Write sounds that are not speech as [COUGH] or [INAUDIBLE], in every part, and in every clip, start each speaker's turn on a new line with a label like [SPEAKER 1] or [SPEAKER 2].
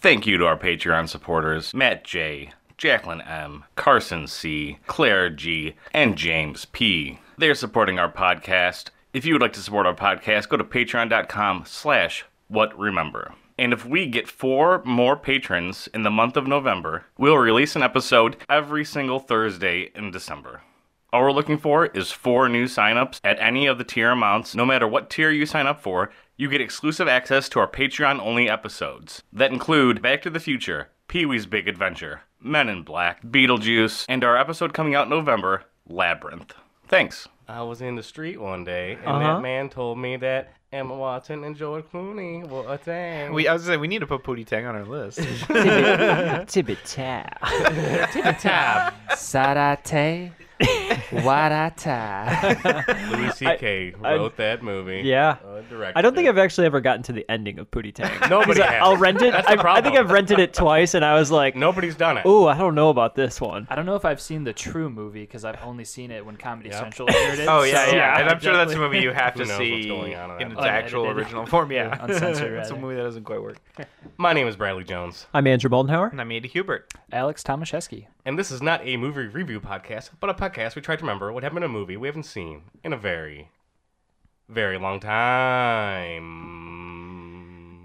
[SPEAKER 1] Thank you to our Patreon supporters Matt J., Jacqueline M., Carson C., Claire G., and James P. They're supporting our podcast. If you would like to support our podcast, go to patreon.com slash whatremember. And if we get four more patrons in the month of November, we'll release an episode every single Thursday in December. All we're looking for is four new signups at any of the tier amounts. No matter what tier you sign up for, you get exclusive access to our Patreon only episodes that include Back to the Future, Pee Wee's Big Adventure, Men in Black, Beetlejuice, and our episode coming out in November, Labyrinth. Thanks. I was in the street one day, and
[SPEAKER 2] Uh-huh.
[SPEAKER 1] that man told me that Emma Watson and George Clooney were a thing.
[SPEAKER 3] We, I was gonna say we need to put Pootie Tang on our
[SPEAKER 1] [LAUGHS]
[SPEAKER 3] list. [LAUGHS]
[SPEAKER 4] Tibita. Sarate. Wadata.
[SPEAKER 1] Louis C.K.
[SPEAKER 2] I-
[SPEAKER 1] wrote that movie.
[SPEAKER 2] Yeah.
[SPEAKER 1] Uh, directed
[SPEAKER 2] I don't think
[SPEAKER 1] it.
[SPEAKER 2] I've actually ever gotten to the ending of Pootie Tang. [LAUGHS] 'Cause
[SPEAKER 1] Nobody
[SPEAKER 2] I,
[SPEAKER 1] has.
[SPEAKER 2] I'll rent it.
[SPEAKER 1] That's the
[SPEAKER 2] I, I think
[SPEAKER 1] problem.
[SPEAKER 2] I've rented it twice, and I was like,
[SPEAKER 1] Nobody's done it.
[SPEAKER 2] "Ooh, I don't know about this one."
[SPEAKER 5] I don't know if I've seen the true movie because I've only seen it when Comedy Central aired it.
[SPEAKER 3] [LAUGHS] oh yeah,
[SPEAKER 5] so
[SPEAKER 3] yeah,
[SPEAKER 5] I
[SPEAKER 3] and I'm sure that's a
[SPEAKER 5] definitely-
[SPEAKER 3] movie you have
[SPEAKER 1] [LAUGHS] Who
[SPEAKER 3] to
[SPEAKER 1] knows what's
[SPEAKER 3] see
[SPEAKER 1] going on in that
[SPEAKER 3] in its
[SPEAKER 1] movie.
[SPEAKER 3] actual
[SPEAKER 5] Unedited.
[SPEAKER 3] original form. Yeah,
[SPEAKER 5] [LAUGHS] Uncensored,
[SPEAKER 3] [LAUGHS] It's a
[SPEAKER 5] rather.
[SPEAKER 3] movie that doesn't quite work.
[SPEAKER 1] My name is Bradley Jones,
[SPEAKER 2] I'm Andrew Moldenhauer.
[SPEAKER 3] And I'm Andy Hubert.
[SPEAKER 5] Alex Tomaszewski.
[SPEAKER 1] and this is not a movie review podcast, but a podcast we try to remember what happened in a movie we haven't seen in a very, very long time.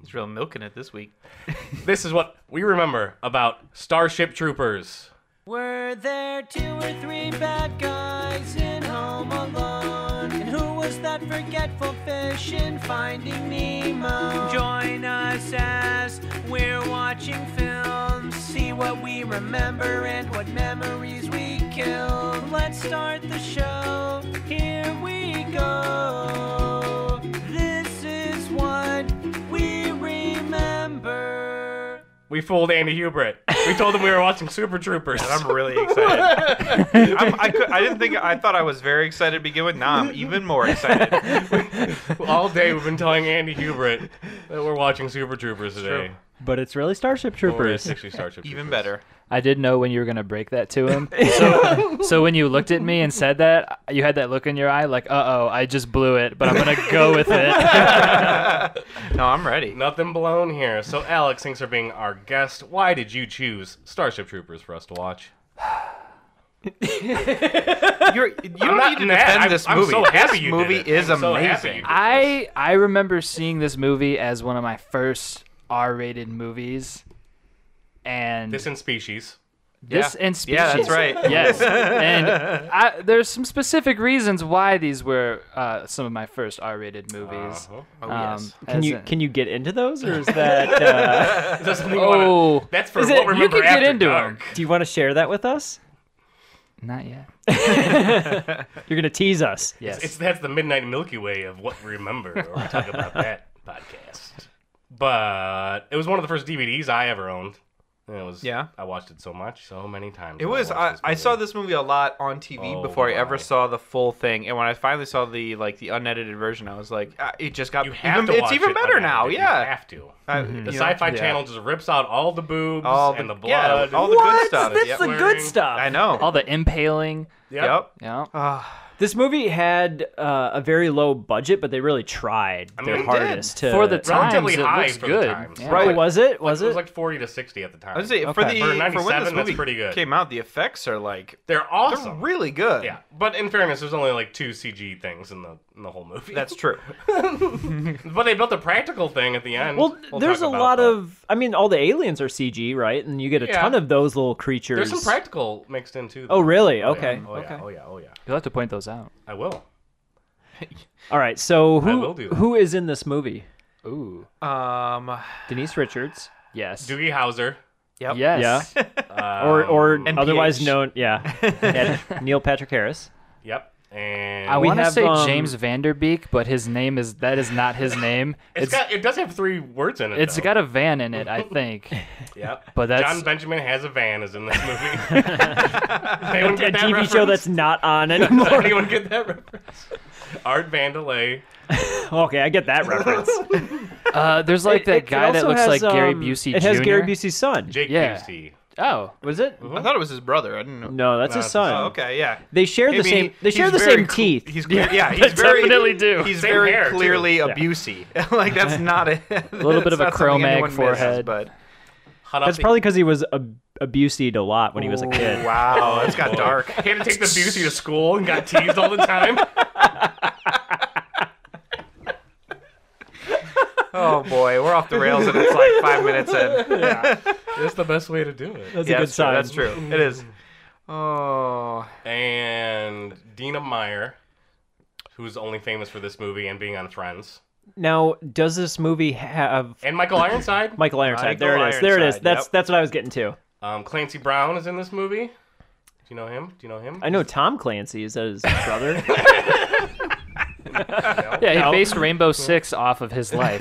[SPEAKER 3] He's real milking it this week.
[SPEAKER 1] This is what we remember about Starship Troopers.
[SPEAKER 6] Were there two or three bad guys in Home Alone? And who was that forgetful fish in Finding Nemo? Join us as we're watching films. See what we remember and what memories we kill. Let's start the show. Here we go. This is what we remember.
[SPEAKER 1] We fooled Andy Hubert. We told him we were watching Super Troopers.
[SPEAKER 3] And I'm really excited. [LAUGHS] I'm, I, could, I didn't think I thought I was very excited to begin with. Now I'm even more
[SPEAKER 1] [LAUGHS]
[SPEAKER 3] excited.
[SPEAKER 1] [LAUGHS] All day we've been telling Andy Hubert that we're watching Super Troopers today.
[SPEAKER 2] But it's really Starship
[SPEAKER 1] But we're
[SPEAKER 2] Troopers.
[SPEAKER 1] actually Starship
[SPEAKER 3] Even
[SPEAKER 1] Troopers.
[SPEAKER 3] better.
[SPEAKER 5] I did know when you were gonna break that to
[SPEAKER 3] [LAUGHS]
[SPEAKER 5] him. So, so when you looked at me and said that, you had that look in your eye, like, "Uh oh, I just blew it," but I'm gonna go with it.
[SPEAKER 3] No,
[SPEAKER 1] [LAUGHS]
[SPEAKER 3] I'm ready.
[SPEAKER 1] Nothing blown here. So, Alex, thanks for being our guest. Why did you choose Starship Troopers for us to watch?
[SPEAKER 3] You're, you
[SPEAKER 1] I'm
[SPEAKER 3] don't
[SPEAKER 1] not
[SPEAKER 3] need to
[SPEAKER 1] mad.
[SPEAKER 3] defend
[SPEAKER 1] I'm-
[SPEAKER 3] this
[SPEAKER 1] I'm
[SPEAKER 3] movie.
[SPEAKER 1] so happy
[SPEAKER 3] this
[SPEAKER 1] you did
[SPEAKER 3] movie
[SPEAKER 1] it.
[SPEAKER 3] is
[SPEAKER 1] I'm so happy you
[SPEAKER 3] amazing.
[SPEAKER 1] did
[SPEAKER 5] I I remember seeing this movie as one of my first R-rated movies, and
[SPEAKER 1] This and Species.
[SPEAKER 5] This
[SPEAKER 3] Yeah.
[SPEAKER 5] and species.
[SPEAKER 3] Yeah, that's
[SPEAKER 1] [LAUGHS]
[SPEAKER 3] right.
[SPEAKER 5] Yes, and I, there's some specific reasons why these were uh, some of my first R-rated movies.
[SPEAKER 1] Uh-huh. [LAUGHS]
[SPEAKER 3] oh,
[SPEAKER 5] Um,
[SPEAKER 3] yes.
[SPEAKER 2] Can
[SPEAKER 5] as
[SPEAKER 2] you
[SPEAKER 5] in-
[SPEAKER 2] can you get into those, or
[SPEAKER 3] [LAUGHS]
[SPEAKER 2] is that? Uh,
[SPEAKER 1] Is that something you wanna-
[SPEAKER 5] Oh,
[SPEAKER 1] that's for
[SPEAKER 5] Is
[SPEAKER 1] what
[SPEAKER 5] it- you
[SPEAKER 1] remember
[SPEAKER 5] could get
[SPEAKER 1] after
[SPEAKER 5] into 'em.
[SPEAKER 1] dark.
[SPEAKER 2] do you want to share that with us?
[SPEAKER 5] not yet.
[SPEAKER 2] You're gonna tease us.
[SPEAKER 5] Yes,
[SPEAKER 1] It's that's the midnight Milky Way of what we remember. Or we talk
[SPEAKER 3] [LAUGHS]
[SPEAKER 1] about that podcast. But it was one of the first DVDs I ever owned. And it was
[SPEAKER 3] Yeah.
[SPEAKER 1] I watched it so much, so many times.
[SPEAKER 3] It was. I, I saw this movie a lot on TV
[SPEAKER 1] Oh
[SPEAKER 3] before I
[SPEAKER 1] my.
[SPEAKER 3] ever saw the full thing, and when I finally saw the like the unedited version, I was like, ah, it just got.
[SPEAKER 1] You have
[SPEAKER 3] even,
[SPEAKER 1] to
[SPEAKER 3] it's
[SPEAKER 1] watch
[SPEAKER 3] even
[SPEAKER 1] it
[SPEAKER 3] better
[SPEAKER 1] unedited.
[SPEAKER 3] now.
[SPEAKER 1] You
[SPEAKER 3] Yeah.
[SPEAKER 1] have to.
[SPEAKER 3] I-
[SPEAKER 1] The
[SPEAKER 3] you know,
[SPEAKER 1] Sci-Fi
[SPEAKER 3] yeah.
[SPEAKER 1] Channel just rips out all the boobs
[SPEAKER 3] All
[SPEAKER 1] and the
[SPEAKER 3] yeah,
[SPEAKER 1] blood.
[SPEAKER 3] all the good
[SPEAKER 2] What?
[SPEAKER 3] stuff.
[SPEAKER 2] That's
[SPEAKER 3] yep.
[SPEAKER 2] the
[SPEAKER 1] Wearing-
[SPEAKER 2] good stuff.
[SPEAKER 3] I know.
[SPEAKER 5] all the impaling.
[SPEAKER 1] Yep.
[SPEAKER 3] yep.
[SPEAKER 5] Yeah.
[SPEAKER 3] Ah,
[SPEAKER 2] This movie had uh, a very low budget, but they really tried
[SPEAKER 1] mean,
[SPEAKER 2] their
[SPEAKER 1] they did.
[SPEAKER 2] hardest to.
[SPEAKER 5] For the times,
[SPEAKER 1] Relatively
[SPEAKER 5] it
[SPEAKER 1] high
[SPEAKER 5] looks
[SPEAKER 1] for the
[SPEAKER 5] good.
[SPEAKER 1] times.
[SPEAKER 5] Yeah.
[SPEAKER 2] right? Was it? Was
[SPEAKER 1] It
[SPEAKER 2] it?
[SPEAKER 1] was like 40 to 60 at the time.
[SPEAKER 3] I was say, for
[SPEAKER 2] Okay.
[SPEAKER 3] the
[SPEAKER 1] For
[SPEAKER 3] for when
[SPEAKER 1] 97,
[SPEAKER 3] this
[SPEAKER 1] that's
[SPEAKER 3] movie
[SPEAKER 1] pretty good.
[SPEAKER 3] came out, the effects are like
[SPEAKER 1] They're
[SPEAKER 3] they're
[SPEAKER 1] awesome.
[SPEAKER 3] really good.
[SPEAKER 1] yeah, but in fairness, there's only like two CG things in the in the whole movie.
[SPEAKER 3] that's true.
[SPEAKER 1] but they built a practical thing at the end.
[SPEAKER 2] well, there's a
[SPEAKER 1] talk about
[SPEAKER 2] lot
[SPEAKER 1] that.
[SPEAKER 2] of. I mean, all the aliens are CG, right? And you get a
[SPEAKER 1] Yeah.
[SPEAKER 2] ton of those little creatures.
[SPEAKER 1] There's some practical mixed in too.
[SPEAKER 2] Oh,
[SPEAKER 1] though.
[SPEAKER 2] really?
[SPEAKER 1] Oh, yeah.
[SPEAKER 2] Okay.
[SPEAKER 1] Oh,
[SPEAKER 2] Okay.
[SPEAKER 1] Yeah. Oh yeah. Oh yeah.
[SPEAKER 5] You'll have to point those out.
[SPEAKER 1] I will.
[SPEAKER 2] All right. So
[SPEAKER 1] I
[SPEAKER 2] who
[SPEAKER 1] will do that.
[SPEAKER 2] who is in this movie?
[SPEAKER 5] Ooh.
[SPEAKER 3] Um,
[SPEAKER 2] Denise Richards,
[SPEAKER 5] Yes.
[SPEAKER 1] Doogie Howser.
[SPEAKER 3] yep.
[SPEAKER 5] Yes. Yeah.
[SPEAKER 2] or or
[SPEAKER 1] um,
[SPEAKER 3] NPH.
[SPEAKER 2] otherwise known,
[SPEAKER 5] [LAUGHS]
[SPEAKER 2] yeah, and Neil Patrick Harris.
[SPEAKER 1] Yep. And
[SPEAKER 5] I
[SPEAKER 2] We
[SPEAKER 5] want to
[SPEAKER 2] have,
[SPEAKER 5] say
[SPEAKER 2] um,
[SPEAKER 5] James Vanderbeek, but his name is that is not his name.
[SPEAKER 1] [LAUGHS] it's got it does have three words in it.
[SPEAKER 5] it's
[SPEAKER 1] though.
[SPEAKER 5] got a van in it, I think.
[SPEAKER 1] Yep.
[SPEAKER 5] But that's
[SPEAKER 1] John Benjamin has a van is in this movie. [LAUGHS] Anyone
[SPEAKER 2] A
[SPEAKER 1] get that
[SPEAKER 2] TV
[SPEAKER 1] reference?
[SPEAKER 2] show that's
[SPEAKER 1] [LAUGHS]
[SPEAKER 2] not on anymore.
[SPEAKER 1] Anyone get that reference? Art Vandelay.
[SPEAKER 2] okay, I get that reference.
[SPEAKER 5] uh, there's like
[SPEAKER 2] It-
[SPEAKER 5] that
[SPEAKER 2] it- it
[SPEAKER 5] guy that
[SPEAKER 2] also
[SPEAKER 5] looks
[SPEAKER 2] has,
[SPEAKER 5] like Gary
[SPEAKER 2] um,
[SPEAKER 5] Busey.
[SPEAKER 2] It has Gary
[SPEAKER 5] Jr..
[SPEAKER 2] Busey's son.
[SPEAKER 1] Jake
[SPEAKER 5] Yeah.
[SPEAKER 1] Busey.
[SPEAKER 5] Oh,
[SPEAKER 2] [LAUGHS] Was it?
[SPEAKER 3] I thought it was his brother. I didn't know.
[SPEAKER 2] No, that's
[SPEAKER 1] No, it's
[SPEAKER 2] his
[SPEAKER 1] his
[SPEAKER 2] son.
[SPEAKER 3] Oh, okay, yeah.
[SPEAKER 2] They share the
[SPEAKER 3] Maybe
[SPEAKER 2] same.
[SPEAKER 3] he-
[SPEAKER 2] They share
[SPEAKER 3] he's
[SPEAKER 2] the
[SPEAKER 3] very
[SPEAKER 2] same
[SPEAKER 3] cl-
[SPEAKER 2] teeth.
[SPEAKER 3] He's clear, yeah,
[SPEAKER 5] They
[SPEAKER 3] he's
[SPEAKER 2] [LAUGHS]
[SPEAKER 3] very
[SPEAKER 5] definitely do.
[SPEAKER 3] He's
[SPEAKER 1] Same
[SPEAKER 3] very
[SPEAKER 1] hair, too. [LAUGHS]
[SPEAKER 3] [LAUGHS] clearly abusey. like that's not a, a
[SPEAKER 5] little bit of a Cro-Mag forehead.
[SPEAKER 3] but
[SPEAKER 1] cut up.
[SPEAKER 2] That's
[SPEAKER 1] the-
[SPEAKER 2] probably because he was ab- abused a lot when he was a kid.
[SPEAKER 3] Wow, that's
[SPEAKER 1] Oh,
[SPEAKER 3] got dark.
[SPEAKER 1] He had to take the beauty to school and got teased all the time.
[SPEAKER 3] Oh boy, we're off the rails and it's like five minutes
[SPEAKER 1] [LAUGHS]
[SPEAKER 3] in.
[SPEAKER 1] That's the best way to do it.
[SPEAKER 2] That's
[SPEAKER 3] yeah,
[SPEAKER 2] a good
[SPEAKER 3] that's true,
[SPEAKER 2] sign.
[SPEAKER 3] that's true. It is. Oh,
[SPEAKER 1] And Dina Meyer, who's only famous for this movie and being on Friends,
[SPEAKER 2] Now, does this movie have
[SPEAKER 1] and Michael
[SPEAKER 2] [LAUGHS]
[SPEAKER 1] Ironside.
[SPEAKER 2] Michael Ironside?
[SPEAKER 3] Michael
[SPEAKER 2] there it is. There it is.
[SPEAKER 3] Ironside,
[SPEAKER 2] That's
[SPEAKER 3] yep.
[SPEAKER 2] that's what I was getting to.
[SPEAKER 1] Um, Clancy Brown is in this movie. Do you know him? Do you know him?
[SPEAKER 2] I know Tom Clancy is that his brother.
[SPEAKER 5] Yeah, he based Rainbow Six off of his
[SPEAKER 2] [LAUGHS]
[SPEAKER 5] life.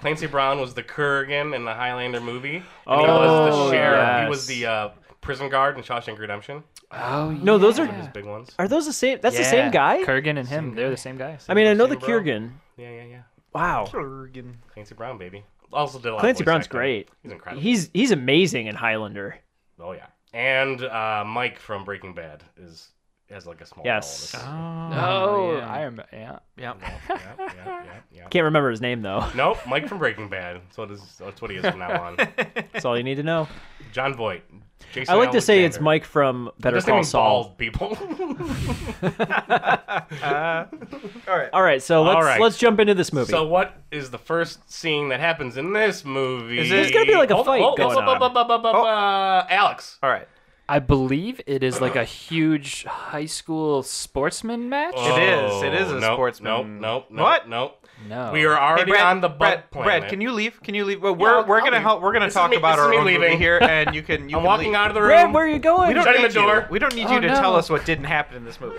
[SPEAKER 1] Clancy Brown was the Kurgan in the Highlander movie. And he
[SPEAKER 2] Oh,
[SPEAKER 1] was the sheriff. He was
[SPEAKER 5] yes.
[SPEAKER 1] the uh, prison guard in Shawshank Redemption.
[SPEAKER 5] oh, yeah.
[SPEAKER 2] no, those
[SPEAKER 1] His
[SPEAKER 2] are
[SPEAKER 1] big ones.
[SPEAKER 2] are those the same? That's the same guy.
[SPEAKER 5] Kurgan and him, they're the same guy.
[SPEAKER 2] I mean, I know the
[SPEAKER 1] Same bro.
[SPEAKER 2] Kurgan.
[SPEAKER 1] Yeah, yeah, yeah.
[SPEAKER 2] Wow,
[SPEAKER 1] Clancy Brown, baby. Also did a lot of
[SPEAKER 2] Clancy
[SPEAKER 1] voice
[SPEAKER 2] Brown's
[SPEAKER 1] acting.
[SPEAKER 2] great.
[SPEAKER 1] He's incredible.
[SPEAKER 2] he's he's amazing in Highlander.
[SPEAKER 1] Oh yeah. And uh, Mike from Breaking Bad is has like a small
[SPEAKER 2] Yes.
[SPEAKER 3] Uh,
[SPEAKER 1] role
[SPEAKER 5] oh, I remember. Yeah.
[SPEAKER 1] in this. Yeah, yeah, yeah, yeah.
[SPEAKER 2] Can't remember his name though.
[SPEAKER 1] Nope, Mike from Breaking Bad. So it is, that's what he is from now
[SPEAKER 3] [LAUGHS]
[SPEAKER 1] on.
[SPEAKER 2] That's all you need to know.
[SPEAKER 1] John Voight. Jason
[SPEAKER 2] I like to say it's
[SPEAKER 1] Alexander.
[SPEAKER 2] Mike from Better
[SPEAKER 1] Just
[SPEAKER 2] Call
[SPEAKER 1] naming
[SPEAKER 2] Saul.
[SPEAKER 1] bald people. [LAUGHS]
[SPEAKER 2] All right, so let's
[SPEAKER 1] All right.
[SPEAKER 2] let's jump into this movie.
[SPEAKER 1] So what is the first scene that happens in this movie?
[SPEAKER 3] Is it- Oh. There's
[SPEAKER 2] gonna be like a
[SPEAKER 1] Hold-
[SPEAKER 2] fight
[SPEAKER 1] hold-
[SPEAKER 2] going
[SPEAKER 1] bu- bu- bu- bu- bu- bu- uh, Alex.
[SPEAKER 3] all right.
[SPEAKER 5] I believe it is like a huge high school sportsman match.
[SPEAKER 1] Oh,
[SPEAKER 3] It is. It is a
[SPEAKER 1] nope,
[SPEAKER 3] sportsman.
[SPEAKER 1] Nope. Nope.
[SPEAKER 3] What?
[SPEAKER 1] Nope.
[SPEAKER 5] No.
[SPEAKER 2] Oh.
[SPEAKER 1] We are
[SPEAKER 3] Hey,
[SPEAKER 1] already
[SPEAKER 3] Brad,
[SPEAKER 1] on the butt
[SPEAKER 3] Brad,
[SPEAKER 1] planet.
[SPEAKER 3] Brad, can you leave? Can you leave? Well,
[SPEAKER 1] Yeah,
[SPEAKER 3] we're
[SPEAKER 1] I'll-
[SPEAKER 3] we're
[SPEAKER 1] I'll
[SPEAKER 3] gonna
[SPEAKER 1] leave.
[SPEAKER 3] help. We're gonna
[SPEAKER 1] This is
[SPEAKER 3] talk
[SPEAKER 1] me-
[SPEAKER 3] about
[SPEAKER 1] this is
[SPEAKER 3] our
[SPEAKER 1] me
[SPEAKER 3] own movie
[SPEAKER 1] leaving.
[SPEAKER 3] here, and you can. You
[SPEAKER 1] I'm
[SPEAKER 3] can
[SPEAKER 1] walking
[SPEAKER 3] leave.
[SPEAKER 1] out of the room.
[SPEAKER 2] Brad, where are you going?
[SPEAKER 3] We don't
[SPEAKER 1] Shutting
[SPEAKER 3] need
[SPEAKER 1] the
[SPEAKER 3] you.
[SPEAKER 1] door.
[SPEAKER 3] We don't need
[SPEAKER 5] Oh,
[SPEAKER 3] you to
[SPEAKER 5] no.
[SPEAKER 3] tell us what didn't happen in this movie.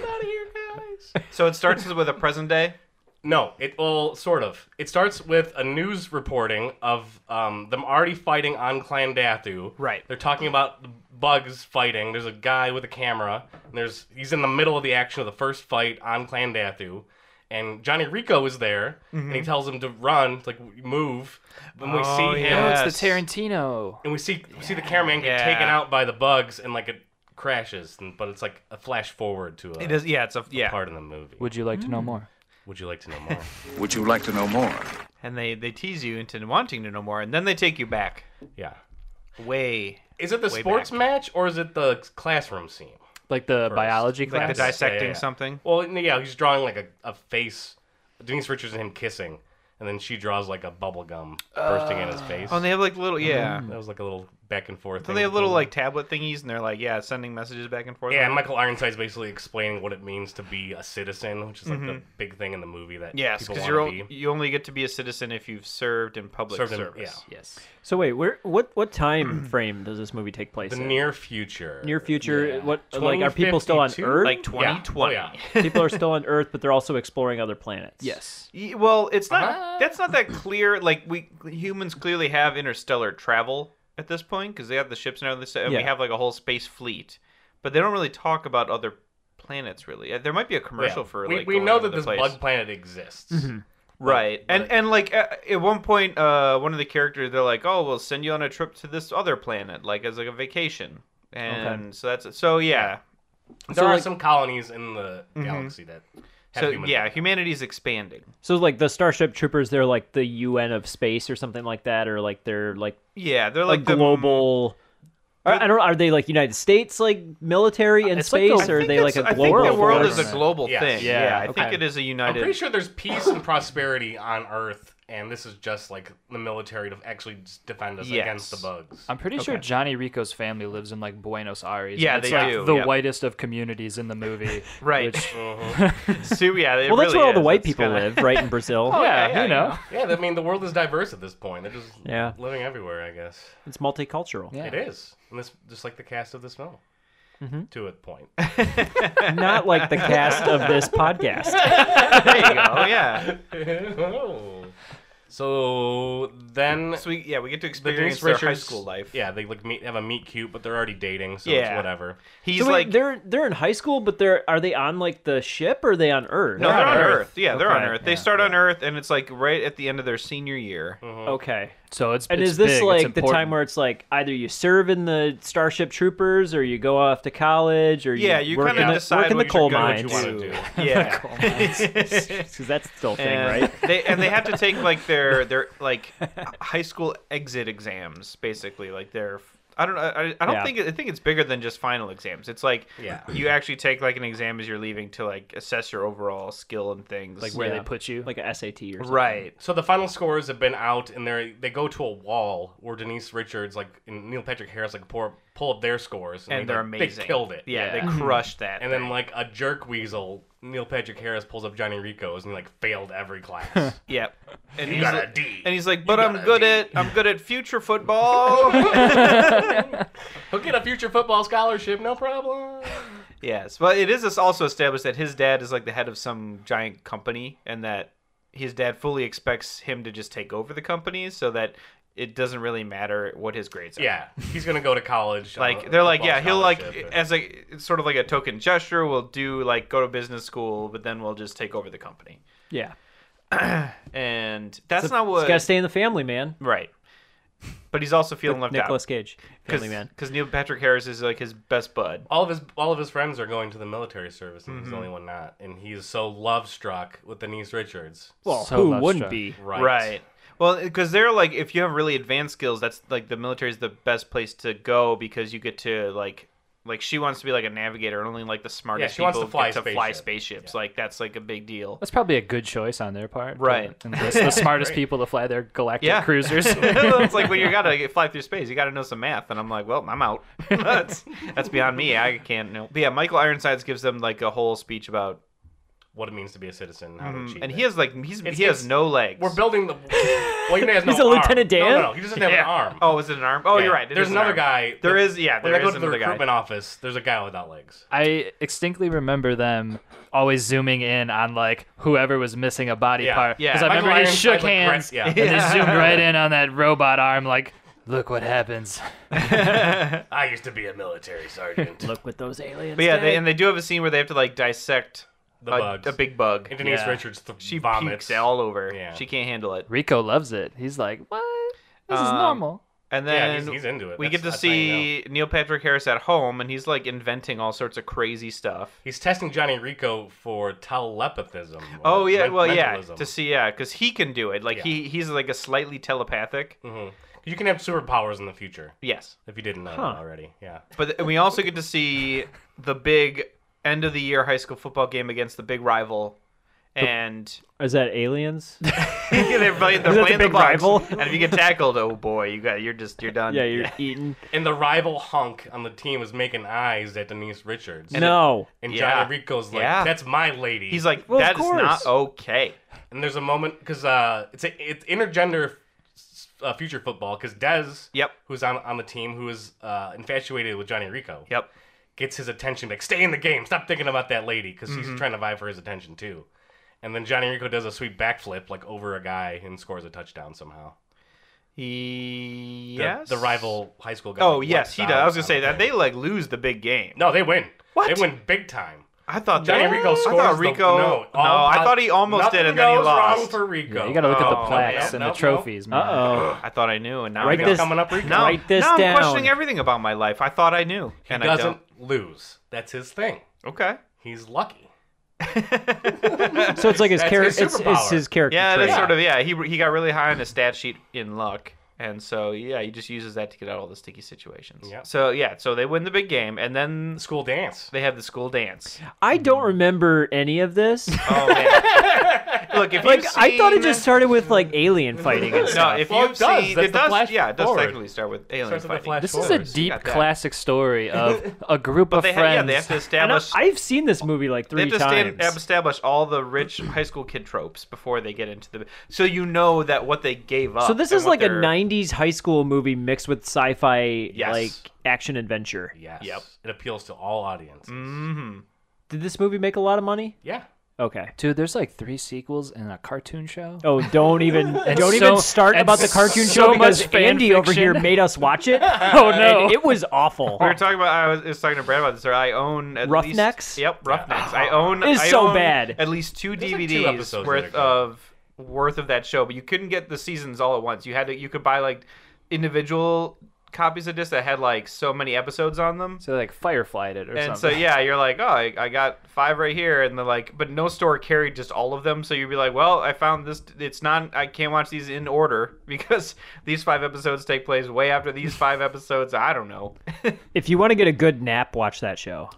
[SPEAKER 3] So it starts with a present day.
[SPEAKER 1] No, it well, sort of. It starts with a news reporting of um, them already fighting on Clandathu.
[SPEAKER 3] Right.
[SPEAKER 1] They're talking about the bugs fighting. There's a guy with a camera. And there's he's in the middle of the action of the first fight on Clandathu, and Johnny Rico is there, and he tells him to run, it's like move. And we
[SPEAKER 3] Mm-hmm. Oh,
[SPEAKER 1] see him,
[SPEAKER 5] Oh,
[SPEAKER 3] yeah.
[SPEAKER 5] it's the
[SPEAKER 3] Yes.
[SPEAKER 5] Tarantino.
[SPEAKER 1] and we see we see the cameraman get
[SPEAKER 3] Yeah.
[SPEAKER 1] taken out by the bugs, and like it crashes, and, but it's like a flash forward to a
[SPEAKER 3] It is. Yeah. It's a yeah.
[SPEAKER 1] part in the movie. Would,
[SPEAKER 5] Would you like to know more?
[SPEAKER 1] Would you like to know
[SPEAKER 3] [LAUGHS]
[SPEAKER 1] more?
[SPEAKER 7] Would you like to know more?
[SPEAKER 3] And they they tease you into wanting to know more, and then they take you back.
[SPEAKER 1] yeah.
[SPEAKER 3] Way.
[SPEAKER 1] Is it the
[SPEAKER 3] Way
[SPEAKER 1] sports
[SPEAKER 3] back.
[SPEAKER 1] match or is it the classroom scene?
[SPEAKER 5] Like the biology
[SPEAKER 3] Like
[SPEAKER 5] class?
[SPEAKER 3] the
[SPEAKER 1] Class.
[SPEAKER 3] dissecting
[SPEAKER 1] Yeah, yeah, yeah.
[SPEAKER 3] something.
[SPEAKER 1] Well, yeah, he's drawing like a, a face. Denise Richards and him kissing, and then she draws like a bubble gum bursting in his face.
[SPEAKER 3] Oh, and they have like little yeah.
[SPEAKER 1] that was like a little back and forth.
[SPEAKER 3] So they have little like tablet thingies, and they're like yeah, sending messages back and forth.
[SPEAKER 1] Yeah, and Michael Ironside's basically explaining what it means to be a citizen, which is like the big thing in the movie that
[SPEAKER 3] Mm-hmm. Yes,
[SPEAKER 1] people
[SPEAKER 3] because
[SPEAKER 1] want
[SPEAKER 3] you're
[SPEAKER 1] to
[SPEAKER 3] o-
[SPEAKER 1] be.
[SPEAKER 3] you only get to be a citizen if you've served in public
[SPEAKER 1] Served in-
[SPEAKER 3] service.
[SPEAKER 1] yeah.
[SPEAKER 5] yes.
[SPEAKER 2] So wait, where what what
[SPEAKER 5] Hmm.
[SPEAKER 2] time frame does this movie take place
[SPEAKER 1] The
[SPEAKER 2] in?
[SPEAKER 1] near future.
[SPEAKER 2] Near future, what like are people still on
[SPEAKER 1] 2052?
[SPEAKER 2] Earth?
[SPEAKER 3] Like
[SPEAKER 1] Yeah.
[SPEAKER 3] 2020.
[SPEAKER 1] Oh, yeah.
[SPEAKER 2] people
[SPEAKER 3] [LAUGHS]
[SPEAKER 2] are still on Earth, but they're also exploring other planets.
[SPEAKER 5] Yes.
[SPEAKER 3] Y- Well, it's not.
[SPEAKER 1] Uh-huh.
[SPEAKER 3] That's not that clear. Like we humans clearly have interstellar travel at this point because they have the ships and everything, and we
[SPEAKER 2] Yeah.
[SPEAKER 3] have like a whole space fleet. But they don't really talk about other planets. Really, Uh, there might be a commercial
[SPEAKER 1] Yeah.
[SPEAKER 3] for
[SPEAKER 1] we,
[SPEAKER 3] like.
[SPEAKER 1] we
[SPEAKER 3] going
[SPEAKER 1] know
[SPEAKER 3] over
[SPEAKER 1] that
[SPEAKER 3] the
[SPEAKER 1] this
[SPEAKER 3] place. Mm-hmm.
[SPEAKER 1] bug planet exists.
[SPEAKER 3] Right, and and like at, at one point, uh, one of the characters they're like, "Oh, we'll send you on a trip to this other planet, like as like a vacation." And so that's it. so yeah.
[SPEAKER 1] There are some colonies in the galaxy that have
[SPEAKER 3] Mm-hmm. So
[SPEAKER 1] human
[SPEAKER 3] yeah, humanity's expanding.
[SPEAKER 2] So like the Starship Troopers, they're like the UN of space or something like that, or like they're like
[SPEAKER 3] Yeah, they're
[SPEAKER 2] like,
[SPEAKER 3] like the
[SPEAKER 2] global. Or, I don't. know, Are they like United States like military and
[SPEAKER 5] It's like the-
[SPEAKER 2] space,
[SPEAKER 5] I
[SPEAKER 2] or are
[SPEAKER 3] I
[SPEAKER 2] they
[SPEAKER 3] think
[SPEAKER 2] like a
[SPEAKER 3] it's-
[SPEAKER 2] global?
[SPEAKER 3] I think the world is a
[SPEAKER 2] force?
[SPEAKER 3] global
[SPEAKER 1] Yes.
[SPEAKER 3] thing.
[SPEAKER 5] Yeah,
[SPEAKER 3] Yeah, I think
[SPEAKER 5] okay.
[SPEAKER 3] it is a
[SPEAKER 1] I'm
[SPEAKER 3] united.
[SPEAKER 1] pretty sure there's peace and prosperity on Earth, and this is just like the military to actually just defend us
[SPEAKER 3] Yes.
[SPEAKER 1] against the bugs.
[SPEAKER 5] I'm pretty sure Johnny Rico's family lives in like Buenos Aires.
[SPEAKER 3] Yeah,
[SPEAKER 5] and it's
[SPEAKER 3] they
[SPEAKER 5] like
[SPEAKER 3] do,
[SPEAKER 5] The
[SPEAKER 3] yeah.
[SPEAKER 5] whitest of communities in
[SPEAKER 3] [LAUGHS]
[SPEAKER 5] the movie.
[SPEAKER 3] Right. [LAUGHS]
[SPEAKER 5] Which,
[SPEAKER 2] [LAUGHS]
[SPEAKER 3] So, yeah, it
[SPEAKER 2] Well, that's
[SPEAKER 3] really
[SPEAKER 2] where all the
[SPEAKER 3] is.
[SPEAKER 2] white
[SPEAKER 3] It's
[SPEAKER 2] people
[SPEAKER 3] kinda-
[SPEAKER 2] live, right in Brazil.
[SPEAKER 5] yeah,
[SPEAKER 3] Oh, yeah,
[SPEAKER 5] you
[SPEAKER 3] yeah.
[SPEAKER 5] know.
[SPEAKER 1] yeah, I mean the world is diverse at this point. They're just
[SPEAKER 2] Yeah.
[SPEAKER 1] living everywhere, I guess.
[SPEAKER 2] It's multicultural.
[SPEAKER 5] Yeah.
[SPEAKER 1] It is, and this just like the cast of this film.
[SPEAKER 3] Mm-hmm.
[SPEAKER 1] To a point. [LAUGHS]
[SPEAKER 2] Not like the cast of this
[SPEAKER 5] [LAUGHS]
[SPEAKER 2] podcast.
[SPEAKER 3] [LAUGHS] There
[SPEAKER 2] [LAUGHS]
[SPEAKER 3] you go. Yeah.
[SPEAKER 1] so then
[SPEAKER 3] So we yeah we get to
[SPEAKER 1] the
[SPEAKER 3] experience
[SPEAKER 1] Denise
[SPEAKER 3] their
[SPEAKER 1] Richards
[SPEAKER 3] high school life.
[SPEAKER 1] Yeah, they like meet have a meet cute, but they're already dating, so
[SPEAKER 3] Yeah.
[SPEAKER 1] it's whatever.
[SPEAKER 3] He's
[SPEAKER 2] So wait,
[SPEAKER 3] like
[SPEAKER 2] they're they're in high school, but they're are they on like the ship or are they on Earth?
[SPEAKER 3] no, they're on Earth. Yeah, they're on
[SPEAKER 2] Okay. Mm-hmm.
[SPEAKER 3] Earth. They start on Earth, and it's like right at the end of their senior year.
[SPEAKER 2] Okay.
[SPEAKER 5] So it's
[SPEAKER 2] And
[SPEAKER 5] it's
[SPEAKER 2] is this
[SPEAKER 5] big, it's
[SPEAKER 2] like the time
[SPEAKER 5] important.
[SPEAKER 2] where it's like either you serve in the Starship Troopers or you go off to college or
[SPEAKER 3] Yeah, you
[SPEAKER 2] work
[SPEAKER 3] kinda
[SPEAKER 2] in the,
[SPEAKER 3] decide
[SPEAKER 2] work in
[SPEAKER 3] what
[SPEAKER 2] the
[SPEAKER 3] you're
[SPEAKER 2] coal
[SPEAKER 3] good- what
[SPEAKER 2] mines.
[SPEAKER 3] you
[SPEAKER 1] you want to do.
[SPEAKER 3] [LAUGHS]
[SPEAKER 2] [LAUGHS]
[SPEAKER 3] Yeah. [LAUGHS]
[SPEAKER 2] Because that's still a thing,
[SPEAKER 3] and
[SPEAKER 2] right? [LAUGHS]
[SPEAKER 3] they and they have to
[SPEAKER 1] [LAUGHS]
[SPEAKER 3] take like their their like high school exit exams basically like their I don't know. I, I don't
[SPEAKER 2] Yeah.
[SPEAKER 3] think it- I think it's bigger than just final exams. It's like
[SPEAKER 1] Yeah.
[SPEAKER 3] you actually take like an exam as you're leaving to like assess your overall skill and things.
[SPEAKER 5] like where
[SPEAKER 2] Yeah.
[SPEAKER 5] they put you.
[SPEAKER 2] Like a SAT or something.
[SPEAKER 3] right.
[SPEAKER 1] So the final scores have been out, and they they go to a wall where Denise Richards, like and Neil Patrick Harris, like pour, pull up their scores,
[SPEAKER 3] And
[SPEAKER 1] they,
[SPEAKER 3] they're
[SPEAKER 1] like,
[SPEAKER 3] amazing.
[SPEAKER 1] They killed it.
[SPEAKER 3] Yeah, they crushed that.
[SPEAKER 1] And then like a jerk weasel, Neil Patrick Harris pulls up Johnny Rico's and he, like failed every
[SPEAKER 3] [LAUGHS]
[SPEAKER 1] class.
[SPEAKER 3] yep. And
[SPEAKER 1] you
[SPEAKER 3] he's
[SPEAKER 1] got
[SPEAKER 3] like,
[SPEAKER 1] a D.
[SPEAKER 3] and he's like, but I'm good at
[SPEAKER 1] [LAUGHS]
[SPEAKER 3] I'm good at future football.
[SPEAKER 1] He'll get a future football scholarship, no problem.
[SPEAKER 3] Yes, but it is also established that his dad is like the head of some giant company, and that his dad fully expects him to just take over the company, so that it doesn't really matter what his grades are.
[SPEAKER 1] Yeah, he's gonna go to college. on
[SPEAKER 3] like
[SPEAKER 1] a
[SPEAKER 3] they're like,
[SPEAKER 1] Uh, football
[SPEAKER 3] yeah, he'll like
[SPEAKER 1] scholarship.
[SPEAKER 3] as a it's sort of like a token gesture. We'll do like go to business school, but then we'll just take over the company,
[SPEAKER 2] Yeah.
[SPEAKER 3] and that's
[SPEAKER 2] It's
[SPEAKER 3] not what
[SPEAKER 2] gotta stay in the family, man.
[SPEAKER 3] right. But he's also feeling left
[SPEAKER 2] Nicholas
[SPEAKER 3] out
[SPEAKER 2] Cage, family man.
[SPEAKER 3] because Neil Patrick Harris is like his best bud.
[SPEAKER 1] all of his all of his friends are going to the military service, and
[SPEAKER 3] Mm-hmm.
[SPEAKER 1] he's the only one not. And he's so love struck with Denise Richards.
[SPEAKER 2] Well,
[SPEAKER 5] So
[SPEAKER 2] who
[SPEAKER 5] left
[SPEAKER 2] wouldn't
[SPEAKER 5] stroke.
[SPEAKER 2] be?
[SPEAKER 1] Right.
[SPEAKER 3] Right. Well, because they're like, if you have really advanced skills, that's like the military is the best place to go because you get to like, like she wants to be like a navigator, and only like the smartest
[SPEAKER 1] Yeah, she wants
[SPEAKER 3] people
[SPEAKER 1] to fly
[SPEAKER 3] get to
[SPEAKER 1] a
[SPEAKER 3] fly
[SPEAKER 1] spaceship.
[SPEAKER 3] spaceships. Like that's like a big deal.
[SPEAKER 5] That's probably a good choice on their part. to
[SPEAKER 3] [LAUGHS] Right.
[SPEAKER 5] enlist [LAUGHS] the smartest people to fly their galactic
[SPEAKER 3] Yeah. [LAUGHS]
[SPEAKER 5] cruisers. [LAUGHS]
[SPEAKER 3] it's like when you gotta get- fly through space, you gotta know some math, and I'm like, well, I'm out. [LAUGHS] that's that's beyond me. I can't know. But yeah, Michael Ironsides gives them like a whole speech about,
[SPEAKER 1] What it means to be a citizen, how to achieve
[SPEAKER 3] Mm-hmm. and
[SPEAKER 1] it.
[SPEAKER 3] he has like he's
[SPEAKER 1] It's-
[SPEAKER 3] he has
[SPEAKER 1] it's-
[SPEAKER 3] no legs.
[SPEAKER 1] We're building the. Well, he has no
[SPEAKER 2] [LAUGHS] He's a
[SPEAKER 1] arm.
[SPEAKER 2] Lieutenant Dan?
[SPEAKER 1] No, no, no, he doesn't have an arm.
[SPEAKER 3] Oh, is it an arm? Oh,
[SPEAKER 1] Yeah.
[SPEAKER 3] you're right. it
[SPEAKER 1] There's
[SPEAKER 3] is an
[SPEAKER 1] another
[SPEAKER 3] arm.
[SPEAKER 1] guy.
[SPEAKER 3] There is yeah.
[SPEAKER 1] When
[SPEAKER 3] There
[SPEAKER 1] I go
[SPEAKER 3] is
[SPEAKER 1] to the
[SPEAKER 3] another guy.
[SPEAKER 1] recruitment office, there's a guy without legs.
[SPEAKER 5] I distinctly remember them always zooming in on like whoever was missing a body
[SPEAKER 1] Yeah,
[SPEAKER 5] part.
[SPEAKER 3] yeah.
[SPEAKER 5] I
[SPEAKER 3] Michael
[SPEAKER 5] remember he
[SPEAKER 1] Ironside,
[SPEAKER 5] shook
[SPEAKER 1] like, right-
[SPEAKER 5] hands
[SPEAKER 1] yeah.
[SPEAKER 3] [LAUGHS]
[SPEAKER 5] and they zoomed right in on that robot arm. Like, look what happens.
[SPEAKER 1] I used to be a military [LAUGHS] sergeant.
[SPEAKER 2] Look what those aliens.
[SPEAKER 3] But yeah,
[SPEAKER 2] did.
[SPEAKER 3] they, and they do have a scene where they have to like dissect
[SPEAKER 1] The
[SPEAKER 3] a,
[SPEAKER 1] bugs.
[SPEAKER 3] a big bug.
[SPEAKER 1] And Denise
[SPEAKER 5] Yeah.
[SPEAKER 1] Richards th-
[SPEAKER 3] She
[SPEAKER 1] vomits.
[SPEAKER 3] pukes all over.
[SPEAKER 1] Yeah.
[SPEAKER 3] She can't handle it.
[SPEAKER 5] Rico loves it. He's like, what? This is
[SPEAKER 3] Um,
[SPEAKER 5] normal.
[SPEAKER 3] And
[SPEAKER 1] Yeah,
[SPEAKER 3] then
[SPEAKER 1] he's, he's into it.
[SPEAKER 3] we
[SPEAKER 1] That's-
[SPEAKER 3] get to
[SPEAKER 1] that's how you know.
[SPEAKER 3] see Neil Patrick Harris at home, and he's like inventing all sorts of crazy stuff.
[SPEAKER 1] He's testing Johnny Rico for telepathism. or
[SPEAKER 3] Oh yeah,
[SPEAKER 1] men-
[SPEAKER 3] well yeah,
[SPEAKER 1] mentalism.
[SPEAKER 3] to see yeah, because he can do it. Like
[SPEAKER 1] Yeah.
[SPEAKER 3] he he's like a slightly telepathic.
[SPEAKER 1] Mhm. You can have superpowers in the future
[SPEAKER 3] Yes,
[SPEAKER 1] if you didn't know that already. Yeah.
[SPEAKER 3] but and we also get to see the big end of the year high school football game against the big rival. And [LAUGHS]
[SPEAKER 2] Is that aliens?
[SPEAKER 3] they're playing, they're
[SPEAKER 2] Is that the
[SPEAKER 3] playing
[SPEAKER 2] big
[SPEAKER 3] Bucs,
[SPEAKER 2] rival?
[SPEAKER 3] and if you get tackled, oh boy, you got you're just you're done.
[SPEAKER 2] [LAUGHS] yeah, you're eating.
[SPEAKER 1] And the rival hunk on the team is making eyes at Denise Richards.
[SPEAKER 3] [LAUGHS]
[SPEAKER 2] No.
[SPEAKER 1] And
[SPEAKER 3] Yeah.
[SPEAKER 1] Johnny Rico's like,
[SPEAKER 3] Yeah.
[SPEAKER 1] "That's my lady."
[SPEAKER 3] He's like,
[SPEAKER 2] Well, of
[SPEAKER 3] that is not
[SPEAKER 2] course.
[SPEAKER 3] okay.
[SPEAKER 1] and there's a moment because uh, it's a, it's intergender uh, future football because Dez,
[SPEAKER 3] Yep.
[SPEAKER 1] who's on on the team, who is uh, infatuated with Johnny Rico,
[SPEAKER 3] Yep.
[SPEAKER 1] gets his attention. Like, stay in the game. Stop thinking about that lady because
[SPEAKER 3] Mm-hmm.
[SPEAKER 1] he's trying to vie for his attention too. And then Johnny Rico does a sweet backflip like over a guy and scores a touchdown somehow.
[SPEAKER 3] He
[SPEAKER 1] The,
[SPEAKER 3] yes.
[SPEAKER 1] the rival high school guy.
[SPEAKER 3] Oh
[SPEAKER 1] like,
[SPEAKER 3] yes,
[SPEAKER 1] walks
[SPEAKER 3] he
[SPEAKER 1] out
[SPEAKER 3] does. I was gonna
[SPEAKER 1] on
[SPEAKER 3] say
[SPEAKER 1] the
[SPEAKER 3] that
[SPEAKER 1] thing.
[SPEAKER 3] they like lose the big game.
[SPEAKER 1] No, they win.
[SPEAKER 3] What?
[SPEAKER 1] They win big time.
[SPEAKER 3] I thought
[SPEAKER 1] Johnny
[SPEAKER 3] that,
[SPEAKER 1] Rico
[SPEAKER 3] I
[SPEAKER 1] scores.
[SPEAKER 3] thought
[SPEAKER 1] the-
[SPEAKER 3] Rico.
[SPEAKER 1] no,
[SPEAKER 3] no, I thought he almost
[SPEAKER 1] nothing
[SPEAKER 3] did, and then he
[SPEAKER 1] goes Wrong
[SPEAKER 3] lost.
[SPEAKER 1] for Rico.
[SPEAKER 5] Yeah, you got to look at
[SPEAKER 3] Oh,
[SPEAKER 5] the plaques
[SPEAKER 1] no,
[SPEAKER 5] and
[SPEAKER 1] no,
[SPEAKER 5] the trophies, man.
[SPEAKER 2] Uh oh.
[SPEAKER 3] I thought I knew, and now
[SPEAKER 2] Write
[SPEAKER 3] I
[SPEAKER 1] Rico's
[SPEAKER 3] don't.
[SPEAKER 2] this-
[SPEAKER 1] coming up. Rico.
[SPEAKER 3] Now,
[SPEAKER 2] Write this
[SPEAKER 3] now I'm
[SPEAKER 2] down.
[SPEAKER 3] questioning everything about my life. I thought I knew,
[SPEAKER 1] He
[SPEAKER 3] and
[SPEAKER 1] doesn't lose. That's his thing.
[SPEAKER 3] I don't. Okay.
[SPEAKER 1] He's lucky.
[SPEAKER 2] So it's like his
[SPEAKER 1] That's his
[SPEAKER 2] character. It's, it's
[SPEAKER 1] superpower.
[SPEAKER 2] his character.
[SPEAKER 3] Yeah,
[SPEAKER 2] trait.
[SPEAKER 3] that's sort of yeah. He he got really high on his stat sheet in luck, and so yeah, he just uses that to get out all the sticky situations.
[SPEAKER 1] Yep.
[SPEAKER 3] So yeah, so they win the big game, and then
[SPEAKER 1] The school dance.
[SPEAKER 3] they have the school dance.
[SPEAKER 2] I don't remember any of this.
[SPEAKER 3] Oh man! Look, if
[SPEAKER 2] like
[SPEAKER 3] you've
[SPEAKER 2] I thought it
[SPEAKER 3] seen-
[SPEAKER 2] just started with
[SPEAKER 3] [LAUGHS]
[SPEAKER 2] like alien fighting and
[SPEAKER 3] No,
[SPEAKER 2] stuff.
[SPEAKER 3] if
[SPEAKER 1] Well,
[SPEAKER 3] you've
[SPEAKER 1] it does.
[SPEAKER 3] seen,
[SPEAKER 1] That's
[SPEAKER 3] it
[SPEAKER 1] the
[SPEAKER 3] does.
[SPEAKER 1] flash
[SPEAKER 3] yeah, it does
[SPEAKER 1] forward.
[SPEAKER 3] technically start with alien
[SPEAKER 1] Starts with the
[SPEAKER 3] fighting.
[SPEAKER 1] flash
[SPEAKER 5] This is a
[SPEAKER 1] forwards.
[SPEAKER 5] deep
[SPEAKER 3] got that.
[SPEAKER 5] classic story
[SPEAKER 3] [LAUGHS]
[SPEAKER 5] of a group
[SPEAKER 3] but
[SPEAKER 5] of
[SPEAKER 3] they have,
[SPEAKER 5] friends.
[SPEAKER 3] yeah, they have to
[SPEAKER 2] And I,
[SPEAKER 3] establish.
[SPEAKER 2] I've seen this movie like
[SPEAKER 3] they
[SPEAKER 2] three
[SPEAKER 3] have to
[SPEAKER 2] times.
[SPEAKER 3] stand, establish all the rich high school kid tropes before they get into the. So you know that what they gave up.
[SPEAKER 2] so this
[SPEAKER 3] and
[SPEAKER 2] is
[SPEAKER 3] what
[SPEAKER 2] like a
[SPEAKER 3] they're-
[SPEAKER 2] '90s high school movie mixed with sci-fi,
[SPEAKER 3] Yes.
[SPEAKER 2] like action adventure.
[SPEAKER 1] Yes.
[SPEAKER 3] Yep.
[SPEAKER 1] It appeals to all audiences.
[SPEAKER 3] Mhm.
[SPEAKER 2] Did this movie make a lot of money?
[SPEAKER 1] Yeah.
[SPEAKER 2] Okay.
[SPEAKER 5] Dude, there's like three sequels and a cartoon show.
[SPEAKER 2] Oh,
[SPEAKER 3] [LAUGHS]
[SPEAKER 2] don't even don't
[SPEAKER 5] so-
[SPEAKER 2] even start
[SPEAKER 5] and
[SPEAKER 2] about the cartoon
[SPEAKER 5] so
[SPEAKER 2] show
[SPEAKER 5] much
[SPEAKER 2] because
[SPEAKER 5] fan
[SPEAKER 2] Andy over
[SPEAKER 5] fiction.
[SPEAKER 2] here made us
[SPEAKER 3] [LAUGHS]
[SPEAKER 2] watch it. oh
[SPEAKER 5] no.
[SPEAKER 2] it was awful.
[SPEAKER 3] We were talking about. I was, I was talking to Brad about this. Or I own at least-
[SPEAKER 2] Roughnecks?
[SPEAKER 3] Yep, Roughnecks. I own.
[SPEAKER 2] It is
[SPEAKER 3] I
[SPEAKER 2] so
[SPEAKER 3] own
[SPEAKER 2] bad.
[SPEAKER 3] At least two
[SPEAKER 1] There's like two
[SPEAKER 3] DVDs
[SPEAKER 1] episodes that are
[SPEAKER 3] worth
[SPEAKER 1] good.
[SPEAKER 3] of worth of that show, but you couldn't get the seasons all at once. You had to you could buy like individual copies of this that had like so many episodes on them.
[SPEAKER 5] So they like fireflied it or
[SPEAKER 3] and so
[SPEAKER 5] something.
[SPEAKER 3] yeah, you're like, oh, I, I got five right here, and they're like, but no store carried just all of them. So you'd be like, well, I found this. It's not. I can't watch these in order [LAUGHS] because these five episodes take place way after these five episodes. I don't know. [LAUGHS]
[SPEAKER 2] If you want to get a good nap, watch that show.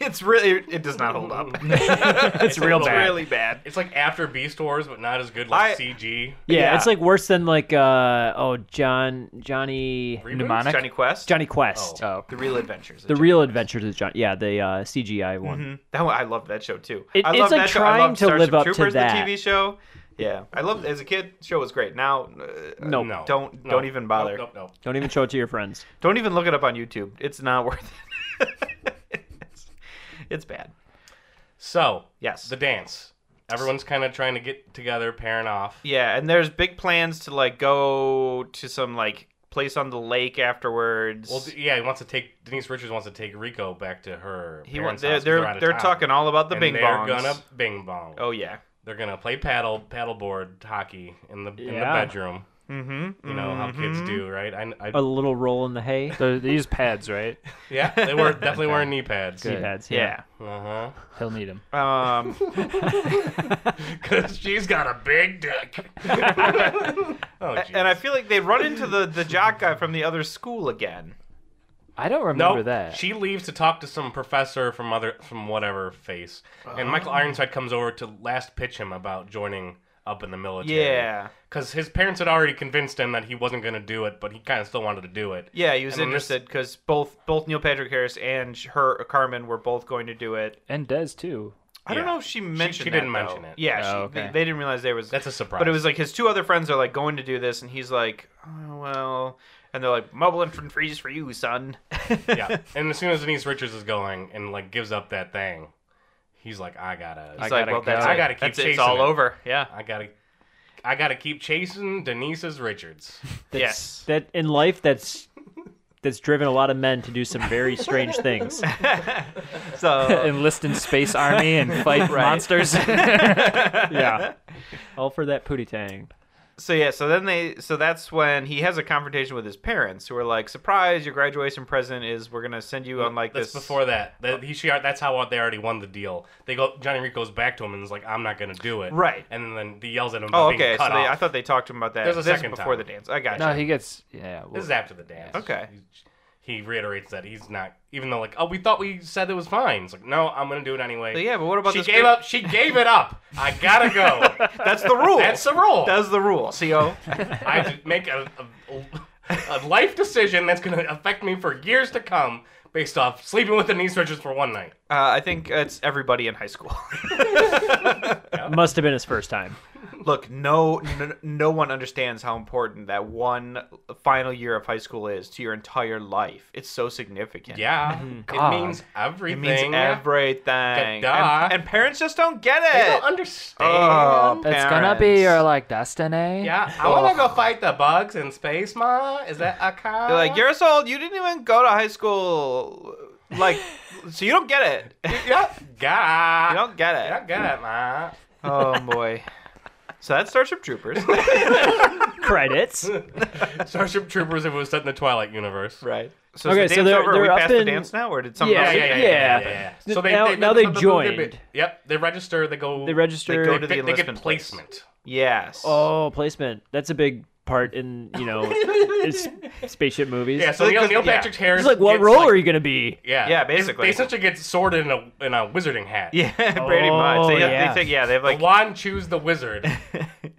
[SPEAKER 3] it's really. It does not hold up.
[SPEAKER 2] [LAUGHS]
[SPEAKER 1] it's
[SPEAKER 3] real
[SPEAKER 1] like-
[SPEAKER 3] bad. Really bad.
[SPEAKER 1] It's like after Beast Wars, but not as good like
[SPEAKER 3] I-
[SPEAKER 1] CG.
[SPEAKER 2] Yeah,
[SPEAKER 3] Yeah.
[SPEAKER 2] it's like worse than like uh oh John Johnny
[SPEAKER 1] Reboots?
[SPEAKER 5] Mnemonic?
[SPEAKER 3] Johnny Quest.
[SPEAKER 2] Johnny Quest.
[SPEAKER 5] Oh.
[SPEAKER 3] The Real Adventures. of
[SPEAKER 2] The
[SPEAKER 3] Johnny
[SPEAKER 2] Real
[SPEAKER 3] Quest.
[SPEAKER 2] Adventures of John. Yeah, the uh, CGI one.
[SPEAKER 3] Mhm. That one, I loved that show too.
[SPEAKER 2] It-
[SPEAKER 3] I
[SPEAKER 2] it's
[SPEAKER 3] love
[SPEAKER 2] like
[SPEAKER 3] that show. I
[SPEAKER 2] trying
[SPEAKER 3] loved
[SPEAKER 2] to
[SPEAKER 3] Starship
[SPEAKER 2] live up to
[SPEAKER 3] Troopers,
[SPEAKER 2] that.
[SPEAKER 3] the TV show. Yeah, I loved as a kid. The show was great. Now, uh,
[SPEAKER 2] Nope.
[SPEAKER 1] No.
[SPEAKER 3] Don't-
[SPEAKER 1] No.
[SPEAKER 3] don't even bother.
[SPEAKER 1] Nope, nope,
[SPEAKER 2] Don't even show it to your friends.
[SPEAKER 3] don't even look it up on YouTube. It's not [LAUGHS] worth it. it's, it's bad.
[SPEAKER 1] nope. So
[SPEAKER 3] Yes.
[SPEAKER 1] the dance. Everyone's kind of trying to get together, pairing off.
[SPEAKER 3] Yeah, and there's big plans to like go to some like place on the lake afterwards.
[SPEAKER 1] Well, d- yeah, he wants to take Denise Richards wants to take Rico back to her.
[SPEAKER 3] he
[SPEAKER 1] parents'
[SPEAKER 3] wants. They're
[SPEAKER 1] house 'cause they're,
[SPEAKER 3] they're,
[SPEAKER 1] out of
[SPEAKER 3] they're
[SPEAKER 1] town.
[SPEAKER 3] talking all about the
[SPEAKER 1] And
[SPEAKER 3] bing
[SPEAKER 1] They're
[SPEAKER 3] bongs.
[SPEAKER 1] gonna bing bong.
[SPEAKER 3] Oh yeah.
[SPEAKER 1] They're gonna play paddle paddleboard hockey in the in the
[SPEAKER 5] Yeah.
[SPEAKER 1] bedroom.
[SPEAKER 3] Mm-hmm.
[SPEAKER 1] You know how kids do, right? I, I
[SPEAKER 2] A little roll in the [LAUGHS] hay.
[SPEAKER 5] So they use pads, right?
[SPEAKER 1] yeah, they were definitely wearing knee pads.
[SPEAKER 5] Good.
[SPEAKER 2] Pads,
[SPEAKER 3] Yeah.
[SPEAKER 1] Uh huh. [LAUGHS]
[SPEAKER 5] He'll need them.
[SPEAKER 3] Um,
[SPEAKER 1] Because she's got a big dick. [LAUGHS] oh,
[SPEAKER 3] a- and I feel like they run into the the jock guy from the other school again.
[SPEAKER 5] I don't
[SPEAKER 1] no,
[SPEAKER 5] remember that.
[SPEAKER 1] she leaves to talk to some professor from other from whatever face, and
[SPEAKER 3] Oh.
[SPEAKER 1] Michael Ironside comes over to last pitch him about joining up in the military.
[SPEAKER 3] Yeah.
[SPEAKER 1] because his parents had already convinced him that he wasn't going to do it, but he kind of still wanted to do it.
[SPEAKER 3] Yeah, he was
[SPEAKER 1] And then this-
[SPEAKER 3] interested because both both Neil Patrick Harris and sh- her Carmen were both going to do it.
[SPEAKER 5] and Des too.
[SPEAKER 3] I don't
[SPEAKER 1] Yeah.
[SPEAKER 3] know if she mentioned.
[SPEAKER 1] she
[SPEAKER 3] that,
[SPEAKER 1] didn't
[SPEAKER 3] though.
[SPEAKER 1] mention it.
[SPEAKER 3] Yeah, she,
[SPEAKER 5] Oh, okay.
[SPEAKER 3] they, they didn't realize there was.
[SPEAKER 1] That's a surprise.
[SPEAKER 3] But it was like his two other friends are like going to do this, and he's like, oh, well, and they're like, mobile infantry's for you, son. [LAUGHS]
[SPEAKER 1] yeah. And as soon as Denise Richards is going and like gives up that thing, he's like, I gotta,
[SPEAKER 3] He's
[SPEAKER 1] I,
[SPEAKER 3] like,
[SPEAKER 5] gotta
[SPEAKER 3] well,
[SPEAKER 5] go.
[SPEAKER 3] that's
[SPEAKER 1] I
[SPEAKER 3] it.
[SPEAKER 1] gotta keep
[SPEAKER 3] that's it. It's
[SPEAKER 1] chasing
[SPEAKER 3] all
[SPEAKER 1] it.
[SPEAKER 3] over.
[SPEAKER 1] [LAUGHS]
[SPEAKER 3] Yeah.
[SPEAKER 1] gotta, I gotta keep chasing Denise's Richards.
[SPEAKER 3] Yes.
[SPEAKER 2] That in life, that's that's driven a lot of men to do some very strange things.
[SPEAKER 3] So
[SPEAKER 5] Enlist
[SPEAKER 3] [LAUGHS]
[SPEAKER 5] in space army and fight monsters.
[SPEAKER 2] yeah, all for that pootie tang.
[SPEAKER 3] so yeah. So then they. So that's when he has a confrontation with his parents, who are like, surprise, your graduation present is we're gonna send you on [LAUGHS] like
[SPEAKER 1] That's
[SPEAKER 3] this
[SPEAKER 1] before that. That he, she, that's how they already won the deal. They go. Johnny Rick goes back to him and is like, "I'm not gonna do it."
[SPEAKER 3] Right.
[SPEAKER 1] And then he yells at him.
[SPEAKER 3] Oh,
[SPEAKER 1] about
[SPEAKER 3] okay.
[SPEAKER 1] Being
[SPEAKER 3] So
[SPEAKER 1] cut
[SPEAKER 3] they,
[SPEAKER 1] off.
[SPEAKER 3] I thought they talked to him about that.
[SPEAKER 1] There's a
[SPEAKER 3] this is
[SPEAKER 1] second
[SPEAKER 3] before
[SPEAKER 1] time.
[SPEAKER 3] the dance. I got
[SPEAKER 5] no, he gets yeah.
[SPEAKER 1] This is after the dance.
[SPEAKER 3] Okay.
[SPEAKER 1] He reiterates that he's not, even though like, oh, we thought we said it was fine. It's like, no, I'm gonna do it anyway.
[SPEAKER 3] But yeah, but what about
[SPEAKER 1] she
[SPEAKER 3] this
[SPEAKER 1] gave
[SPEAKER 3] great-
[SPEAKER 1] up? She gave it up. I gotta
[SPEAKER 3] [LAUGHS]
[SPEAKER 1] go.
[SPEAKER 3] That's the rule.
[SPEAKER 1] That's the rule.
[SPEAKER 3] Oh. That's the rule.
[SPEAKER 1] [LAUGHS]
[SPEAKER 3] Uh, Co.
[SPEAKER 1] I have to make a, a, a life decision that's gonna affect me for years to come, based off sleeping with Denise Richards for one night.
[SPEAKER 3] Uh, I think it's everybody in high school. [LAUGHS]
[SPEAKER 2] Must have been his first time.
[SPEAKER 3] Look, no, no, no one understands how important that one final year of high school is to your entire life. It's so significant.
[SPEAKER 1] Yeah, it
[SPEAKER 5] God.
[SPEAKER 1] means
[SPEAKER 3] it
[SPEAKER 1] everything.
[SPEAKER 3] means everything. And,
[SPEAKER 1] Duh.
[SPEAKER 3] and parents just don't get
[SPEAKER 1] They don't
[SPEAKER 3] it.
[SPEAKER 1] understand.
[SPEAKER 3] Oh,
[SPEAKER 5] It's gonna be
[SPEAKER 3] parents.
[SPEAKER 5] your like destiny.
[SPEAKER 1] yeah, I want to go fight the bugs in space, Ma. Is that a car?
[SPEAKER 3] They're
[SPEAKER 2] Uh-huh.
[SPEAKER 1] [LAUGHS]
[SPEAKER 3] like, you're so old. You didn't even go to high school. Like, so you don't get it.
[SPEAKER 1] Yep. God.
[SPEAKER 3] You don't get
[SPEAKER 1] I
[SPEAKER 3] it.
[SPEAKER 1] got it, ma.
[SPEAKER 3] Oh boy. So that's Starship
[SPEAKER 2] [LAUGHS]
[SPEAKER 3] Troopers.
[SPEAKER 2] Credits.
[SPEAKER 1] Starship Troopers if it was set in the Twilight universe.
[SPEAKER 3] Right. So
[SPEAKER 2] Okay,
[SPEAKER 3] is the
[SPEAKER 2] so
[SPEAKER 3] dance
[SPEAKER 2] they're-
[SPEAKER 3] over? Are
[SPEAKER 2] they're
[SPEAKER 3] we
[SPEAKER 2] up
[SPEAKER 3] past the
[SPEAKER 2] in-
[SPEAKER 3] dance now, or did something?
[SPEAKER 2] Yeah,
[SPEAKER 3] else
[SPEAKER 2] yeah,
[SPEAKER 3] happen?
[SPEAKER 2] yeah.
[SPEAKER 1] So they,
[SPEAKER 2] Now-
[SPEAKER 1] they,
[SPEAKER 2] now they
[SPEAKER 1] They,
[SPEAKER 2] joined.
[SPEAKER 1] yep, they register. They go.
[SPEAKER 2] They register-
[SPEAKER 1] They,
[SPEAKER 2] Go
[SPEAKER 3] to
[SPEAKER 1] get-
[SPEAKER 3] the
[SPEAKER 1] they get
[SPEAKER 3] enlistment place.
[SPEAKER 1] placement.
[SPEAKER 3] Yes.
[SPEAKER 2] Oh, placement. That's a big part in you know it's spaceship movies.
[SPEAKER 1] Yeah, so
[SPEAKER 3] So they-
[SPEAKER 1] Neil, Neil
[SPEAKER 3] yeah.
[SPEAKER 1] Patrick Harris.
[SPEAKER 2] It's like, what
[SPEAKER 1] gets,
[SPEAKER 2] role
[SPEAKER 1] like-
[SPEAKER 2] are you gonna be?
[SPEAKER 1] Yeah,
[SPEAKER 3] Yeah,
[SPEAKER 1] They-
[SPEAKER 3] basically.
[SPEAKER 1] They essentially get sorted in a in a wizarding hat.
[SPEAKER 3] Yeah, [LAUGHS] pretty much. They,
[SPEAKER 2] Oh, yeah.
[SPEAKER 3] they take yeah, they have
[SPEAKER 1] The
[SPEAKER 3] like
[SPEAKER 1] wand choose the
[SPEAKER 3] [LAUGHS]
[SPEAKER 1] wizard,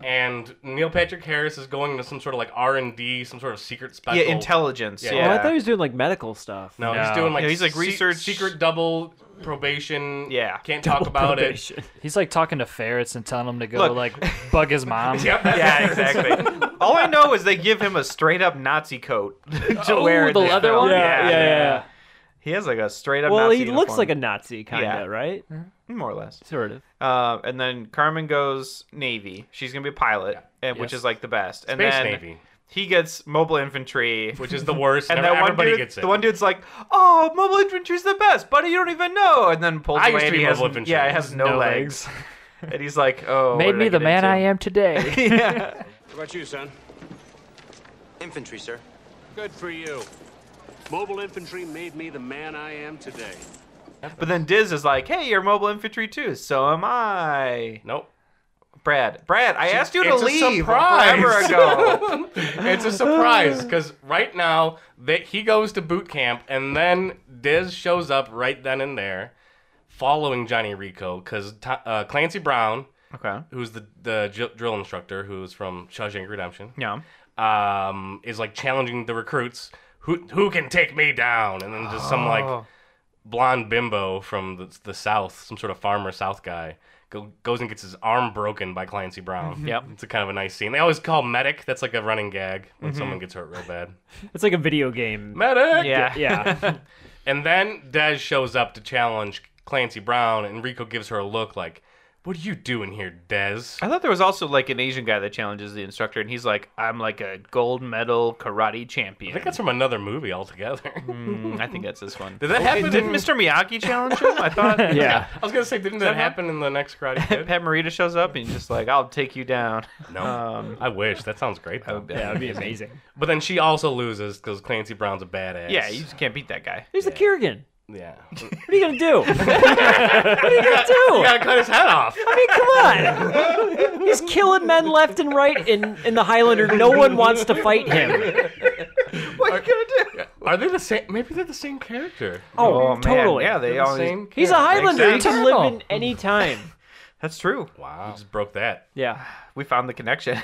[SPEAKER 1] and Neil Patrick Harris is going to some sort of like R and D, some sort of secret special.
[SPEAKER 3] yeah, intelligence.
[SPEAKER 1] Yeah.
[SPEAKER 3] Yeah.
[SPEAKER 2] Oh, I
[SPEAKER 3] [LAUGHS]
[SPEAKER 2] thought he was doing like medical stuff.
[SPEAKER 1] No, he's
[SPEAKER 5] No.
[SPEAKER 1] doing like
[SPEAKER 3] Yeah, he's, like,
[SPEAKER 1] se-
[SPEAKER 3] research-
[SPEAKER 1] secret double probation.
[SPEAKER 3] Yeah.
[SPEAKER 1] can't talk about it.
[SPEAKER 5] [LAUGHS]
[SPEAKER 2] Probation.
[SPEAKER 5] He's like talking to ferrets and telling him to go
[SPEAKER 3] Look.
[SPEAKER 5] like bug
[SPEAKER 3] [LAUGHS]
[SPEAKER 5] his mom.
[SPEAKER 1] Yep, that's-
[SPEAKER 3] yeah, exactly. [LAUGHS] All I know is they give him a straight up Nazi coat [LAUGHS] to
[SPEAKER 5] Oh,
[SPEAKER 3] wear. in
[SPEAKER 5] the
[SPEAKER 3] this
[SPEAKER 5] leather
[SPEAKER 3] film.
[SPEAKER 5] one?
[SPEAKER 3] Yeah,
[SPEAKER 2] Yeah, yeah, yeah.
[SPEAKER 3] He has like a straight up.
[SPEAKER 2] Well,
[SPEAKER 3] Nazi
[SPEAKER 2] he looks
[SPEAKER 3] uniform,
[SPEAKER 2] like a Nazi, kind of,
[SPEAKER 3] Yeah.
[SPEAKER 2] right?
[SPEAKER 3] more or less.
[SPEAKER 2] Sort of.
[SPEAKER 3] Uh, and then Carmen goes Navy. She's gonna be a pilot, and, which
[SPEAKER 5] Yes.
[SPEAKER 3] is like the best. And
[SPEAKER 1] Space
[SPEAKER 3] then
[SPEAKER 1] Navy.
[SPEAKER 3] he gets mobile infantry,
[SPEAKER 1] which is the worst.
[SPEAKER 3] and
[SPEAKER 1] And then
[SPEAKER 3] that one
[SPEAKER 1] everybody
[SPEAKER 3] dude,
[SPEAKER 1] gets it.
[SPEAKER 3] the one dude's like, "Oh, mobile infantry's the best, buddy. You don't even know." And then pulls
[SPEAKER 1] I
[SPEAKER 3] away.
[SPEAKER 1] used to
[SPEAKER 3] and
[SPEAKER 1] be
[SPEAKER 3] he has,
[SPEAKER 1] mobile infantry.
[SPEAKER 3] Yeah, he has no,
[SPEAKER 5] No
[SPEAKER 3] legs. [LAUGHS] and he's like, "Oh,
[SPEAKER 5] Made me the man I am today.
[SPEAKER 3] I am." yeah.
[SPEAKER 7] What about you, son?
[SPEAKER 6] Infantry, sir.
[SPEAKER 7] Good for you. Mobile infantry made me the man I am today.
[SPEAKER 3] But then Diz is like, "Hey, you're mobile infantry too. So am I."
[SPEAKER 1] Nope.
[SPEAKER 3] Brad, Brad, I asked you to
[SPEAKER 1] it's a
[SPEAKER 3] leave
[SPEAKER 1] surprise. [LAUGHS]
[SPEAKER 3] forever ago.
[SPEAKER 1] It's a surprise because right now that he goes to boot camp and then Diz shows up right then and there, following Johnny Rico because uh, Clancy Brown,
[SPEAKER 3] okay.
[SPEAKER 1] who's the the dr- drill instructor who's from Shawshank Redemption,
[SPEAKER 3] Yeah.
[SPEAKER 1] um, is like challenging the recruits who who can take me down, and then just some like
[SPEAKER 3] Oh.
[SPEAKER 1] blonde bimbo from the, the south, some sort of farmer south guy. Go, goes and gets his arm broken by Clancy Brown.
[SPEAKER 3] Yep.
[SPEAKER 1] It's a kind of a nice scene. They always call medic. That's like a running gag when someone gets hurt real bad.
[SPEAKER 2] [LAUGHS] It's like a video
[SPEAKER 5] [LAUGHS]
[SPEAKER 2] game.
[SPEAKER 1] Medic!
[SPEAKER 3] Yeah.
[SPEAKER 2] Yeah.
[SPEAKER 1] And then Dez shows up to challenge Clancy Brown, and Rico gives her a look like, What are you doing here, Dez?
[SPEAKER 3] I thought there was also like an Asian guy that challenges the instructor, and he's like, "I'm like a gold medal karate champion."
[SPEAKER 1] I think that's from another movie altogether.
[SPEAKER 3] Mm, I think that's this one.
[SPEAKER 1] Did that happen?
[SPEAKER 3] Didn't
[SPEAKER 1] in-
[SPEAKER 3] Mr. Miyagi challenge him? I
[SPEAKER 1] [LAUGHS]
[SPEAKER 3] thought.
[SPEAKER 2] yeah.
[SPEAKER 1] [LAUGHS] I was gonna say, didn't that happen in the next
[SPEAKER 3] [LAUGHS]
[SPEAKER 1] Karate Kid?
[SPEAKER 3] Pat Morita shows up and he's just like, "I'll take you down."
[SPEAKER 1] no,
[SPEAKER 3] Um,
[SPEAKER 1] I wish. That sounds great. Though.
[SPEAKER 2] Yeah, that'd be amazing. [LAUGHS]
[SPEAKER 1] But then she also loses because Clancy Brown's a badass.
[SPEAKER 3] Yeah, you just can't beat that guy.
[SPEAKER 2] There's the Kerrigan.
[SPEAKER 1] yeah. you
[SPEAKER 2] [LAUGHS] What are you gonna do? [LAUGHS] what are you gonna [LAUGHS] do?
[SPEAKER 1] gotta cut his head
[SPEAKER 3] [LAUGHS]
[SPEAKER 1] off.
[SPEAKER 2] I mean, come on. He's killing men left and right in in the Highlander. No one wants to fight him.
[SPEAKER 3] What are you gonna do?
[SPEAKER 1] Are they the same? Maybe they're the same character.
[SPEAKER 2] Oh,
[SPEAKER 3] man.
[SPEAKER 2] totally.
[SPEAKER 3] Yeah, they
[SPEAKER 1] They're the
[SPEAKER 3] all.
[SPEAKER 1] same.
[SPEAKER 2] He's a
[SPEAKER 1] character.
[SPEAKER 2] Highlander. He
[SPEAKER 1] Makes sense.
[SPEAKER 2] can live in any time.
[SPEAKER 3] That's true.
[SPEAKER 1] Wow, you just broke that.
[SPEAKER 2] Yeah.
[SPEAKER 3] We found the connection.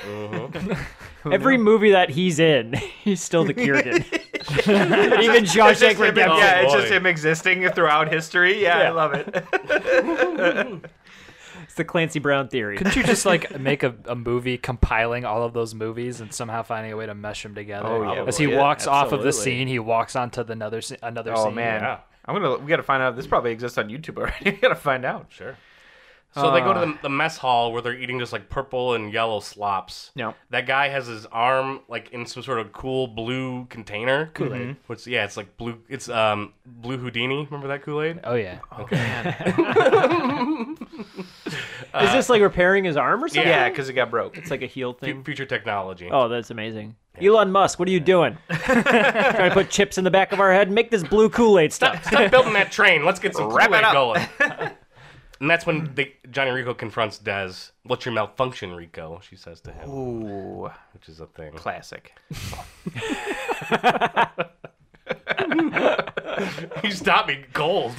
[SPEAKER 3] [LAUGHS]
[SPEAKER 2] Every movie that he's in, [LAUGHS] he's still the Kiergan. [LAUGHS] Even
[SPEAKER 3] It's just
[SPEAKER 2] Shawshank
[SPEAKER 3] him-
[SPEAKER 2] Redemption.
[SPEAKER 3] yeah, it's
[SPEAKER 1] Oh, boy.
[SPEAKER 3] just him existing throughout history. Yeah, I
[SPEAKER 2] Yeah.
[SPEAKER 1] [LAUGHS]
[SPEAKER 3] love it.
[SPEAKER 2] It's the Clancy Brown theory.
[SPEAKER 5] Couldn't you just like make a, a movie compiling all of those movies and somehow finding a way to mesh them together?
[SPEAKER 3] Oh, yeah,
[SPEAKER 5] As he
[SPEAKER 3] yeah,
[SPEAKER 5] walks off of the
[SPEAKER 2] absolutely.
[SPEAKER 5] scene, he walks onto the another scene. Another
[SPEAKER 3] Oh
[SPEAKER 5] scene.
[SPEAKER 3] man,
[SPEAKER 1] yeah.
[SPEAKER 3] I'm gonna. We gotta find out. This probably exists on YouTube already. [LAUGHS] we gotta find out.
[SPEAKER 1] Sure. So they go to
[SPEAKER 3] Uh.
[SPEAKER 1] the, the mess hall where they're eating just like purple and yellow slops.
[SPEAKER 3] Yeah.
[SPEAKER 1] That guy has his arm like in some sort of cool blue container. Kool Aid. Which yeah, it's like blue. It's um blue Houdini. Remember that Kool Aid?
[SPEAKER 5] Oh yeah.
[SPEAKER 2] Is this like repairing his arm or Uh, something?
[SPEAKER 3] Yeah, because it got broke.
[SPEAKER 2] It's like a heel
[SPEAKER 1] Fu-
[SPEAKER 2] thing.
[SPEAKER 1] Future technology.
[SPEAKER 2] Oh, that's amazing. Elon Musk, what are you doing? [LAUGHS] Trying to put chips in the back of our head and make this blue Kool-Aid stuff.
[SPEAKER 1] Stop building that train. Let's get some
[SPEAKER 3] Wrap
[SPEAKER 1] Kool-Aid
[SPEAKER 3] it up.
[SPEAKER 1] going.
[SPEAKER 3] [LAUGHS]
[SPEAKER 1] and that's when the, Johnny Rico confronts Des. What's your malfunction, Rico? She says to him,
[SPEAKER 3] Ooh,
[SPEAKER 1] which is a thing.
[SPEAKER 3] classic.
[SPEAKER 1] [LAUGHS] You stopped me cold.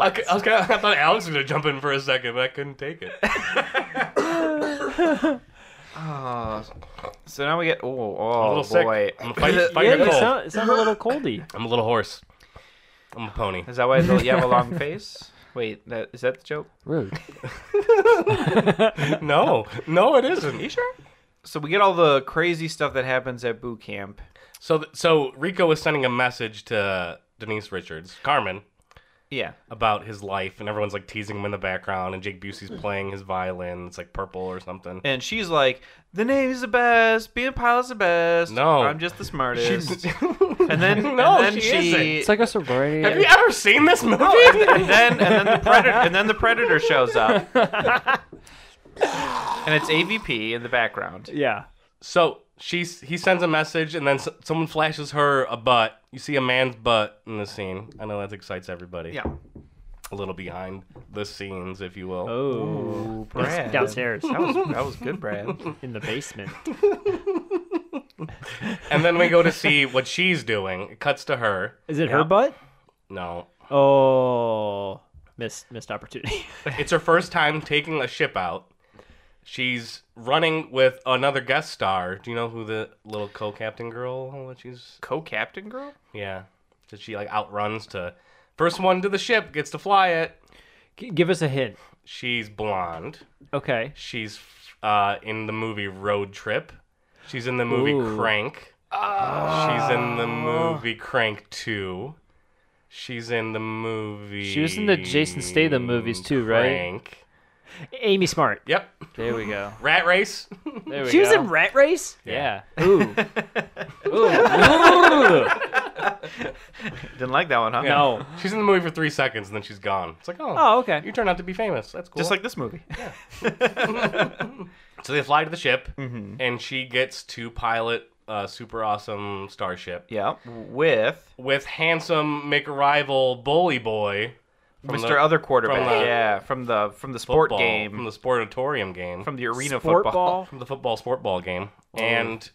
[SPEAKER 1] I, cou- I was kinda, I thought Alex was gonna jump in for a second, but I couldn't take it.
[SPEAKER 3] Oh, so now we get. Oh,
[SPEAKER 1] I'm a
[SPEAKER 3] oh
[SPEAKER 1] little sick.
[SPEAKER 3] boy.
[SPEAKER 1] I'm fighting,
[SPEAKER 2] Yeah,
[SPEAKER 1] fighting a
[SPEAKER 2] it
[SPEAKER 1] cold.
[SPEAKER 2] sound- it sounds a little [LAUGHS] coldy.
[SPEAKER 1] I'm a little horse. I'm a pony.
[SPEAKER 3] Is that why you have a long [LAUGHS] face? Wait, that, is that the joke? [LAUGHS]
[SPEAKER 5] Rude.
[SPEAKER 1] [LAUGHS] No, no, it isn't. You sure?
[SPEAKER 3] So we get all the crazy stuff that happens at boot camp.
[SPEAKER 1] So, th- so Rico is sending a message to Denise Richards, Carmen,
[SPEAKER 3] Yeah.
[SPEAKER 1] about his life, and everyone's like teasing him in the background, and Jake Busey's playing his violin. It's like purple or something.
[SPEAKER 3] And she's like, the name is the best. Being a pilot's the best.
[SPEAKER 1] No.
[SPEAKER 3] I'm just the smartest.
[SPEAKER 1] [LAUGHS] and
[SPEAKER 3] then,
[SPEAKER 1] no,
[SPEAKER 3] [LAUGHS] and then
[SPEAKER 1] she,
[SPEAKER 3] she
[SPEAKER 1] isn't.
[SPEAKER 5] It's like a sorority.
[SPEAKER 1] Have you ever seen this movie?
[SPEAKER 3] [LAUGHS] and then and then the predator and then the predator shows up. and it's AVP in the background.
[SPEAKER 2] Yeah.
[SPEAKER 1] [LAUGHS] so she's he sends a message, and then s- someone flashes her a butt. You see a man's butt in the scene. I know that excites everybody.
[SPEAKER 3] Yeah.
[SPEAKER 1] a little behind the scenes, if you will.
[SPEAKER 2] Oh.
[SPEAKER 3] Brad.
[SPEAKER 2] Downstairs
[SPEAKER 3] That was that was good, Brad.
[SPEAKER 2] in the basement.
[SPEAKER 1] And then we go to [LAUGHS] see what she's doing. It cuts to her.
[SPEAKER 2] Is it her butt?
[SPEAKER 1] No.
[SPEAKER 2] Oh, missed missed opportunity.
[SPEAKER 1] It's her first time taking a ship out. She's running with another guest star. Do you know who the little co-captain girl? What she's
[SPEAKER 3] Co-captain girl?
[SPEAKER 1] yeah. That she like outruns to first one to the ship gets to fly it.
[SPEAKER 2] [LAUGHS] G- Give us a hint.
[SPEAKER 1] She's blonde.
[SPEAKER 2] Okay.
[SPEAKER 1] She's uh, in the movie Road Trip. She's in the movie
[SPEAKER 2] Ooh.
[SPEAKER 1] Crank. She's in the
[SPEAKER 5] Ah.
[SPEAKER 1] movie Crank Two. She's in the movie.
[SPEAKER 5] She was in the Jason Statham movies too, right?
[SPEAKER 1] Crank.
[SPEAKER 2] Amy Smart.
[SPEAKER 1] Yep.
[SPEAKER 5] There we go.
[SPEAKER 1] Rat Race. [LAUGHS]
[SPEAKER 5] There we
[SPEAKER 2] She was
[SPEAKER 5] go.
[SPEAKER 2] in Rat [LAUGHS] Race.
[SPEAKER 5] yeah.
[SPEAKER 2] [LAUGHS] Ooh. Ooh.
[SPEAKER 3] Didn't like that one, huh?
[SPEAKER 1] Yeah. She's in the movie for three seconds and then she's gone. It's like, oh,
[SPEAKER 2] Oh, okay.
[SPEAKER 1] You turned out to be famous. That's cool.
[SPEAKER 3] Just like
[SPEAKER 1] [LAUGHS]
[SPEAKER 3] this movie.
[SPEAKER 1] so they fly to the ship
[SPEAKER 3] Mm-hmm.
[SPEAKER 1] and she gets to pilot a super awesome starship
[SPEAKER 3] Yeah. With
[SPEAKER 1] with handsome McRival bully boy, from
[SPEAKER 3] Mr.
[SPEAKER 1] the
[SPEAKER 3] Other Quarterback.
[SPEAKER 1] from the-
[SPEAKER 3] yeah, from the from the sport
[SPEAKER 1] football,
[SPEAKER 3] game.
[SPEAKER 1] from the sportatorium game
[SPEAKER 3] from Oh. the arena
[SPEAKER 2] Sport
[SPEAKER 3] football.
[SPEAKER 2] ball.
[SPEAKER 1] from the football sport ball game and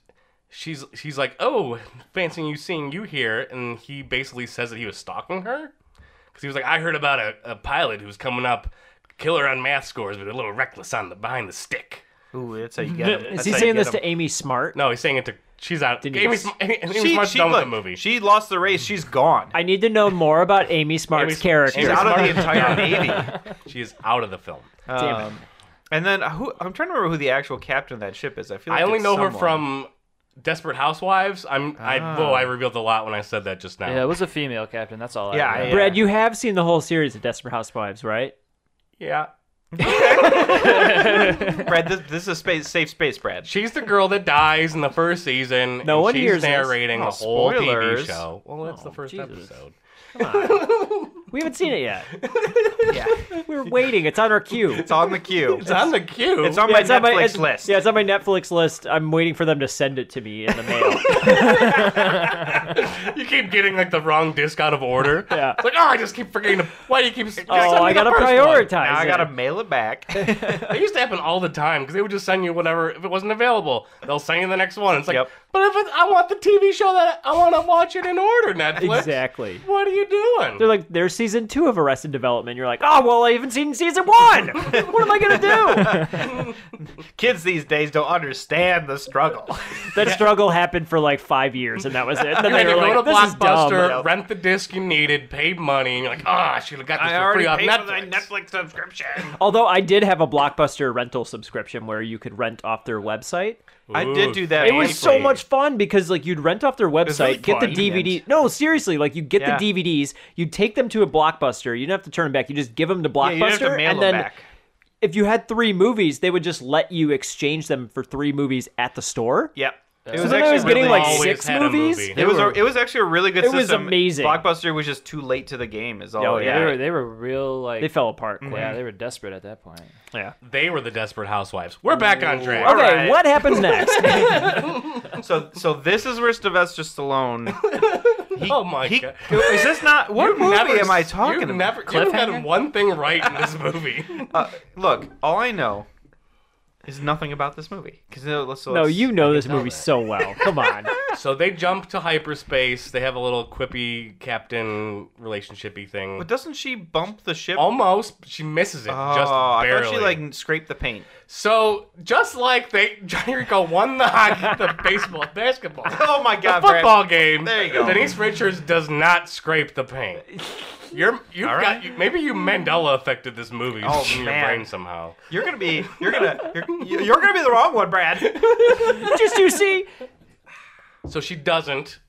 [SPEAKER 1] she's she's like oh fancy you seeing you here and he basically says that he was stalking her because he was like i heard about a, a pilot who's coming up killer on math scores but a little reckless on the behind the stick
[SPEAKER 3] [LAUGHS] Ooh, that's how you get him.
[SPEAKER 2] Is
[SPEAKER 3] That's
[SPEAKER 2] he
[SPEAKER 3] how you
[SPEAKER 2] saying
[SPEAKER 3] get
[SPEAKER 2] this
[SPEAKER 3] him.
[SPEAKER 2] to Amy Smart?
[SPEAKER 1] no he's saying it to she's out
[SPEAKER 2] Didn't
[SPEAKER 1] amy,
[SPEAKER 2] he-
[SPEAKER 1] Sm- amy, amy
[SPEAKER 3] She,
[SPEAKER 1] smart's
[SPEAKER 3] she,
[SPEAKER 1] done with
[SPEAKER 3] look,
[SPEAKER 1] the movie
[SPEAKER 3] she lost the race. She's gone.
[SPEAKER 2] I need to know more about Amy Smart's
[SPEAKER 1] Amy-
[SPEAKER 2] character.
[SPEAKER 3] She's
[SPEAKER 1] Amy
[SPEAKER 3] out of the
[SPEAKER 1] Smart- [LAUGHS]
[SPEAKER 3] entire Navy.
[SPEAKER 1] she is out of the film
[SPEAKER 2] Damn it.
[SPEAKER 3] Um, and then who? I'm trying to remember who the actual captain of that ship is. I feel like
[SPEAKER 1] i only
[SPEAKER 3] it's
[SPEAKER 1] know her
[SPEAKER 3] someone.
[SPEAKER 1] from desperate housewives i'm i whoa i revealed a lot when i said that just now
[SPEAKER 5] Yeah, it was a female captain. That's all.
[SPEAKER 3] Yeah,
[SPEAKER 5] I remember.
[SPEAKER 3] yeah.
[SPEAKER 2] Brad, you have seen the whole series of Desperate Housewives, right?
[SPEAKER 1] yeah.
[SPEAKER 3] Brad. This, this is a space, safe space,
[SPEAKER 1] [LAUGHS]
[SPEAKER 3] Brad.
[SPEAKER 1] She's the girl that dies in the first season.
[SPEAKER 2] No
[SPEAKER 1] and
[SPEAKER 2] one
[SPEAKER 1] she's
[SPEAKER 2] hears this.
[SPEAKER 1] narrating
[SPEAKER 3] Oh,
[SPEAKER 1] the whole
[SPEAKER 3] spoilers.
[SPEAKER 1] TV show. Well, that's the first
[SPEAKER 2] Jesus.
[SPEAKER 1] episode.
[SPEAKER 2] We haven't seen
[SPEAKER 3] [LAUGHS]
[SPEAKER 2] it yet. yeah, we were waiting. It's on our queue.
[SPEAKER 3] It's on the queue.
[SPEAKER 1] It's on the queue.
[SPEAKER 3] It's on my
[SPEAKER 2] it's
[SPEAKER 3] Netflix
[SPEAKER 2] on my it's-
[SPEAKER 3] list.
[SPEAKER 2] Yeah, it's on my Netflix list. I'm waiting for them to send it to
[SPEAKER 3] [LAUGHS]
[SPEAKER 2] me in the mail.
[SPEAKER 1] you keep getting like the wrong disc out of order.
[SPEAKER 2] Yeah.
[SPEAKER 1] It's like, oh, I just keep forgetting to. Why do you keep?
[SPEAKER 2] oh, I gotta prioritize.
[SPEAKER 3] Now I
[SPEAKER 2] it.
[SPEAKER 3] gotta mail it back.
[SPEAKER 1] [LAUGHS] It used to happen all the time because they would just send you whatever if it wasn't available. They'll send you the next one. It's like,
[SPEAKER 3] Yep.
[SPEAKER 1] but if it, I want the TV show that I want to watch it in order, Netflix.
[SPEAKER 2] exactly.
[SPEAKER 1] What are you doing?
[SPEAKER 2] They're like, there's season two of Arrested Development. You're like, oh well, I haven't seen season
[SPEAKER 3] [LAUGHS]
[SPEAKER 2] one. what am I gonna do?
[SPEAKER 3] Kids these days don't understand the
[SPEAKER 2] [LAUGHS]
[SPEAKER 3] struggle.
[SPEAKER 2] That struggle happened for like five years, and that was it. And then
[SPEAKER 1] and
[SPEAKER 2] they
[SPEAKER 1] then
[SPEAKER 2] were
[SPEAKER 1] you
[SPEAKER 2] like,
[SPEAKER 1] go to
[SPEAKER 2] this is
[SPEAKER 1] Blockbuster,
[SPEAKER 2] dumb.
[SPEAKER 1] rent the disc you needed, paid money, and you're like, ah, I should have got this
[SPEAKER 3] I
[SPEAKER 1] for
[SPEAKER 3] already
[SPEAKER 1] free on
[SPEAKER 3] paid
[SPEAKER 1] Netflix.
[SPEAKER 3] for my Netflix subscription.
[SPEAKER 2] Although I did have a Blockbuster rental subscription where you could rent off their website.
[SPEAKER 3] I
[SPEAKER 1] Ooh,
[SPEAKER 3] did do that.
[SPEAKER 2] It was so
[SPEAKER 3] briefly.
[SPEAKER 2] much fun because like you'd rent off their website, get the
[SPEAKER 3] fun.
[SPEAKER 2] DVD. No, seriously, like you get
[SPEAKER 3] Yeah.
[SPEAKER 2] the DVDs, you take them to a blockbuster. You don't have to turn them back. You just give them to
[SPEAKER 3] Yeah,
[SPEAKER 2] blockbuster,
[SPEAKER 3] you didn't have to mail
[SPEAKER 2] and
[SPEAKER 3] them
[SPEAKER 2] then
[SPEAKER 3] back.
[SPEAKER 2] if you had three movies, they would just let you exchange them for three movies at the store.
[SPEAKER 3] Yep. It
[SPEAKER 2] So then I
[SPEAKER 3] actually
[SPEAKER 2] was getting
[SPEAKER 3] really-
[SPEAKER 2] like
[SPEAKER 1] Always
[SPEAKER 2] six
[SPEAKER 1] had a
[SPEAKER 2] movies.
[SPEAKER 1] movie.
[SPEAKER 3] It
[SPEAKER 2] They
[SPEAKER 3] was a,
[SPEAKER 2] were-
[SPEAKER 3] it was actually a really good
[SPEAKER 2] It was
[SPEAKER 3] system.
[SPEAKER 2] amazing.
[SPEAKER 3] Blockbuster was just too late to the game. Is all.
[SPEAKER 2] Oh,
[SPEAKER 3] it
[SPEAKER 2] yeah.
[SPEAKER 5] They
[SPEAKER 3] is.
[SPEAKER 5] were they were real like
[SPEAKER 2] they fell apart
[SPEAKER 3] Mm-hmm.
[SPEAKER 2] quick.
[SPEAKER 5] Yeah, they were desperate at that point.
[SPEAKER 1] They were the Desperate Housewives. We're back on track.
[SPEAKER 2] Okay,
[SPEAKER 3] Alright. [LAUGHS]
[SPEAKER 2] what happens next? [LAUGHS]
[SPEAKER 3] So so this is where Sylvester Stallone.
[SPEAKER 1] oh my
[SPEAKER 3] He,
[SPEAKER 1] god.
[SPEAKER 3] is this not what movie am I talking
[SPEAKER 1] you
[SPEAKER 3] about?
[SPEAKER 1] Never, you had one thing right in this movie. [LAUGHS]
[SPEAKER 3] Uh, look, all I know is nothing about this movie. Because let's,
[SPEAKER 2] no,
[SPEAKER 3] let's-
[SPEAKER 2] you know this movie so well. Come on.
[SPEAKER 1] so they jump to hyperspace. They have a little quippy captain relationshipy thing.
[SPEAKER 3] But doesn't she bump the ship?
[SPEAKER 1] Almost, she misses it
[SPEAKER 3] oh,
[SPEAKER 1] just
[SPEAKER 3] I
[SPEAKER 1] barely.
[SPEAKER 3] thought she like scraped the paint.
[SPEAKER 1] so just like they, [LAUGHS] Johnny Rico won the hockey, the baseball, basketball,
[SPEAKER 3] [LAUGHS] Oh my
[SPEAKER 1] the
[SPEAKER 3] god, Brad.
[SPEAKER 1] football game.
[SPEAKER 3] There you go.
[SPEAKER 1] Denise Richards does not scrape the
[SPEAKER 3] [LAUGHS]
[SPEAKER 1] paint. You're, you've
[SPEAKER 3] All
[SPEAKER 1] got
[SPEAKER 3] right.
[SPEAKER 1] you, maybe you Mandela affected this movie
[SPEAKER 3] Oh,
[SPEAKER 1] [LAUGHS] in
[SPEAKER 3] man.
[SPEAKER 1] your brain somehow.
[SPEAKER 3] You're gonna be you're gonna you're, you're gonna be the wrong
[SPEAKER 1] [LAUGHS]
[SPEAKER 3] one, Brad.
[SPEAKER 2] just you see.
[SPEAKER 1] So she doesn't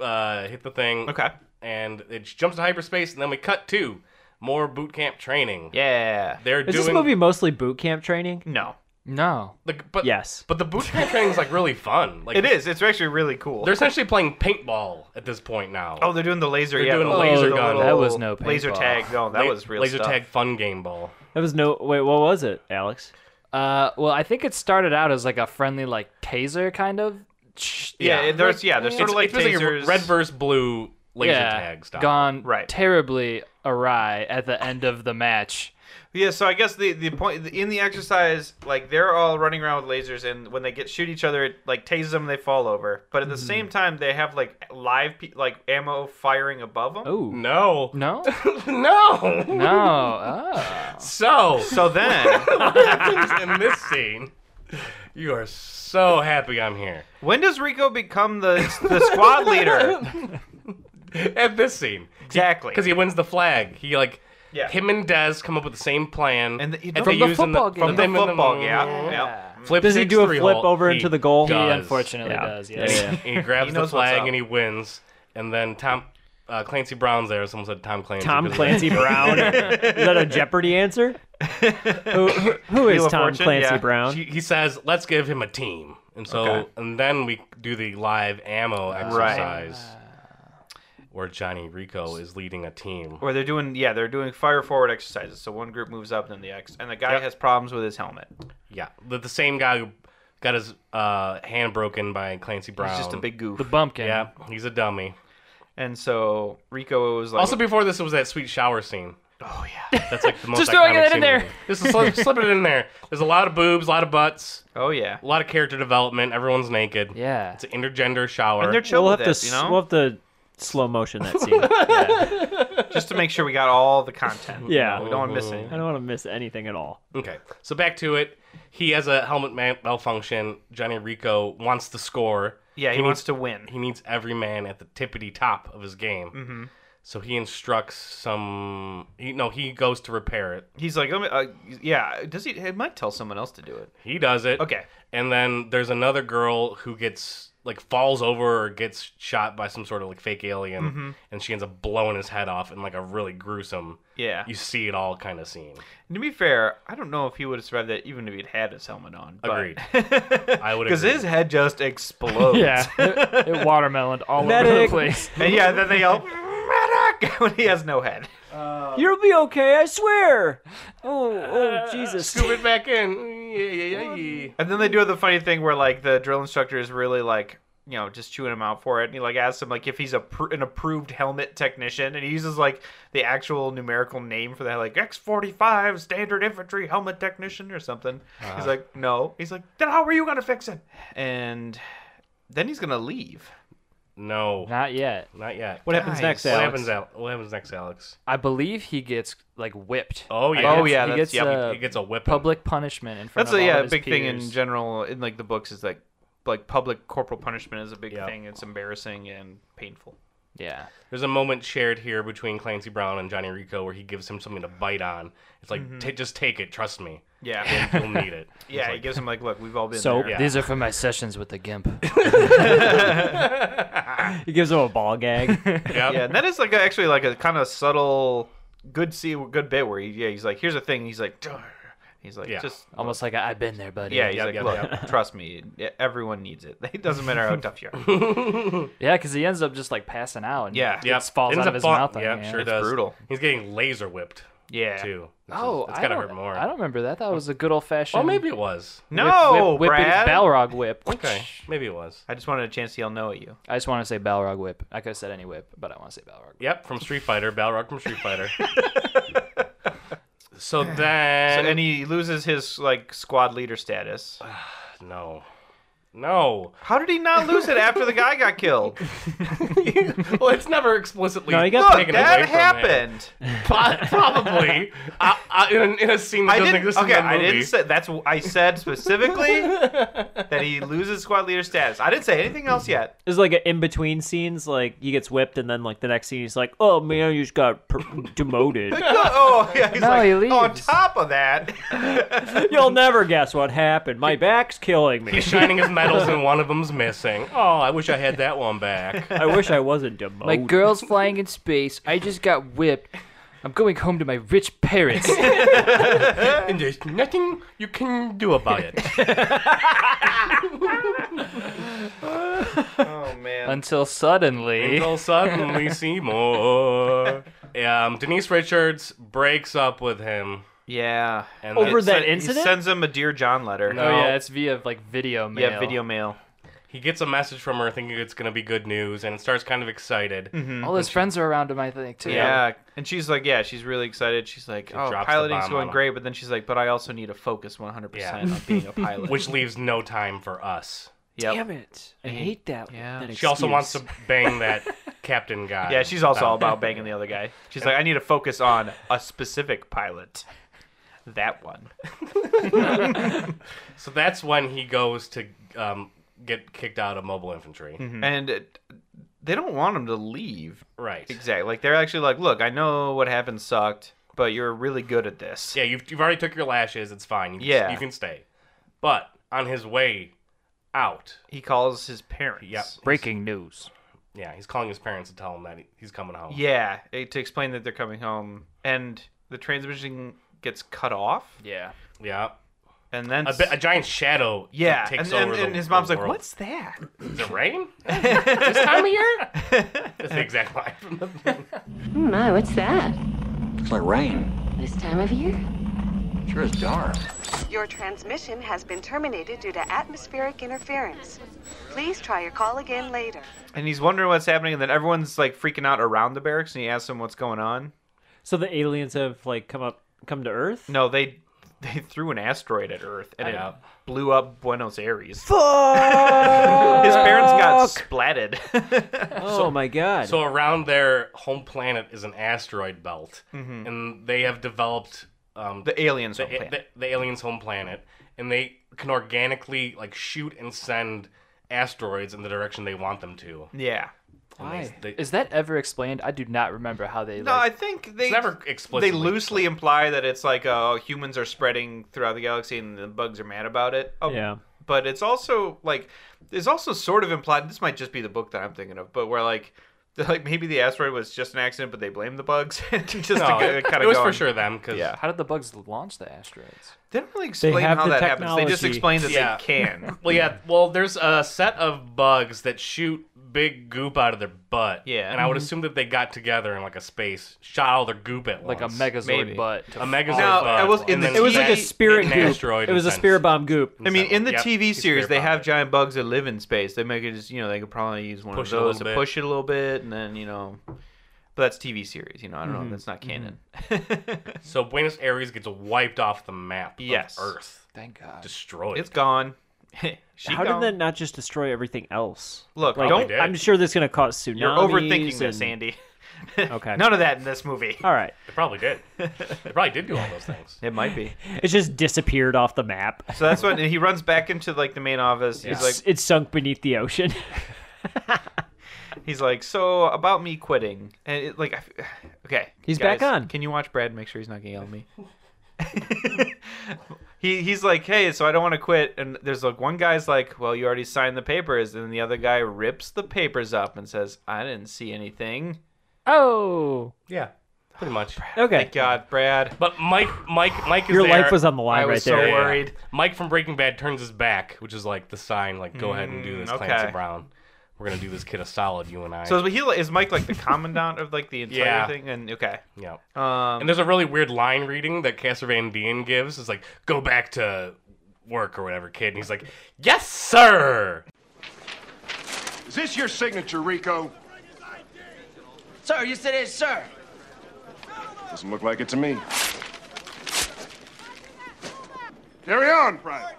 [SPEAKER 1] uh, hit the thing.
[SPEAKER 3] Okay.
[SPEAKER 1] And it jumps to hyperspace, and then we cut to more boot camp training.
[SPEAKER 3] Yeah.
[SPEAKER 1] They're
[SPEAKER 2] Is
[SPEAKER 1] doing
[SPEAKER 2] this movie mostly boot camp training?
[SPEAKER 3] No.
[SPEAKER 5] No,
[SPEAKER 1] the, but
[SPEAKER 2] Yes.
[SPEAKER 1] but the boot camp training is like really fun. Like
[SPEAKER 3] It is. It's actually really cool.
[SPEAKER 1] They're essentially playing paintball at this point now.
[SPEAKER 3] oh, they're doing the laser. yeah,
[SPEAKER 1] doing
[SPEAKER 3] the
[SPEAKER 1] a laser
[SPEAKER 3] the
[SPEAKER 1] gun.
[SPEAKER 3] little
[SPEAKER 5] That was no
[SPEAKER 3] laser
[SPEAKER 5] paintball.
[SPEAKER 3] tag. No, that
[SPEAKER 1] La-
[SPEAKER 3] was real
[SPEAKER 1] laser
[SPEAKER 3] stuff.
[SPEAKER 1] tag fun game ball.
[SPEAKER 2] That was no. Wait, what was it, Alex?
[SPEAKER 5] uh, well, I think it started out as like a friendly like taser kind of. Sh-
[SPEAKER 3] Yeah,
[SPEAKER 1] Yeah.
[SPEAKER 3] there's yeah, there's sort
[SPEAKER 1] it's
[SPEAKER 3] of like
[SPEAKER 1] it's basically
[SPEAKER 3] tasers.
[SPEAKER 1] red versus blue laser tag style.
[SPEAKER 5] gone
[SPEAKER 3] Right.
[SPEAKER 5] terribly awry at the end of the match.
[SPEAKER 3] Yeah, so I guess the the point in the exercise, like they're all running around with lasers, and when they get shoot each other, it like tases them, and they fall over. But at the
[SPEAKER 5] Hmm.
[SPEAKER 3] same time, they have like live pe- like ammo firing above them.
[SPEAKER 2] Oh,
[SPEAKER 1] No.
[SPEAKER 5] No,
[SPEAKER 1] [LAUGHS] no.
[SPEAKER 5] [LAUGHS] no. Oh.
[SPEAKER 1] So
[SPEAKER 3] So then,
[SPEAKER 5] [LAUGHS]
[SPEAKER 3] [LAUGHS]
[SPEAKER 1] in this scene, you are so happy I'm here.
[SPEAKER 3] when does Rico become the the squad leader?
[SPEAKER 1] At this scene.
[SPEAKER 3] Exactly.
[SPEAKER 1] because he wins the flag. He like
[SPEAKER 3] Yeah.
[SPEAKER 1] him and Dez come up with the same plan,
[SPEAKER 3] And the- you
[SPEAKER 1] they
[SPEAKER 3] know- From
[SPEAKER 5] the
[SPEAKER 1] use in
[SPEAKER 5] football game.
[SPEAKER 3] from the
[SPEAKER 1] them in
[SPEAKER 3] football, yeah, yeah.
[SPEAKER 1] Flip
[SPEAKER 2] Does he
[SPEAKER 1] six,
[SPEAKER 2] do a
[SPEAKER 1] three
[SPEAKER 2] flip
[SPEAKER 1] hole.
[SPEAKER 2] over into the goal? He
[SPEAKER 5] He
[SPEAKER 1] does.
[SPEAKER 5] unfortunately
[SPEAKER 2] Yeah.
[SPEAKER 5] does.
[SPEAKER 2] Yeah,
[SPEAKER 5] Yes.
[SPEAKER 2] yeah.
[SPEAKER 1] He grabs
[SPEAKER 3] He
[SPEAKER 1] the
[SPEAKER 3] knows what's
[SPEAKER 1] flag
[SPEAKER 3] up.
[SPEAKER 1] and he wins, and then Tom uh, Clancy Brown's there. Someone said Tom Clancy.
[SPEAKER 2] Tom
[SPEAKER 1] 'cause [LAUGHS]
[SPEAKER 2] Clancy Brown. is
[SPEAKER 3] [LAUGHS]
[SPEAKER 2] that a Jeopardy answer? Who, who, who is
[SPEAKER 3] Wheel of
[SPEAKER 2] Tom
[SPEAKER 3] Fortune,
[SPEAKER 2] Clancy
[SPEAKER 3] yeah.
[SPEAKER 2] Brown?
[SPEAKER 1] He, he says, "Let's give him a team," and so and then we do the live ammo exercise. where Johnny Rico is leading a team.
[SPEAKER 3] Where they're doing, yeah, they're doing fire forward exercises. So one group moves up, then the X, and the guy has problems with his helmet.
[SPEAKER 1] Yeah, the, the same guy who got his uh, hand broken by Clancy Brown.
[SPEAKER 3] He's just a big goof.
[SPEAKER 5] The bumpkin.
[SPEAKER 1] Yeah, he's a dummy.
[SPEAKER 3] And so Rico was like,
[SPEAKER 1] Also, before this, it was that sweet shower scene.
[SPEAKER 3] oh yeah,
[SPEAKER 1] That's
[SPEAKER 5] [LAUGHS]
[SPEAKER 1] like the most
[SPEAKER 5] Just throwing
[SPEAKER 1] iconic
[SPEAKER 5] it in
[SPEAKER 1] scene
[SPEAKER 5] there.
[SPEAKER 1] the movie. Just slip, slip it in there. There's a lot of boobs, a lot of butts,
[SPEAKER 3] oh yeah.
[SPEAKER 1] a lot of character development. Everyone's naked.
[SPEAKER 5] Yeah.
[SPEAKER 1] It's an intergender shower.
[SPEAKER 3] And they're chill
[SPEAKER 2] we'll
[SPEAKER 3] with
[SPEAKER 2] have to
[SPEAKER 3] this,
[SPEAKER 2] s-
[SPEAKER 3] you know,
[SPEAKER 2] we'll have to slow motion
[SPEAKER 3] [LAUGHS]
[SPEAKER 2] that scene.
[SPEAKER 3] just to make sure we got all the content.
[SPEAKER 2] [LAUGHS] Yeah.
[SPEAKER 3] we don't want to miss anything.
[SPEAKER 2] I don't want to miss anything at all.
[SPEAKER 1] Okay, so back to it. He has a helmet ma- malfunction. Johnny Rico wants to score.
[SPEAKER 3] Yeah, he,
[SPEAKER 1] needs-
[SPEAKER 3] wants to win.
[SPEAKER 1] He needs every man at the tippity top of his game. Mm-hmm. So he instructs some. He, no, he goes to repair it.
[SPEAKER 3] He's like, Let me, uh, yeah. Does he? He might tell someone else to do it.
[SPEAKER 1] He does it.
[SPEAKER 3] Okay.
[SPEAKER 1] And then there's another girl who gets like falls over or gets shot by some sort of like fake alien,
[SPEAKER 3] Mm-hmm.
[SPEAKER 1] and she ends up blowing his head off in like a really gruesome.
[SPEAKER 3] Yeah.
[SPEAKER 1] You see it all kind of scene.
[SPEAKER 3] And to be fair, I don't know if he would have survived that even if he'd had his helmet on. But... [LAUGHS]
[SPEAKER 1] Agreed. I would
[SPEAKER 3] Because
[SPEAKER 1] agree.
[SPEAKER 3] his head just explodes.
[SPEAKER 5] Yeah. it, it watermeloned all over the
[SPEAKER 2] Medic.
[SPEAKER 5] place.
[SPEAKER 3] And yeah, then they yell, medic, [LAUGHS] when he has no head. Uh,
[SPEAKER 2] You'll be okay, I swear. Oh, oh, Jesus.
[SPEAKER 1] Scoop it back in. Yeah, yeah, yeah, yeah.
[SPEAKER 3] And then they do the funny thing where, like, the drill instructor is really, like, you know, just chewing him out for it. And he, like, asks him, like, if he's a pr- an approved helmet technician. And he uses, like, the actual numerical name for that, like, X-45 Standard Infantry Helmet Technician or something. He's like, no. He's like, then how are you going to fix it? And then he's going to leave.
[SPEAKER 1] No,
[SPEAKER 5] Not yet.
[SPEAKER 1] not yet.
[SPEAKER 2] What happens
[SPEAKER 3] Nice.
[SPEAKER 2] next,
[SPEAKER 1] What
[SPEAKER 2] Alex?
[SPEAKER 1] happens, Al- what happens next, Alex?
[SPEAKER 5] I believe he gets like whipped.
[SPEAKER 1] Oh yeah,
[SPEAKER 3] Oh, yeah,
[SPEAKER 5] he
[SPEAKER 3] that's-
[SPEAKER 5] gets
[SPEAKER 3] yep,
[SPEAKER 5] uh,
[SPEAKER 1] he gets a whip.
[SPEAKER 5] public punishment in front
[SPEAKER 3] That's
[SPEAKER 5] of
[SPEAKER 3] a
[SPEAKER 5] all
[SPEAKER 3] yeah,
[SPEAKER 5] of
[SPEAKER 3] a
[SPEAKER 5] his
[SPEAKER 3] big thing in
[SPEAKER 5] peers.
[SPEAKER 3] general in like the books is like like public corporal punishment is a big
[SPEAKER 1] Yeah.
[SPEAKER 3] thing. It's embarrassing and painful.
[SPEAKER 5] Yeah.
[SPEAKER 1] There's a moment shared here between Clancy Brown and Johnny Rico where he gives him something to bite on. It's like, "Ta- just take it. Trust me,
[SPEAKER 3] Yeah.
[SPEAKER 5] [LAUGHS]
[SPEAKER 1] you'll need it.
[SPEAKER 3] Mm-hmm. yeah,
[SPEAKER 1] It's
[SPEAKER 3] he gives him like, look, we've all been
[SPEAKER 5] So
[SPEAKER 3] there.
[SPEAKER 1] Yeah.
[SPEAKER 5] these are for my sessions with the [LAUGHS] gimp.
[SPEAKER 2] He gives him a
[SPEAKER 3] [LAUGHS]
[SPEAKER 2] ball gag.
[SPEAKER 1] like, yep.
[SPEAKER 3] Yeah, and that is like a, actually like a kind of subtle good see good bit where he, yeah, he's like, here's the thing, he's like "Durr." he's like
[SPEAKER 1] Yeah.
[SPEAKER 3] just
[SPEAKER 5] Almost like I, I've been there, buddy.
[SPEAKER 3] yeah, he's like,
[SPEAKER 1] yep,
[SPEAKER 3] look,
[SPEAKER 1] yep.
[SPEAKER 3] trust me, e, everyone needs it. [LAUGHS] It doesn't matter how tough you are.
[SPEAKER 5] Yeah, because he ends up just like passing out. And
[SPEAKER 3] Yeah.
[SPEAKER 5] just
[SPEAKER 1] Yep.
[SPEAKER 5] falls
[SPEAKER 1] Ends
[SPEAKER 5] out
[SPEAKER 1] up
[SPEAKER 5] of his
[SPEAKER 1] fall-
[SPEAKER 5] mouth. I
[SPEAKER 1] Yeah,
[SPEAKER 5] think,
[SPEAKER 1] sure
[SPEAKER 5] yeah.
[SPEAKER 1] does.
[SPEAKER 3] brutal.
[SPEAKER 1] He's getting laser whipped
[SPEAKER 3] Yeah.
[SPEAKER 1] too. Which is-
[SPEAKER 5] Oh,
[SPEAKER 1] it's
[SPEAKER 5] I
[SPEAKER 1] gotta
[SPEAKER 5] don't-
[SPEAKER 1] hurt more.
[SPEAKER 5] I don't remember that. That was a good old fashioned.
[SPEAKER 1] Well, maybe it was.
[SPEAKER 3] No,
[SPEAKER 5] whip, whip,
[SPEAKER 3] Brad.
[SPEAKER 5] Balrog whip.
[SPEAKER 1] Okay, maybe it was.
[SPEAKER 3] I just wanted a chance to yell no at you.
[SPEAKER 5] I just want to say Balrog whip. I could have said any whip, but I want to say Balrog. Whip.
[SPEAKER 1] Yep, from Street Fighter, Balrog from Street
[SPEAKER 3] [LAUGHS]
[SPEAKER 1] Fighter. so
[SPEAKER 5] [LAUGHS]
[SPEAKER 1] then,
[SPEAKER 3] So, and he loses his like squad leader status.
[SPEAKER 1] no, no.
[SPEAKER 3] How did he not lose it after the guy got killed?
[SPEAKER 1] [LAUGHS] well, it's never explicitly.
[SPEAKER 2] No, he got-
[SPEAKER 3] Look,
[SPEAKER 1] taken away
[SPEAKER 3] that
[SPEAKER 1] from him. [LAUGHS]
[SPEAKER 3] happened.
[SPEAKER 1] Po-
[SPEAKER 3] [LAUGHS]
[SPEAKER 1] probably I, I, in, a, in a scene that
[SPEAKER 3] I
[SPEAKER 1] doesn't
[SPEAKER 3] didn't.
[SPEAKER 1] exist
[SPEAKER 3] Okay,
[SPEAKER 1] in the
[SPEAKER 3] I
[SPEAKER 1] movie.
[SPEAKER 3] didn't say that's. I said specifically that he loses squad leader status. I didn't say anything else
[SPEAKER 2] [LAUGHS]
[SPEAKER 3] yet.
[SPEAKER 2] There's like an in between scenes, like he gets whipped, and then like the next scene, he's like, "Oh man, you just got per-
[SPEAKER 3] [LAUGHS]
[SPEAKER 2] demoted."
[SPEAKER 3] Oh yeah, he's
[SPEAKER 5] No,
[SPEAKER 3] like.
[SPEAKER 5] he
[SPEAKER 3] On
[SPEAKER 5] leaves.
[SPEAKER 3] top of that,
[SPEAKER 2] You'll never guess what happened. My back's killing
[SPEAKER 3] [LAUGHS]
[SPEAKER 2] me.
[SPEAKER 1] He's shining his medals and one of them's missing. Oh, I wish I had that one back.
[SPEAKER 3] [LAUGHS]
[SPEAKER 2] I wish I wasn't
[SPEAKER 1] Oh,
[SPEAKER 2] demoted.
[SPEAKER 5] My girl's flying in space. I just got whipped. I'm going home to my rich
[SPEAKER 1] [LAUGHS]
[SPEAKER 5] parents.
[SPEAKER 1] And there's nothing you can do about
[SPEAKER 3] [LAUGHS]
[SPEAKER 1] it.
[SPEAKER 3] oh man,
[SPEAKER 5] Until suddenly.
[SPEAKER 1] Until suddenly Seymour. Um, Denise Richards breaks up with him.
[SPEAKER 3] yeah.
[SPEAKER 1] And
[SPEAKER 2] Over
[SPEAKER 1] then
[SPEAKER 2] that
[SPEAKER 3] He
[SPEAKER 2] incident?
[SPEAKER 3] sends him a dear John letter.
[SPEAKER 5] Oh yeah, it's via like video mail.
[SPEAKER 3] yeah, video mail.
[SPEAKER 1] he gets a message from her thinking it's going to be good news and starts kind of excited.
[SPEAKER 2] Mm-hmm.
[SPEAKER 5] All his friends are around him, I think, too.
[SPEAKER 3] Yeah. and she's like, yeah, she's really excited. She's like, oh,
[SPEAKER 1] drops the
[SPEAKER 3] piloting's
[SPEAKER 1] bomb on
[SPEAKER 3] going
[SPEAKER 1] him.
[SPEAKER 3] great, but then she's like, but I also need to focus 100 percent
[SPEAKER 1] Yeah.
[SPEAKER 3] on being a pilot.
[SPEAKER 1] [LAUGHS] Which leaves no time for us.
[SPEAKER 3] yep.
[SPEAKER 2] Damn it! I hate that.
[SPEAKER 3] Yeah.
[SPEAKER 2] that
[SPEAKER 1] She also
[SPEAKER 2] excuse.
[SPEAKER 1] wants to
[SPEAKER 3] [LAUGHS]
[SPEAKER 1] bang that captain guy. Um,
[SPEAKER 3] Yeah, she's also all about banging the other guy. She's like, I need to focus on a specific pilot. That one.
[SPEAKER 1] So that's when he goes to um, get kicked out of mobile infantry.
[SPEAKER 3] And it, they don't want him to leave.
[SPEAKER 1] Right.
[SPEAKER 3] Exactly. Like, they're actually like, look, I know what happened sucked, but you're really good at this.
[SPEAKER 1] Yeah, you've, you've already took your lashes. It's fine. You, can-
[SPEAKER 3] Yeah.
[SPEAKER 1] You can stay. But on his way out,
[SPEAKER 3] He calls his parents.
[SPEAKER 1] Yep.
[SPEAKER 5] Breaking news.
[SPEAKER 1] yeah, he's calling his parents to tell him that he, he's coming home.
[SPEAKER 3] Yeah, eh, to explain that they're coming home. And the transmission gets cut off.
[SPEAKER 5] Yeah.
[SPEAKER 1] Yeah.
[SPEAKER 3] And then.
[SPEAKER 1] A, bi- a giant shadow
[SPEAKER 3] yeah,
[SPEAKER 1] takes
[SPEAKER 3] and,
[SPEAKER 1] over
[SPEAKER 3] and,
[SPEAKER 1] the-
[SPEAKER 3] and his mom's
[SPEAKER 1] the
[SPEAKER 3] like,
[SPEAKER 1] world.
[SPEAKER 3] "What's that?"
[SPEAKER 1] Is it rain? this time of year? That's the exact line from the
[SPEAKER 3] [LAUGHS]
[SPEAKER 8] Oh, My, what's that?
[SPEAKER 9] Looks like rain.
[SPEAKER 8] This time of year?
[SPEAKER 9] Sure is dark.
[SPEAKER 10] Your transmission has been terminated due to atmospheric interference. Please try your call again later.
[SPEAKER 3] And he's wondering what's happening, and then everyone's like freaking out around the barracks, and he asks them what's going on.
[SPEAKER 2] So the aliens have like come up, come to Earth.
[SPEAKER 3] No, they they threw an asteroid at Earth, and it
[SPEAKER 1] Yeah.
[SPEAKER 3] blew up Buenos Aires. His parents got splatted. [LAUGHS]
[SPEAKER 2] Oh my god.
[SPEAKER 1] So around their home planet is an asteroid belt,
[SPEAKER 3] Mm-hmm.
[SPEAKER 1] and they have developed um,
[SPEAKER 3] the aliens.
[SPEAKER 1] the,
[SPEAKER 3] were planted.
[SPEAKER 1] the- the aliens' home planet, and they can organically like shoot and send asteroids in the direction they want them to.
[SPEAKER 3] yeah.
[SPEAKER 1] Why?
[SPEAKER 5] Is that ever explained? I do not remember how they.
[SPEAKER 3] No,
[SPEAKER 5] like,
[SPEAKER 3] I think they
[SPEAKER 1] It's never
[SPEAKER 3] they
[SPEAKER 1] explicitly
[SPEAKER 3] loosely imply that it's like uh, humans are spreading throughout the galaxy and the bugs are mad about it. Oh,
[SPEAKER 2] Yeah.
[SPEAKER 3] But it's also like it's also sort of implied. This might just be the book that I'm thinking of, but where like [LAUGHS] they're like maybe the asteroid was just an accident, but they blame the bugs [LAUGHS] just to
[SPEAKER 1] No,
[SPEAKER 3] kind of
[SPEAKER 1] it was for sure them because
[SPEAKER 3] Yeah.
[SPEAKER 5] how did the bugs launch the asteroids?
[SPEAKER 3] They don't really explain
[SPEAKER 2] have
[SPEAKER 3] how
[SPEAKER 2] the
[SPEAKER 3] that happens. They just
[SPEAKER 2] technology.
[SPEAKER 3] explain that
[SPEAKER 1] Yeah.
[SPEAKER 3] they
[SPEAKER 1] [LAUGHS]
[SPEAKER 3] can.
[SPEAKER 1] Well, yeah. Well, there's a set of bugs that shoot big goop out of their butt.
[SPEAKER 3] Yeah.
[SPEAKER 1] And I
[SPEAKER 2] Mm-hmm.
[SPEAKER 1] would assume that they got together in like a space, shot all their goop at
[SPEAKER 5] Like a
[SPEAKER 1] once.
[SPEAKER 5] megazord
[SPEAKER 3] Maybe.
[SPEAKER 5] butt.
[SPEAKER 1] a megazord.
[SPEAKER 3] Now,
[SPEAKER 1] bug,
[SPEAKER 3] I was- in
[SPEAKER 1] and
[SPEAKER 3] the
[SPEAKER 1] then
[SPEAKER 2] it was like a
[SPEAKER 3] He-
[SPEAKER 1] hit
[SPEAKER 2] spirit
[SPEAKER 1] an
[SPEAKER 2] goop.
[SPEAKER 1] asteroid
[SPEAKER 2] it was a
[SPEAKER 1] and
[SPEAKER 2] spirit
[SPEAKER 1] sent-
[SPEAKER 2] bomb goop.
[SPEAKER 3] I mean, in the
[SPEAKER 1] Yep,
[SPEAKER 3] TV
[SPEAKER 1] he's
[SPEAKER 3] series, they
[SPEAKER 1] bare-bound.
[SPEAKER 3] have giant bugs that live in space. They make it just, you know, they could probably use one
[SPEAKER 1] Push it a
[SPEAKER 3] of those to
[SPEAKER 1] little bit.
[SPEAKER 3] push it a little bit, and then, you know, but that's TV series. You know, I don't
[SPEAKER 2] Mm-hmm.
[SPEAKER 3] know. That's not canon. [LAUGHS]
[SPEAKER 1] So Buenos Aires gets wiped off the map.
[SPEAKER 3] Yes.
[SPEAKER 1] Of Earth
[SPEAKER 5] Thank God.
[SPEAKER 1] destroyed.
[SPEAKER 3] it's gone. [LAUGHS] she
[SPEAKER 2] How
[SPEAKER 3] gone.
[SPEAKER 2] did that not just destroy everything else?
[SPEAKER 3] Look,
[SPEAKER 2] Like,
[SPEAKER 3] don't.
[SPEAKER 1] did.
[SPEAKER 2] I'm sure that's gonna cause tsunamis.
[SPEAKER 3] You're overthinking
[SPEAKER 2] and-
[SPEAKER 3] this, Andy.
[SPEAKER 2] Okay.
[SPEAKER 3] [LAUGHS] None of that in this movie.
[SPEAKER 2] All right.
[SPEAKER 1] It probably did. It probably did do all those things.
[SPEAKER 3] It might be.
[SPEAKER 2] It just disappeared off the map.
[SPEAKER 3] So that's when he runs back into like the main office. He's
[SPEAKER 2] It's,
[SPEAKER 3] like,
[SPEAKER 2] it's sunk beneath the ocean.
[SPEAKER 3] he's like, so about me quitting, and it, like, I f [SIGHS] okay,
[SPEAKER 2] He's
[SPEAKER 3] guys,
[SPEAKER 2] back on.
[SPEAKER 3] Can you watch Brad? and Make sure he's not gonna yell at me. [LAUGHS] he he's like, hey, so I don't want to quit, and there's like one guy's like, well, you already signed the papers, and then the other guy rips the papers up and says, I didn't see anything.
[SPEAKER 2] oh.
[SPEAKER 1] Yeah. Pretty much.
[SPEAKER 2] [LAUGHS] Okay.
[SPEAKER 3] Thank God, Brad.
[SPEAKER 1] But Mike, Mike, Mike is
[SPEAKER 2] Your
[SPEAKER 1] there.
[SPEAKER 2] life was on the line
[SPEAKER 3] I
[SPEAKER 2] right
[SPEAKER 3] was so
[SPEAKER 2] there.
[SPEAKER 3] worried.
[SPEAKER 1] Mike from Breaking Bad turns his back, which is like the sign, like go ahead and do this,
[SPEAKER 3] okay.
[SPEAKER 1] Clancy Brown. We're gonna do this kid a solid, you and I.
[SPEAKER 3] So is he is Mike like the commandant of like the entire
[SPEAKER 1] Yeah.
[SPEAKER 3] thing? And okay,
[SPEAKER 1] yeah.
[SPEAKER 3] um,
[SPEAKER 1] And there's a really weird line reading that Castor Van Dien gives. It's like, go back to work or whatever, kid. And he's like, yes, sir.
[SPEAKER 7] Is this your signature, Rico?
[SPEAKER 6] Sir, yes it is, sir.
[SPEAKER 7] Doesn't look like it to me. Carry on, Private.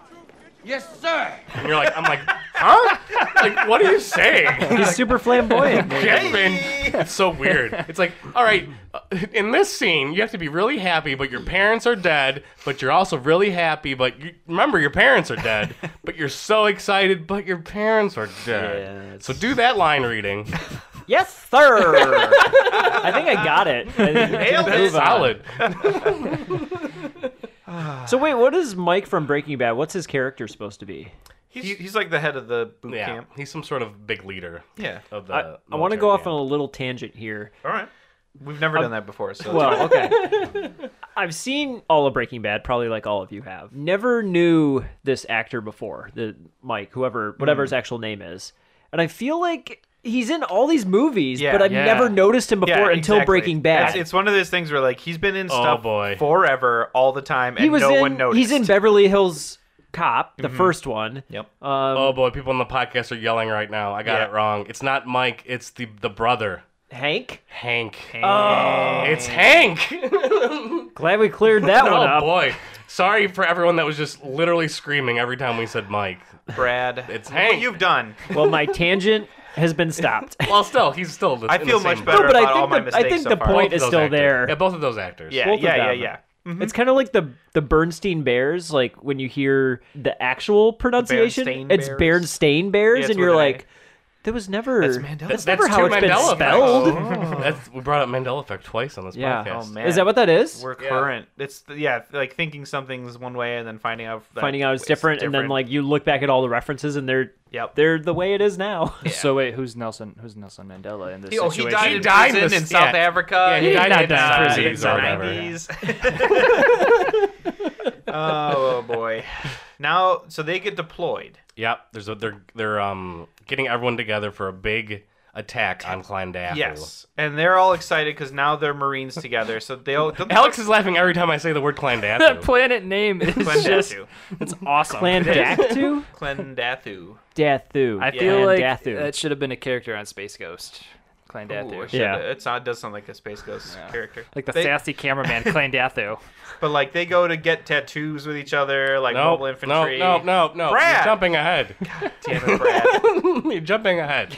[SPEAKER 6] Yes, sir.
[SPEAKER 1] And you're like, I'm like, huh? Like, what are you saying?
[SPEAKER 2] He's super flamboyant.
[SPEAKER 1] Castor Van- it's so weird. [LAUGHS] It's like, all right, uh, in this scene, you have to be really happy, but your parents are dead, but you're also really happy, but you remember your parents are
[SPEAKER 2] [LAUGHS]
[SPEAKER 1] dead, but you're so excited, but your parents are dead.
[SPEAKER 2] Yes.
[SPEAKER 1] so do that line
[SPEAKER 2] [LAUGHS]
[SPEAKER 1] reading.
[SPEAKER 2] yes,
[SPEAKER 3] [LAUGHS]
[SPEAKER 2] sir. I think I got it. I think-
[SPEAKER 1] That's solid.
[SPEAKER 2] So wait, what is Mike from Breaking Bad? What's his character supposed to be?
[SPEAKER 3] he, he's like the head of the boot
[SPEAKER 1] Yeah,
[SPEAKER 3] camp.
[SPEAKER 1] he's some sort of big leader.
[SPEAKER 3] Yeah.
[SPEAKER 1] Of the
[SPEAKER 2] I,
[SPEAKER 3] uh,
[SPEAKER 2] I want to
[SPEAKER 1] military
[SPEAKER 2] go off
[SPEAKER 1] camp.
[SPEAKER 2] on a little
[SPEAKER 3] [LAUGHS]
[SPEAKER 2] tangent here.
[SPEAKER 3] All right. We've never done that before, so
[SPEAKER 2] Um, Well, okay. [LAUGHS] I've seen all of Breaking Bad, probably like all of you have. Never knew this actor before, the Mike, whoever, whatever
[SPEAKER 3] Mm.
[SPEAKER 2] his actual name is. And I feel like he's in all these movies,
[SPEAKER 3] Yeah.
[SPEAKER 2] but I've
[SPEAKER 5] Yeah.
[SPEAKER 2] never noticed him before
[SPEAKER 3] Yeah,
[SPEAKER 2] until
[SPEAKER 3] exactly.
[SPEAKER 2] Breaking Bad.
[SPEAKER 3] It's, it's one of those things where like he's been in stuff
[SPEAKER 1] Oh, boy.
[SPEAKER 3] forever, all the time, and
[SPEAKER 2] he was
[SPEAKER 3] no
[SPEAKER 2] in.
[SPEAKER 3] one noticed. Mm-hmm.
[SPEAKER 2] He's in Beverly Hills Cop, the first one.
[SPEAKER 3] Yep.
[SPEAKER 2] Um,
[SPEAKER 1] Oh boy, people on the podcast are yelling right now. I got
[SPEAKER 3] Yeah.
[SPEAKER 1] it wrong. It's not Mike. It's the the brother,
[SPEAKER 2] Hank.
[SPEAKER 1] Hank. It's Hank.
[SPEAKER 2] [LAUGHS] Glad we
[SPEAKER 3] [LAUGHS]
[SPEAKER 2] cleared that
[SPEAKER 1] oh
[SPEAKER 2] one up.
[SPEAKER 1] boy. Sorry for everyone that was just literally screaming every time we said Mike.
[SPEAKER 3] Brad.
[SPEAKER 1] It's
[SPEAKER 3] Look
[SPEAKER 1] Hank.
[SPEAKER 3] What you've
[SPEAKER 2] [LAUGHS]
[SPEAKER 3] done.
[SPEAKER 2] Well, my tangent has
[SPEAKER 3] [LAUGHS]
[SPEAKER 2] been stopped.
[SPEAKER 1] Well, still, he's still. The,
[SPEAKER 3] I
[SPEAKER 1] in the
[SPEAKER 3] feel
[SPEAKER 1] same
[SPEAKER 3] much
[SPEAKER 1] boat.
[SPEAKER 3] better
[SPEAKER 2] No, [LAUGHS] but I
[SPEAKER 3] about
[SPEAKER 2] think
[SPEAKER 3] all my
[SPEAKER 2] the- I
[SPEAKER 3] mistakes.
[SPEAKER 2] think
[SPEAKER 3] so
[SPEAKER 2] the
[SPEAKER 3] far.
[SPEAKER 2] point
[SPEAKER 1] Both of
[SPEAKER 2] is
[SPEAKER 1] those
[SPEAKER 2] still
[SPEAKER 1] actors.
[SPEAKER 2] there.
[SPEAKER 1] Yeah, both of those actors.
[SPEAKER 3] Yeah,
[SPEAKER 2] both of
[SPEAKER 3] yeah, yeah,
[SPEAKER 2] them.
[SPEAKER 3] yeah.
[SPEAKER 2] It's kind of like the the Bernstein Bears. Like when you hear the actual pronunciation,
[SPEAKER 3] Berenstain
[SPEAKER 2] it's
[SPEAKER 3] Bears.
[SPEAKER 2] Bernstein Bears,
[SPEAKER 3] it's
[SPEAKER 2] and you're
[SPEAKER 3] with an A.
[SPEAKER 2] like, that was never. That's,
[SPEAKER 3] Mandela.
[SPEAKER 1] That's,
[SPEAKER 2] never
[SPEAKER 1] that's
[SPEAKER 2] how
[SPEAKER 1] two
[SPEAKER 2] it's been
[SPEAKER 1] Mandela
[SPEAKER 2] spelled.
[SPEAKER 1] effects. [LAUGHS] That's, we brought up Mandela effect twice on this
[SPEAKER 2] Yeah.
[SPEAKER 1] podcast.
[SPEAKER 3] Oh,
[SPEAKER 2] Is that what that is?
[SPEAKER 3] We're current. It's yeah, like thinking something's one way and then finding out that
[SPEAKER 2] Finding out it's different, and then like you look back at all the references, and they're
[SPEAKER 3] Yep.
[SPEAKER 2] they're the way it
[SPEAKER 3] [LAUGHS]
[SPEAKER 2] is now.
[SPEAKER 5] So wait, who's Nelson? Who's Nelson Mandela in this
[SPEAKER 3] Oh, he
[SPEAKER 5] situation?
[SPEAKER 3] died,
[SPEAKER 1] He
[SPEAKER 3] in,
[SPEAKER 1] died in
[SPEAKER 3] prison
[SPEAKER 1] this-
[SPEAKER 3] in South
[SPEAKER 1] yeah.
[SPEAKER 3] Africa.
[SPEAKER 1] Yeah, he
[SPEAKER 3] in
[SPEAKER 1] died in [LAUGHS]
[SPEAKER 3] the
[SPEAKER 1] prison
[SPEAKER 3] 90s
[SPEAKER 1] or
[SPEAKER 3] or
[SPEAKER 1] whatever.
[SPEAKER 3] 90s.
[SPEAKER 1] [LAUGHS]
[SPEAKER 3] [LAUGHS] oh boy. Now, so they get deployed.
[SPEAKER 1] Yep. There's a they're they're um getting everyone together for a big attack on Clandathu.
[SPEAKER 3] Yes, and they're all excited because now they're Marines together. So they all don't
[SPEAKER 1] Alex is laughing every time I say the word [LAUGHS]
[SPEAKER 5] [LAUGHS] That
[SPEAKER 1] Clandathu.
[SPEAKER 5] planet name is
[SPEAKER 3] Clendathu.
[SPEAKER 5] just it's awesome.
[SPEAKER 2] Clandactu?
[SPEAKER 3] Clendathu.
[SPEAKER 2] Dathu.
[SPEAKER 5] [LAUGHS] I feel like
[SPEAKER 2] Clandathu.
[SPEAKER 5] that should have been a character on Space Ghost. Clandathu.
[SPEAKER 3] Ooh, I should-
[SPEAKER 2] Yeah.
[SPEAKER 3] it sound, does sound like a space ghost character.
[SPEAKER 5] Like the
[SPEAKER 3] They-
[SPEAKER 5] sassy cameraman [LAUGHS] Clandathu.
[SPEAKER 3] But like they go to get tattoos with each other, like
[SPEAKER 1] No,
[SPEAKER 3] mobile
[SPEAKER 1] no,
[SPEAKER 3] infantry.
[SPEAKER 1] no, no, no.
[SPEAKER 3] Brad!
[SPEAKER 1] You're jumping ahead.
[SPEAKER 3] Damn
[SPEAKER 1] [LAUGHS]
[SPEAKER 3] it, Brad.
[SPEAKER 1] You're [LAUGHS] jumping ahead.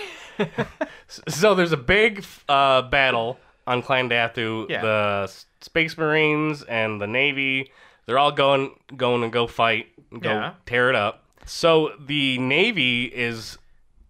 [SPEAKER 1] S- so there's a big uh, battle on Clandathu.
[SPEAKER 3] Yeah.
[SPEAKER 1] The S- Space Marines and the Navy, they're all going going to go fight, and go
[SPEAKER 3] Yeah.
[SPEAKER 1] tear it up. So the Navy is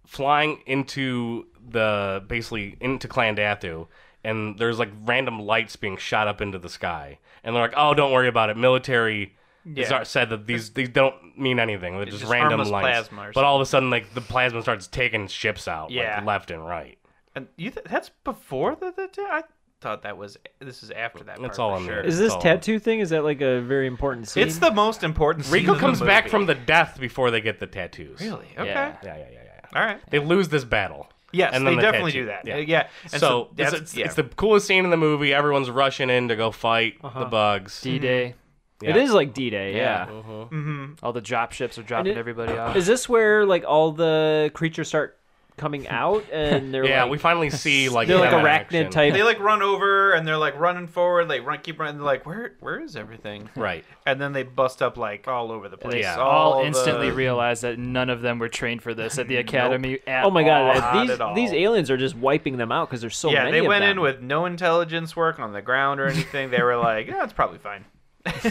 [SPEAKER 1] flying into the basically into Clandathu, and there's like random lights being shot up into the sky, and they're like, "Oh, don't worry about it." Military is-
[SPEAKER 3] Yeah.
[SPEAKER 1] said that these these don't mean anything. They're just,
[SPEAKER 3] just
[SPEAKER 1] random
[SPEAKER 3] harmless
[SPEAKER 1] lights.
[SPEAKER 3] plasma or
[SPEAKER 1] but all of a sudden, like the plasma starts taking ships out,
[SPEAKER 3] Yeah.
[SPEAKER 1] like left and right.
[SPEAKER 3] And you th- that's before the, the ta- I thought that was this is after that.
[SPEAKER 1] That's
[SPEAKER 3] part
[SPEAKER 1] all
[SPEAKER 3] for
[SPEAKER 1] in
[SPEAKER 3] sure.
[SPEAKER 1] there.
[SPEAKER 2] Is this
[SPEAKER 1] So-
[SPEAKER 2] tattoo thing? Is that like a very important scene?
[SPEAKER 3] It's the most important. Scene
[SPEAKER 1] Rico
[SPEAKER 3] of
[SPEAKER 1] comes
[SPEAKER 3] the
[SPEAKER 1] back
[SPEAKER 3] movie.
[SPEAKER 1] from the death before they get the tattoos.
[SPEAKER 3] really okay.
[SPEAKER 5] Yeah.
[SPEAKER 1] Yeah, yeah, yeah, yeah. yeah.
[SPEAKER 3] All right.
[SPEAKER 1] They lose this battle.
[SPEAKER 3] Yes,
[SPEAKER 1] and
[SPEAKER 3] they
[SPEAKER 1] then the
[SPEAKER 3] definitely
[SPEAKER 1] tattoo.
[SPEAKER 3] do that.
[SPEAKER 1] Yeah.
[SPEAKER 3] Yeah. yeah. And
[SPEAKER 1] so
[SPEAKER 3] that's,
[SPEAKER 1] it's, it's,
[SPEAKER 3] yeah.
[SPEAKER 1] it's the coolest scene in the movie. Everyone's rushing in to go fight
[SPEAKER 3] Uh-huh.
[SPEAKER 1] the bugs.
[SPEAKER 5] D Day.
[SPEAKER 2] It is like D-Day. Yeah.
[SPEAKER 3] Mm-hmm.
[SPEAKER 5] Mm-hmm. All the drop ships are dropping
[SPEAKER 2] it-
[SPEAKER 5] everybody off.
[SPEAKER 2] Is this where like all the creatures start coming out and they're
[SPEAKER 1] Yeah,
[SPEAKER 2] like,
[SPEAKER 1] we
[SPEAKER 3] [LAUGHS]
[SPEAKER 1] finally see like
[SPEAKER 2] they're like
[SPEAKER 1] them in
[SPEAKER 2] arachnid
[SPEAKER 1] action.
[SPEAKER 2] type?
[SPEAKER 3] they like run over and they're like running forward. They run, keep running. They're like, where, where is everything?
[SPEAKER 1] Right.
[SPEAKER 3] And then they bust up like all over the place.
[SPEAKER 1] Yeah.
[SPEAKER 5] all,
[SPEAKER 3] the-
[SPEAKER 5] instantly realize that none of them were trained for
[SPEAKER 3] [LAUGHS]
[SPEAKER 5] this at the academy at
[SPEAKER 2] oh my god!
[SPEAKER 5] all.
[SPEAKER 3] not
[SPEAKER 2] these
[SPEAKER 3] at all.
[SPEAKER 2] these aliens are just wiping them out because there's so
[SPEAKER 3] yeah,
[SPEAKER 2] many.
[SPEAKER 3] they
[SPEAKER 2] of
[SPEAKER 3] went in
[SPEAKER 2] them.
[SPEAKER 3] with no intelligence work on
[SPEAKER 1] [LAUGHS]
[SPEAKER 3] the ground or anything. they were like, yeah, it's probably fine. [LAUGHS]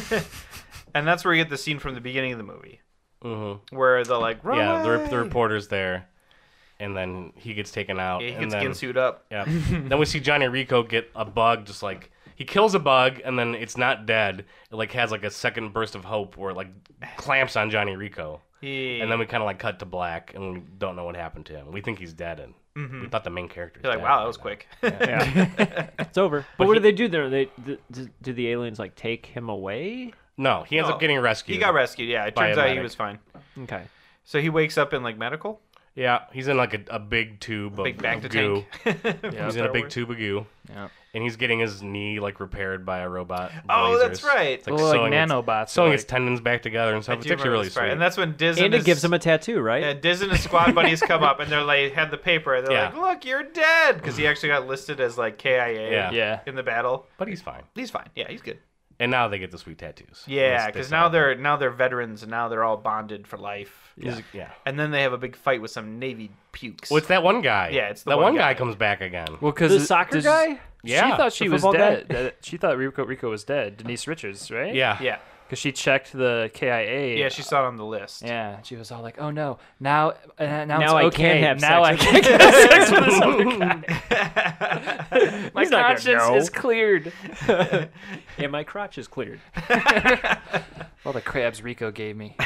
[SPEAKER 3] and that's where you get the scene from the beginning of the movie
[SPEAKER 1] Mhm.
[SPEAKER 3] where they're like, run
[SPEAKER 1] Yeah, the, rep- the
[SPEAKER 3] away."
[SPEAKER 1] reporter's there, and then he gets taken out.
[SPEAKER 3] Yeah, he
[SPEAKER 1] and
[SPEAKER 3] gets
[SPEAKER 1] then,
[SPEAKER 3] Ginsued up. [LAUGHS]
[SPEAKER 1] Yeah. then we see Johnny Rico get a bug, just like he kills a bug, and then it's not dead. It like has like a second burst of hope, where it like clamps on Johnny Rico,
[SPEAKER 3] He,
[SPEAKER 1] and then we kind of like cut to black, and we don't know what happened to him. We think he's dead, and we thought the main character.
[SPEAKER 3] Mm-hmm. you're like, wow, that was quick.
[SPEAKER 2] It's over. But, what do they do there? They th- th- do the aliens like take him away?
[SPEAKER 1] No, he ends
[SPEAKER 3] No.
[SPEAKER 1] up getting rescued.
[SPEAKER 3] [LAUGHS] he got rescued. Yeah, it
[SPEAKER 1] By a
[SPEAKER 3] turns out he
[SPEAKER 1] medic.
[SPEAKER 3] was fine.
[SPEAKER 2] Okay.
[SPEAKER 3] So he wakes up in like medical,
[SPEAKER 1] Yeah, he's in like a, a big tube of,
[SPEAKER 3] big back
[SPEAKER 1] of
[SPEAKER 3] to
[SPEAKER 1] Oh, goo. [LAUGHS]
[SPEAKER 3] tank. from
[SPEAKER 1] He's in
[SPEAKER 3] Star
[SPEAKER 1] a big
[SPEAKER 3] [LAUGHS] Wars.
[SPEAKER 1] tube of goo.
[SPEAKER 5] Yeah.
[SPEAKER 1] And he's getting his knee like repaired by a robot.
[SPEAKER 3] Oh, that's
[SPEAKER 1] lasers.
[SPEAKER 3] right.
[SPEAKER 1] It's like,
[SPEAKER 5] Well, like
[SPEAKER 1] sewing its-
[SPEAKER 5] nanobots,
[SPEAKER 1] sewing
[SPEAKER 5] like-
[SPEAKER 1] its tendons back together and stuff. It's
[SPEAKER 3] do
[SPEAKER 1] actually
[SPEAKER 3] remember
[SPEAKER 1] really
[SPEAKER 3] this part.
[SPEAKER 1] sweet.
[SPEAKER 3] And that's when Diz
[SPEAKER 2] And it
[SPEAKER 3] his-
[SPEAKER 2] gives him a tattoo, right?
[SPEAKER 3] [LAUGHS] Yeah, Diz and his squad buddies come up and they're like, had the paper. and They're
[SPEAKER 1] Yeah.
[SPEAKER 3] like, look, you're dead.
[SPEAKER 1] [SIGHS]
[SPEAKER 3] Because he actually got listed as like KIA
[SPEAKER 1] Yeah.
[SPEAKER 5] Yeah.
[SPEAKER 3] in the battle.
[SPEAKER 1] but he's fine.
[SPEAKER 3] He's fine. Yeah, he's good.
[SPEAKER 1] And now they get the sweet tattoos. They-
[SPEAKER 3] Yeah,
[SPEAKER 1] they
[SPEAKER 3] because
[SPEAKER 1] sell
[SPEAKER 3] now
[SPEAKER 1] it.
[SPEAKER 3] they're now they're veterans and now they're all bonded for life.
[SPEAKER 1] He's- yeah.
[SPEAKER 3] And then they have a big fight with some Navy pukes.
[SPEAKER 1] Well, it's that one guy.
[SPEAKER 3] Yeah, it's the
[SPEAKER 1] that
[SPEAKER 3] one
[SPEAKER 1] one guy.
[SPEAKER 3] guy.
[SPEAKER 1] comes back again.
[SPEAKER 5] Well, because
[SPEAKER 2] The
[SPEAKER 3] [LAUGHS]
[SPEAKER 2] soccer guy?
[SPEAKER 1] Yeah,
[SPEAKER 5] she thought she
[SPEAKER 2] the
[SPEAKER 5] was
[SPEAKER 2] football guy.
[SPEAKER 5] dead. That- She thought Rico Rico was dead. Denise Richards, right?
[SPEAKER 1] yeah,
[SPEAKER 3] yeah,
[SPEAKER 5] because she checked the KIA.
[SPEAKER 3] yeah. She saw it on the list.
[SPEAKER 5] Yeah, and she was all like, "Oh no, now, uh, now, it's
[SPEAKER 2] Now I
[SPEAKER 5] okay.
[SPEAKER 2] can have
[SPEAKER 5] now
[SPEAKER 2] sex
[SPEAKER 5] I can have sex with this other guy.
[SPEAKER 2] [LAUGHS]
[SPEAKER 5] My
[SPEAKER 2] not gonna
[SPEAKER 5] conscience
[SPEAKER 2] know.
[SPEAKER 5] is cleared."
[SPEAKER 2] And my crotch is cleared.
[SPEAKER 5] All the crabs Rico gave me.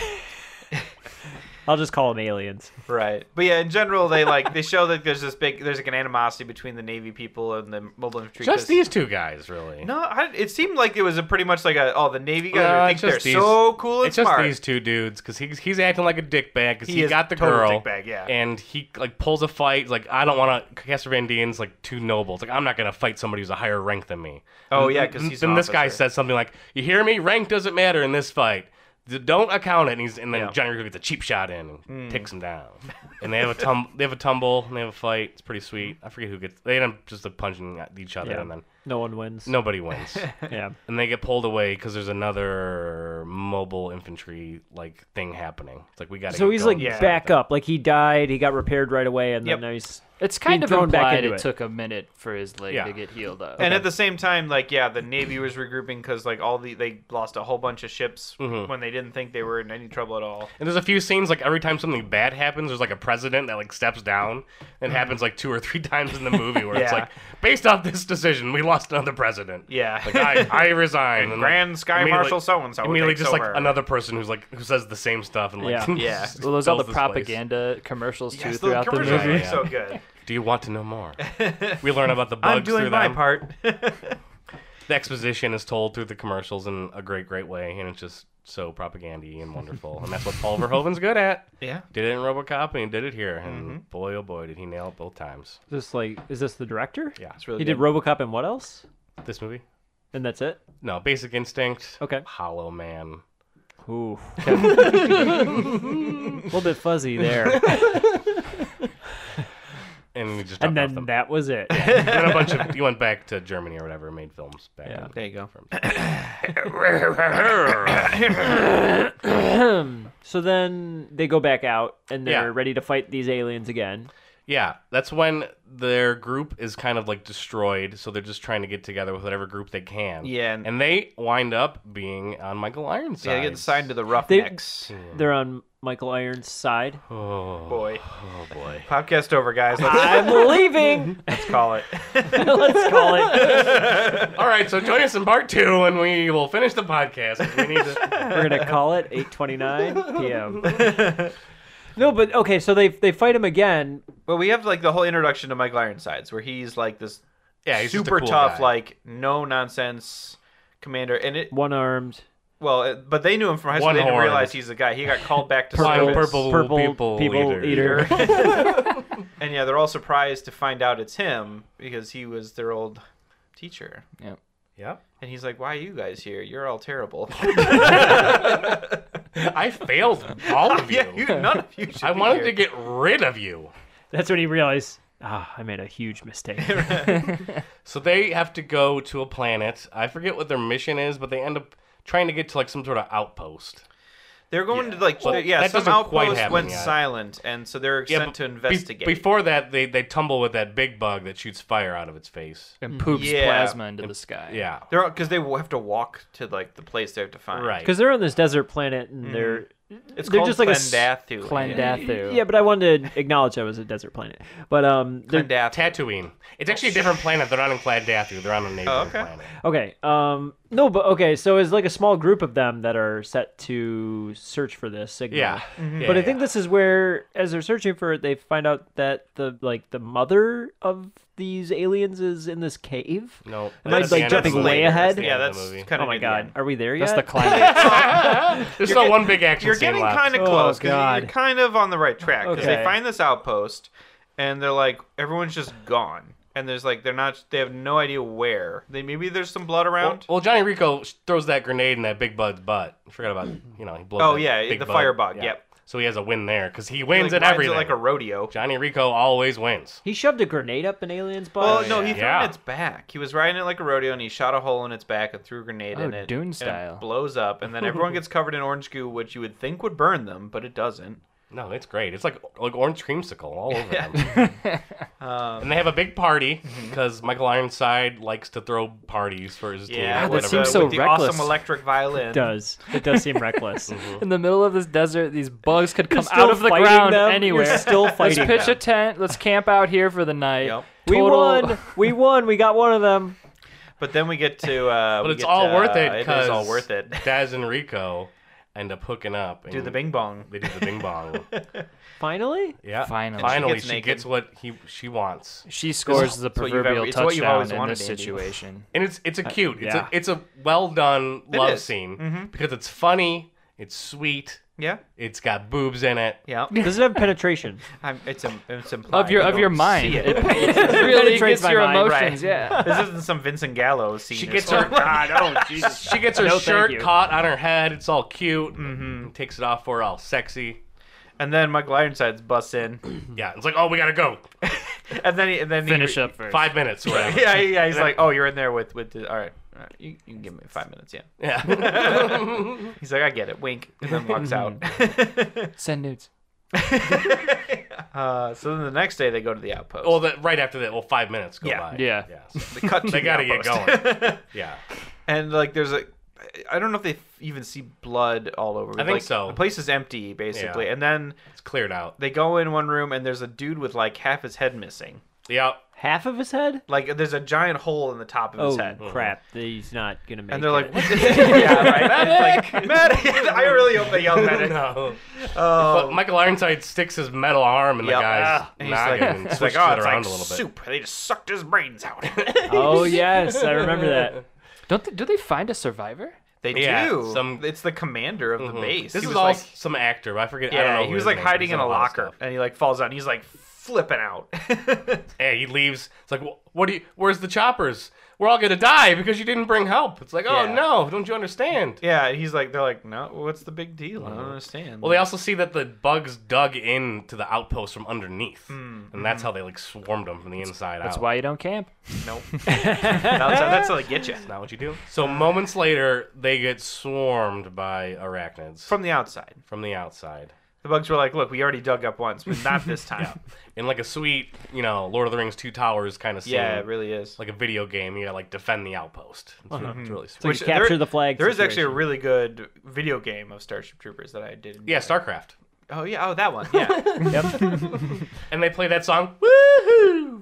[SPEAKER 2] I'll just call them aliens.
[SPEAKER 3] Right. But yeah, in general, they like they show that there's this big there's like an animosity between the Navy people and the mobile infantry.
[SPEAKER 1] just
[SPEAKER 3] 'cause-
[SPEAKER 1] these two guys, really.
[SPEAKER 3] No, I, it seemed like it was a pretty much like a oh the Navy guys
[SPEAKER 1] No,
[SPEAKER 3] are
[SPEAKER 1] Uh,
[SPEAKER 3] think
[SPEAKER 1] it's
[SPEAKER 3] they're
[SPEAKER 1] just these-
[SPEAKER 3] so cool and
[SPEAKER 1] It's just
[SPEAKER 3] smart.
[SPEAKER 1] these two dudes because he's he's acting like a dickbag because
[SPEAKER 3] He
[SPEAKER 1] he,
[SPEAKER 3] is
[SPEAKER 1] got the
[SPEAKER 3] total
[SPEAKER 1] girl
[SPEAKER 3] dickbag, yeah.
[SPEAKER 1] and he like pulls a fight like I don't want to Castor Van Dien's like too noble it's like I'm not gonna fight somebody who's a higher rank than me
[SPEAKER 3] Oh,
[SPEAKER 1] And
[SPEAKER 3] yeah,
[SPEAKER 1] th-
[SPEAKER 3] 'cause he's an
[SPEAKER 1] then this guy
[SPEAKER 3] officer.
[SPEAKER 1] says something like you hear me rank doesn't matter in this fight D- don't account it and he's and then
[SPEAKER 3] Yeah. Hmm.
[SPEAKER 1] Johnny Rico gets a cheap shot in and takes him down and they have a tum they have a tumble and they have a fight it's pretty sweet I forget who gets they end up just like, punching at each other
[SPEAKER 2] Yeah.
[SPEAKER 1] and then
[SPEAKER 2] No one wins.
[SPEAKER 1] nobody
[SPEAKER 3] [LAUGHS]
[SPEAKER 1] wins
[SPEAKER 2] Yeah.
[SPEAKER 1] and they get pulled away because there's another mobile infantry like thing happening. It's like we got.
[SPEAKER 2] So he's like
[SPEAKER 3] Yeah.
[SPEAKER 2] back up. Like he died. He got repaired right away, and
[SPEAKER 3] Yep.
[SPEAKER 2] then now he's
[SPEAKER 5] It's
[SPEAKER 2] Being
[SPEAKER 5] kind of
[SPEAKER 2] thrown back
[SPEAKER 5] implied
[SPEAKER 2] into
[SPEAKER 5] it,
[SPEAKER 2] it.
[SPEAKER 5] took a minute for his leg
[SPEAKER 1] Yeah.
[SPEAKER 5] to get healed up.
[SPEAKER 3] And at the same time, like yeah, the Navy was regrouping because like all the they lost a whole bunch of ships
[SPEAKER 1] Mm-hmm.
[SPEAKER 3] when they didn't think they were in any trouble at all.
[SPEAKER 1] And there's a few scenes like every time something bad happens, there's like a president that like steps down. It happens like two or three [LAUGHS] times in the movie where it's
[SPEAKER 3] Yeah.
[SPEAKER 1] like based off this decision, we lost another president.
[SPEAKER 3] Yeah.
[SPEAKER 1] Like I, I resign. and, like,
[SPEAKER 3] Grand Sky
[SPEAKER 1] immediately-
[SPEAKER 3] Marshal so-and-so
[SPEAKER 1] Immediately
[SPEAKER 3] takes
[SPEAKER 1] just
[SPEAKER 3] over.
[SPEAKER 1] like another person who's like who says the same stuff and like [LAUGHS]
[SPEAKER 2] Yeah.
[SPEAKER 3] Yeah.
[SPEAKER 5] well, there's all the
[SPEAKER 1] fills this place.
[SPEAKER 5] propaganda commercials too
[SPEAKER 3] Yes, the
[SPEAKER 5] throughout the
[SPEAKER 3] commercials
[SPEAKER 5] movie.
[SPEAKER 3] were
[SPEAKER 1] Yeah.
[SPEAKER 3] so good. [LAUGHS]
[SPEAKER 1] Do you want to know more? we learn about the bugs
[SPEAKER 3] I'm doing [LAUGHS]
[SPEAKER 1] through
[SPEAKER 3] my
[SPEAKER 1] them.
[SPEAKER 3] part.
[SPEAKER 1] the exposition is told through the commercials in a great, great way, and it's just so propagandy and wonderful, and that's what
[SPEAKER 3] [LAUGHS]
[SPEAKER 1] Paul Verhoeven's good at.
[SPEAKER 3] Yeah.
[SPEAKER 1] Did it in RoboCop and he did it here, and
[SPEAKER 3] Mm-hmm.
[SPEAKER 1] boy, oh boy, did he nail it both times.
[SPEAKER 2] This like is this the director?
[SPEAKER 1] Yeah,
[SPEAKER 3] It's really
[SPEAKER 2] He
[SPEAKER 3] good.
[SPEAKER 2] did RoboCop and what else?
[SPEAKER 1] this movie.
[SPEAKER 2] And that's it.
[SPEAKER 1] No, Basic Instinct.
[SPEAKER 2] Okay.
[SPEAKER 1] Hollow Man.
[SPEAKER 2] Ooh. [LAUGHS] a little bit
[SPEAKER 3] [LAUGHS]
[SPEAKER 2] fuzzy there.
[SPEAKER 1] And we just
[SPEAKER 2] and
[SPEAKER 1] dropped off [LAUGHS]
[SPEAKER 2] then
[SPEAKER 1] the
[SPEAKER 2] that was
[SPEAKER 3] [LAUGHS]
[SPEAKER 2] it.
[SPEAKER 1] then a bunch of you went back to Germany or whatever, made films back.
[SPEAKER 2] Yeah.
[SPEAKER 3] There you go.
[SPEAKER 2] [CLEARS THROAT] so then they go back out and they're
[SPEAKER 1] Yeah.
[SPEAKER 2] ready to fight these aliens again.
[SPEAKER 1] Yeah, that's when their group is kind of like destroyed, so they're just trying to get together with whatever group they can.
[SPEAKER 3] Yeah, and-
[SPEAKER 1] and, they wind up being on Michael Ironside.
[SPEAKER 3] Yeah, get signed to the
[SPEAKER 2] They-
[SPEAKER 3] Roughnecks.
[SPEAKER 2] They're on Michael Irons' side.
[SPEAKER 1] Oh
[SPEAKER 3] Boy.
[SPEAKER 1] oh boy.
[SPEAKER 3] Podcast over, guys. Let's,
[SPEAKER 2] [LAUGHS] I'm leaving.
[SPEAKER 1] [LAUGHS]
[SPEAKER 3] let's call it.
[SPEAKER 2] [LAUGHS] Let's call it. [LAUGHS]
[SPEAKER 1] All right, so join us in part two, and we will finish the podcast. 'cause We need
[SPEAKER 3] [LAUGHS]
[SPEAKER 1] to.
[SPEAKER 2] We're gonna call it 8:29 [LAUGHS] p.m. No, but okay. So they they fight him again.
[SPEAKER 3] But we have like the whole introduction to Michael Ironsides, where he's like this
[SPEAKER 1] Yeah, he's just a
[SPEAKER 3] super
[SPEAKER 1] cool
[SPEAKER 3] tough,
[SPEAKER 1] guy.
[SPEAKER 3] like no nonsense commander. And it
[SPEAKER 2] One armed,
[SPEAKER 3] well, it, but they knew him from high school.
[SPEAKER 1] One
[SPEAKER 3] they didn't
[SPEAKER 1] horn.
[SPEAKER 3] realize he's the guy. He got called back to
[SPEAKER 1] purple,
[SPEAKER 3] service.
[SPEAKER 1] purple,
[SPEAKER 2] purple
[SPEAKER 1] people, eater.
[SPEAKER 2] eater.
[SPEAKER 3] And yeah, they're all surprised to find out it's him because he was their old teacher.
[SPEAKER 1] [LAUGHS] Yep.
[SPEAKER 3] And he's like, "Why are you guys here? You're all terrible. [LAUGHS]
[SPEAKER 1] I failed all of you.
[SPEAKER 3] [LAUGHS] yeah, you, none of you should."
[SPEAKER 1] I
[SPEAKER 3] be
[SPEAKER 1] wanted
[SPEAKER 3] here.
[SPEAKER 1] to get rid of you.
[SPEAKER 2] That's when he realized, ah, I made a huge [LAUGHS] mistake.
[SPEAKER 1] So they have to go to a planet. I forget what their mission is, but they end up trying to get to like some sort of outpost.
[SPEAKER 3] They're going to like
[SPEAKER 1] Well,
[SPEAKER 3] yeah,
[SPEAKER 1] that
[SPEAKER 3] some
[SPEAKER 1] doesn't quite
[SPEAKER 3] outpost
[SPEAKER 1] happen
[SPEAKER 3] went
[SPEAKER 1] yet.
[SPEAKER 3] silent, and so they're sent
[SPEAKER 1] but
[SPEAKER 3] to
[SPEAKER 1] be-
[SPEAKER 3] investigate.
[SPEAKER 1] before that, they, they tumble with that big bug that shoots fire out of its face.
[SPEAKER 5] and
[SPEAKER 2] Mm-hmm.
[SPEAKER 5] poops
[SPEAKER 3] Yeah.
[SPEAKER 5] plasma into the sky.
[SPEAKER 1] Yeah.
[SPEAKER 3] they're because they will have to walk to like the place they have to find.
[SPEAKER 1] Right.
[SPEAKER 2] Because they're on this desert planet and they're
[SPEAKER 3] It's
[SPEAKER 2] They're
[SPEAKER 3] called
[SPEAKER 2] just like a s-
[SPEAKER 3] Clendathu.
[SPEAKER 5] Clendathu.
[SPEAKER 2] Mm. yeah. But I wanted to acknowledge that was a desert planet. But um, they're,
[SPEAKER 3] Clendathu.
[SPEAKER 1] Tatooine. It's actually a different planet. They're not on Clandathu. They're on a neighboring
[SPEAKER 3] Oh, okay.
[SPEAKER 1] planet.
[SPEAKER 2] Okay. Um. No, but okay. So it's like a small group of them that are set to search for this signal.
[SPEAKER 1] Yeah.
[SPEAKER 3] Mm-hmm.
[SPEAKER 1] Yeah,
[SPEAKER 2] but I
[SPEAKER 1] yeah.
[SPEAKER 2] think this is where, as they're searching for it, they find out that the like the mother of these aliens is in this cave.
[SPEAKER 1] No.
[SPEAKER 2] Am I,
[SPEAKER 1] that's the
[SPEAKER 2] like,
[SPEAKER 1] end of the
[SPEAKER 2] jumping
[SPEAKER 1] movie.
[SPEAKER 2] way
[SPEAKER 1] That's
[SPEAKER 2] ahead?
[SPEAKER 1] the
[SPEAKER 3] Yeah,
[SPEAKER 1] end of
[SPEAKER 3] that's
[SPEAKER 1] the movie.
[SPEAKER 3] kind of
[SPEAKER 2] oh my god, are we there yet?
[SPEAKER 5] That's
[SPEAKER 2] [LAUGHS]
[SPEAKER 5] the climax.
[SPEAKER 1] There's
[SPEAKER 3] You're
[SPEAKER 1] still
[SPEAKER 3] get-
[SPEAKER 1] one big action
[SPEAKER 3] You're
[SPEAKER 1] scene
[SPEAKER 3] getting
[SPEAKER 1] left.
[SPEAKER 3] kind of close because
[SPEAKER 2] Oh, God.
[SPEAKER 3] you're kind of on the right track because
[SPEAKER 2] Okay.
[SPEAKER 3] they find this outpost, and they're like everyone's just gone, and there's like they're not they have no idea where they maybe there's some blood
[SPEAKER 1] Well,
[SPEAKER 3] around.
[SPEAKER 1] well, Johnny Rico sh- throws that grenade in that big bud's butt. I forgot about you know he blows.
[SPEAKER 3] Oh,
[SPEAKER 1] that
[SPEAKER 3] yeah,
[SPEAKER 1] big
[SPEAKER 3] the
[SPEAKER 1] bud.
[SPEAKER 3] fire bug, yep.
[SPEAKER 1] So he has a win there because he
[SPEAKER 3] He,
[SPEAKER 1] wins at
[SPEAKER 3] like, rides it
[SPEAKER 1] everything.
[SPEAKER 3] like a rodeo.
[SPEAKER 1] Johnny Rico always wins.
[SPEAKER 2] He shoved a grenade up an alien's
[SPEAKER 3] Well,
[SPEAKER 2] butt.
[SPEAKER 3] no, he threw it
[SPEAKER 1] Yeah.
[SPEAKER 3] in its back. He was riding it like a rodeo, and he shot a hole in its back and threw a grenade
[SPEAKER 5] Oh,
[SPEAKER 3] in it.
[SPEAKER 5] Dune
[SPEAKER 3] and it
[SPEAKER 5] style.
[SPEAKER 3] blows up, and then everyone
[SPEAKER 5] [LAUGHS]
[SPEAKER 3] gets covered in orange goo, which you would think would burn them, but it doesn't.
[SPEAKER 1] No, it's great. It's like like orange creamsicle all
[SPEAKER 3] [LAUGHS]
[SPEAKER 1] over them.
[SPEAKER 3] Um,
[SPEAKER 1] and they have a big party
[SPEAKER 3] mm-hmm.
[SPEAKER 1] because Michael Ironside likes to throw parties for his
[SPEAKER 3] Yeah,
[SPEAKER 1] team. or
[SPEAKER 5] that
[SPEAKER 3] with
[SPEAKER 1] whatever.
[SPEAKER 5] seems
[SPEAKER 3] the-
[SPEAKER 5] so
[SPEAKER 3] with the
[SPEAKER 5] reckless.
[SPEAKER 3] awesome electric
[SPEAKER 2] It
[SPEAKER 5] [LAUGHS]
[SPEAKER 3] violin.
[SPEAKER 2] does. It does seem reckless.
[SPEAKER 5] In the middle of this desert, these bugs could come
[SPEAKER 2] still
[SPEAKER 5] out of the
[SPEAKER 2] fighting
[SPEAKER 5] ground
[SPEAKER 2] them. You're
[SPEAKER 5] anywhere.
[SPEAKER 2] still fighting
[SPEAKER 5] Let's pitch
[SPEAKER 2] them.
[SPEAKER 5] a tent. Let's camp out here for the night.
[SPEAKER 3] Yep.
[SPEAKER 2] We
[SPEAKER 5] Total- [LAUGHS]
[SPEAKER 2] won. We won. We got one of them.
[SPEAKER 3] But then we get to. Uh,
[SPEAKER 5] [LAUGHS]
[SPEAKER 1] But
[SPEAKER 3] we
[SPEAKER 1] it's
[SPEAKER 3] get
[SPEAKER 1] all
[SPEAKER 3] to,
[SPEAKER 1] worth
[SPEAKER 3] uh,
[SPEAKER 1] it
[SPEAKER 3] It
[SPEAKER 1] because
[SPEAKER 3] is all worth it.
[SPEAKER 1] Daz and Rico end up hooking up. And
[SPEAKER 3] Do the bing bong.
[SPEAKER 1] They do the bing bong.
[SPEAKER 2] Finally.
[SPEAKER 1] yeah.
[SPEAKER 5] Finally.
[SPEAKER 1] Finally,
[SPEAKER 3] gets
[SPEAKER 1] she
[SPEAKER 3] naked.
[SPEAKER 1] gets what he she wants.
[SPEAKER 5] She scores the
[SPEAKER 3] what you've
[SPEAKER 5] proverbial
[SPEAKER 3] ever- it's what you've
[SPEAKER 5] touchdown
[SPEAKER 3] always
[SPEAKER 5] in
[SPEAKER 3] wanted,
[SPEAKER 5] this
[SPEAKER 3] Andy.
[SPEAKER 5] situation.
[SPEAKER 1] and it's it's a cute, it's
[SPEAKER 2] yeah.
[SPEAKER 1] a it's a well done love
[SPEAKER 3] is.
[SPEAKER 1] scene because it's funny, it's sweet,
[SPEAKER 3] Yeah,
[SPEAKER 1] it's got boobs in it.
[SPEAKER 5] [LAUGHS]
[SPEAKER 3] yeah.
[SPEAKER 2] Does it have penetration?
[SPEAKER 3] I'm, it's im- it's implied.
[SPEAKER 5] Of your
[SPEAKER 3] You
[SPEAKER 5] of your
[SPEAKER 3] don't
[SPEAKER 5] mind, [LAUGHS]
[SPEAKER 3] see
[SPEAKER 5] it,
[SPEAKER 3] it.
[SPEAKER 2] Penetrates
[SPEAKER 5] really gets
[SPEAKER 2] my
[SPEAKER 5] your
[SPEAKER 2] mind,
[SPEAKER 3] right.
[SPEAKER 5] emotions.
[SPEAKER 3] [LAUGHS]
[SPEAKER 5] Yeah.
[SPEAKER 3] this isn't some Vincent Gallo scene.
[SPEAKER 1] She
[SPEAKER 3] or
[SPEAKER 1] gets her
[SPEAKER 3] something.
[SPEAKER 1] God, [LAUGHS] oh Jesus. She gets her
[SPEAKER 2] No, thank
[SPEAKER 1] shirt
[SPEAKER 2] you.
[SPEAKER 1] caught on her head. It's all cute. And takes it off for her, all sexy.
[SPEAKER 3] [LAUGHS] and then Michael Ironsides busts
[SPEAKER 5] [CLEARS THROAT]
[SPEAKER 3] in,
[SPEAKER 1] Yeah, it's like oh we gotta go.
[SPEAKER 3] and then he, and then he-
[SPEAKER 5] Finish up first.
[SPEAKER 1] Five minutes, or whatever.
[SPEAKER 3] [LAUGHS] Yeah, yeah. He's like, oh, you're in there with with. The, all right, all right. You, you can give me five minutes. Yeah.
[SPEAKER 1] yeah. [LAUGHS]
[SPEAKER 3] He's like, I get it. Wink, and then walks out.
[SPEAKER 5] Send nudes.
[SPEAKER 3] uh, so then the next day they go to the outpost.
[SPEAKER 1] well, that right after that, well, five minutes go
[SPEAKER 3] Yeah.
[SPEAKER 1] by.
[SPEAKER 5] Yeah.
[SPEAKER 1] yeah so [LAUGHS]
[SPEAKER 3] they cut. To
[SPEAKER 1] they
[SPEAKER 3] the
[SPEAKER 1] gotta get
[SPEAKER 3] outpost.
[SPEAKER 1] going. yeah,
[SPEAKER 3] [LAUGHS] and like, there's a. I don't know if they even see blood all over.
[SPEAKER 1] think
[SPEAKER 3] Like,
[SPEAKER 1] so.
[SPEAKER 3] The place is empty basically,
[SPEAKER 1] Yeah.
[SPEAKER 3] and then
[SPEAKER 1] it's cleared out.
[SPEAKER 3] they go in one room and there's a dude with like half his head missing.
[SPEAKER 1] Yeah,
[SPEAKER 2] Half of his head?
[SPEAKER 3] Like there's a giant hole in the top of
[SPEAKER 2] Oh
[SPEAKER 3] his head.
[SPEAKER 2] crap! He's not gonna make.
[SPEAKER 3] And they're like,
[SPEAKER 2] it.
[SPEAKER 3] what the- yeah, right. It's like, [LAUGHS] Matt, I really hope
[SPEAKER 1] [LAUGHS]
[SPEAKER 3] they [LAUGHS] yell Matt.
[SPEAKER 1] no.
[SPEAKER 3] Oh,
[SPEAKER 1] But Michael Ironside sticks his metal arm in
[SPEAKER 3] Yep.
[SPEAKER 1] the guy's
[SPEAKER 3] Ah. And [LAUGHS] he's
[SPEAKER 1] noggin
[SPEAKER 3] like,
[SPEAKER 1] and
[SPEAKER 3] it's
[SPEAKER 1] twists
[SPEAKER 3] like, oh,
[SPEAKER 1] it
[SPEAKER 3] it's
[SPEAKER 1] around
[SPEAKER 3] like
[SPEAKER 1] a little bit. [LAUGHS]
[SPEAKER 3] soup. They just sucked his brains out. [LAUGHS]
[SPEAKER 2] oh yes, I remember that.
[SPEAKER 5] Don't they, do they find a survivor?
[SPEAKER 3] They
[SPEAKER 1] Yeah,
[SPEAKER 3] do.
[SPEAKER 1] some- Mm-hmm.
[SPEAKER 3] it's the commander of the base.
[SPEAKER 1] Hmm. This is
[SPEAKER 3] He was
[SPEAKER 1] all
[SPEAKER 3] like,
[SPEAKER 1] s- some actor. But I forget. I don't know.
[SPEAKER 3] yeah,
[SPEAKER 1] who
[SPEAKER 3] he was
[SPEAKER 1] his
[SPEAKER 3] like
[SPEAKER 1] name is.
[SPEAKER 3] hiding
[SPEAKER 1] He's
[SPEAKER 3] in a
[SPEAKER 1] lot of
[SPEAKER 3] locker,
[SPEAKER 1] stuff.
[SPEAKER 3] and he like falls out, and he's like flipping out. [LAUGHS]
[SPEAKER 1] Hey, he leaves. It's like, "Wh- what do you? Where's the choppers? We're all gonna die because you didn't bring help. It's like, oh
[SPEAKER 3] Yeah.
[SPEAKER 1] no, don't you understand?
[SPEAKER 3] yeah, and he's like, they're like, no, what's the big deal? I don't understand.
[SPEAKER 1] Mm-hmm. Well, they also see that the bugs dug in to the outpost from underneath,
[SPEAKER 3] Hmm,
[SPEAKER 1] and that's how they like swarmed them from the inside
[SPEAKER 5] That's
[SPEAKER 1] out.
[SPEAKER 5] why you don't camp.
[SPEAKER 1] [LAUGHS]
[SPEAKER 3] nope. that's, how, that's how they get you
[SPEAKER 1] Not what you do. So moments later, they get swarmed by arachnids from
[SPEAKER 3] from the outside.
[SPEAKER 1] from the outside
[SPEAKER 3] The bugs were like, look, we already dug up once, but
[SPEAKER 1] [LAUGHS]
[SPEAKER 3] not this time.
[SPEAKER 1] in like a sweet, you know, Lord of the Rings Two Towers kind of scene.
[SPEAKER 3] [LAUGHS] yeah, it really is.
[SPEAKER 1] like a video game. You gotta like defend the outpost. It's, really- it's really sweet.
[SPEAKER 2] you capture the flag
[SPEAKER 3] uh, There is actually a
[SPEAKER 2] situation.
[SPEAKER 3] really good video game of Starship Troopers that I did. enjoy.
[SPEAKER 1] Yeah, StarCraft.
[SPEAKER 3] Oh yeah.
[SPEAKER 1] [LAUGHS]
[SPEAKER 3] Oh, that one. Yeah.
[SPEAKER 1] And they play that song. Woohoo!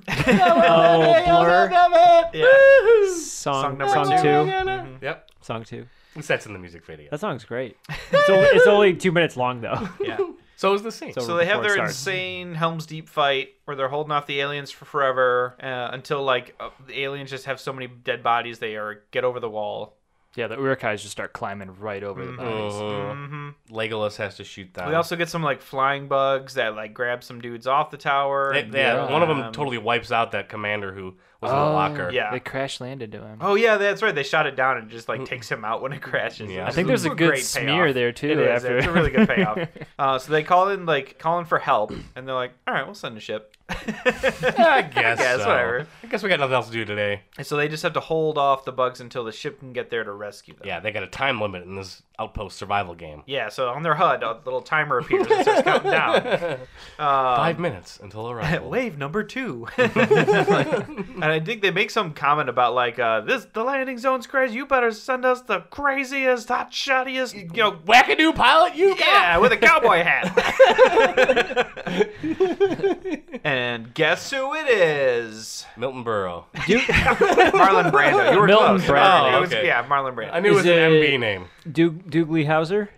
[SPEAKER 2] Oh, blur.
[SPEAKER 3] yeah.
[SPEAKER 2] Song,
[SPEAKER 3] number
[SPEAKER 2] song,
[SPEAKER 3] two. Mm-hmm.
[SPEAKER 2] two.
[SPEAKER 1] Yep.
[SPEAKER 2] Song two.
[SPEAKER 1] And that's in the music video.
[SPEAKER 2] That song's great. It's only, it's only two minutes long though.
[SPEAKER 3] [LAUGHS]
[SPEAKER 1] So is the scene.
[SPEAKER 2] So-
[SPEAKER 3] So they have
[SPEAKER 2] before it
[SPEAKER 3] their
[SPEAKER 2] starts.
[SPEAKER 3] insane Helm's Deep fight where they're holding off the aliens for forever uh, until like uh, the aliens just have so many dead bodies they are get over the wall.
[SPEAKER 5] Yeah, the Urukais just start climbing right over
[SPEAKER 3] Mm-hmm.
[SPEAKER 5] the bodies.
[SPEAKER 1] Mhm. Uh-huh. Legolas has to shoot down.
[SPEAKER 3] We also get some like flying bugs that like grab some dudes off the tower.
[SPEAKER 1] They-
[SPEAKER 3] and-
[SPEAKER 1] they- One of them
[SPEAKER 3] Um,
[SPEAKER 1] totally wipes out that commander who was in
[SPEAKER 5] Oh,
[SPEAKER 1] the locker. [LAUGHS]
[SPEAKER 3] Yeah.
[SPEAKER 5] They crash landed to him.
[SPEAKER 3] Oh yeah, that's right. They shot it down and just like takes him out when it crashes.
[SPEAKER 1] Yeah.
[SPEAKER 5] I think there's a good
[SPEAKER 3] Great
[SPEAKER 5] smear
[SPEAKER 3] payoff.
[SPEAKER 5] there, too,
[SPEAKER 3] It is.
[SPEAKER 5] after-
[SPEAKER 3] It's a really good payoff. uh, so they call in like calling for help, and they're like, "All right, we'll send a ship."
[SPEAKER 1] I guess.
[SPEAKER 3] guess,
[SPEAKER 1] so.
[SPEAKER 3] whatever.
[SPEAKER 1] I guess we got nothing else to do today.
[SPEAKER 3] and [LAUGHS] so they just have to hold off the bugs until the ship can get there to rescue them.
[SPEAKER 1] Yeah, they got a time limit in this outpost survival game.
[SPEAKER 3] Yeah, so on their HUD, a little timer appears and starts counting down.
[SPEAKER 2] [LAUGHS]
[SPEAKER 3] Um,
[SPEAKER 1] Five minutes
[SPEAKER 3] [LAUGHS]
[SPEAKER 1] until arrival.
[SPEAKER 3] Wave number two. [LAUGHS] and I think they make some comment about like uh, this: the landing zone's crazy. You better send us the craziest, hot shottiest, you know,
[SPEAKER 1] Wackadoo pilot, you
[SPEAKER 3] Yeah, with a cowboy hat. and guess who it is?
[SPEAKER 1] got- Milton Burrow.
[SPEAKER 3] Marlon Brando. You were
[SPEAKER 2] Milton
[SPEAKER 3] close. Oh,
[SPEAKER 2] Brando.
[SPEAKER 3] It was-
[SPEAKER 1] Okay.
[SPEAKER 3] yeah, Marlon Brando.
[SPEAKER 1] I knew it
[SPEAKER 2] Is
[SPEAKER 1] was an
[SPEAKER 2] it-
[SPEAKER 1] MB name.
[SPEAKER 2] Doug Dougley Hauser.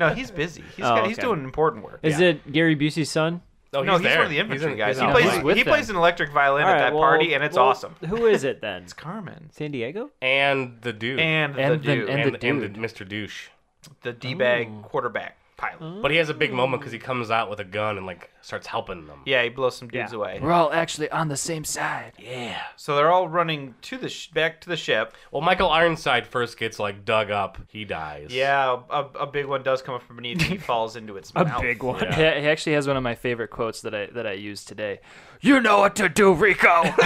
[SPEAKER 3] no, he's busy. He's
[SPEAKER 2] Oh,
[SPEAKER 3] got, he's
[SPEAKER 2] okay.
[SPEAKER 3] doing important work.
[SPEAKER 2] Is it Gary Busey's son?
[SPEAKER 1] Oh, he's
[SPEAKER 3] no, he's
[SPEAKER 1] there.
[SPEAKER 3] one of the infantry
[SPEAKER 1] in-
[SPEAKER 3] guys.
[SPEAKER 1] in
[SPEAKER 3] He
[SPEAKER 1] the
[SPEAKER 3] plays
[SPEAKER 5] he's
[SPEAKER 1] plane.
[SPEAKER 5] with
[SPEAKER 3] he plays an electric violin
[SPEAKER 2] All
[SPEAKER 3] at
[SPEAKER 2] right,
[SPEAKER 3] that
[SPEAKER 2] well-
[SPEAKER 3] party, and it's
[SPEAKER 2] well,
[SPEAKER 3] awesome.
[SPEAKER 2] Who is it then?
[SPEAKER 3] It's Mm. Carmen
[SPEAKER 2] [LAUGHS] San Diego?
[SPEAKER 1] and the dude
[SPEAKER 3] and,
[SPEAKER 5] And
[SPEAKER 3] the, dude,
[SPEAKER 5] and the
[SPEAKER 1] and
[SPEAKER 5] dude.
[SPEAKER 1] Mr. Douche.
[SPEAKER 3] the d-bag
[SPEAKER 2] Oh.
[SPEAKER 3] quarterback pilot.
[SPEAKER 1] But he has a big moment because he comes out with a gun and like starts helping them.
[SPEAKER 3] Yeah, he blows some dudes
[SPEAKER 2] Yeah.
[SPEAKER 3] away.
[SPEAKER 5] We're all actually on the same side.
[SPEAKER 3] So they're all running to the sh- back to the ship.
[SPEAKER 1] Well, Michael Ironside first gets like dug up. He dies.
[SPEAKER 3] Yeah, a, a big one does come up from beneath, and
[SPEAKER 2] [LAUGHS]
[SPEAKER 3] he falls into its mouth.
[SPEAKER 2] one.
[SPEAKER 5] He, [LAUGHS] he actually has one of my favorite quotes that I that I used today. You know what to do,
[SPEAKER 3] [LAUGHS]
[SPEAKER 5] Rico. [LAUGHS]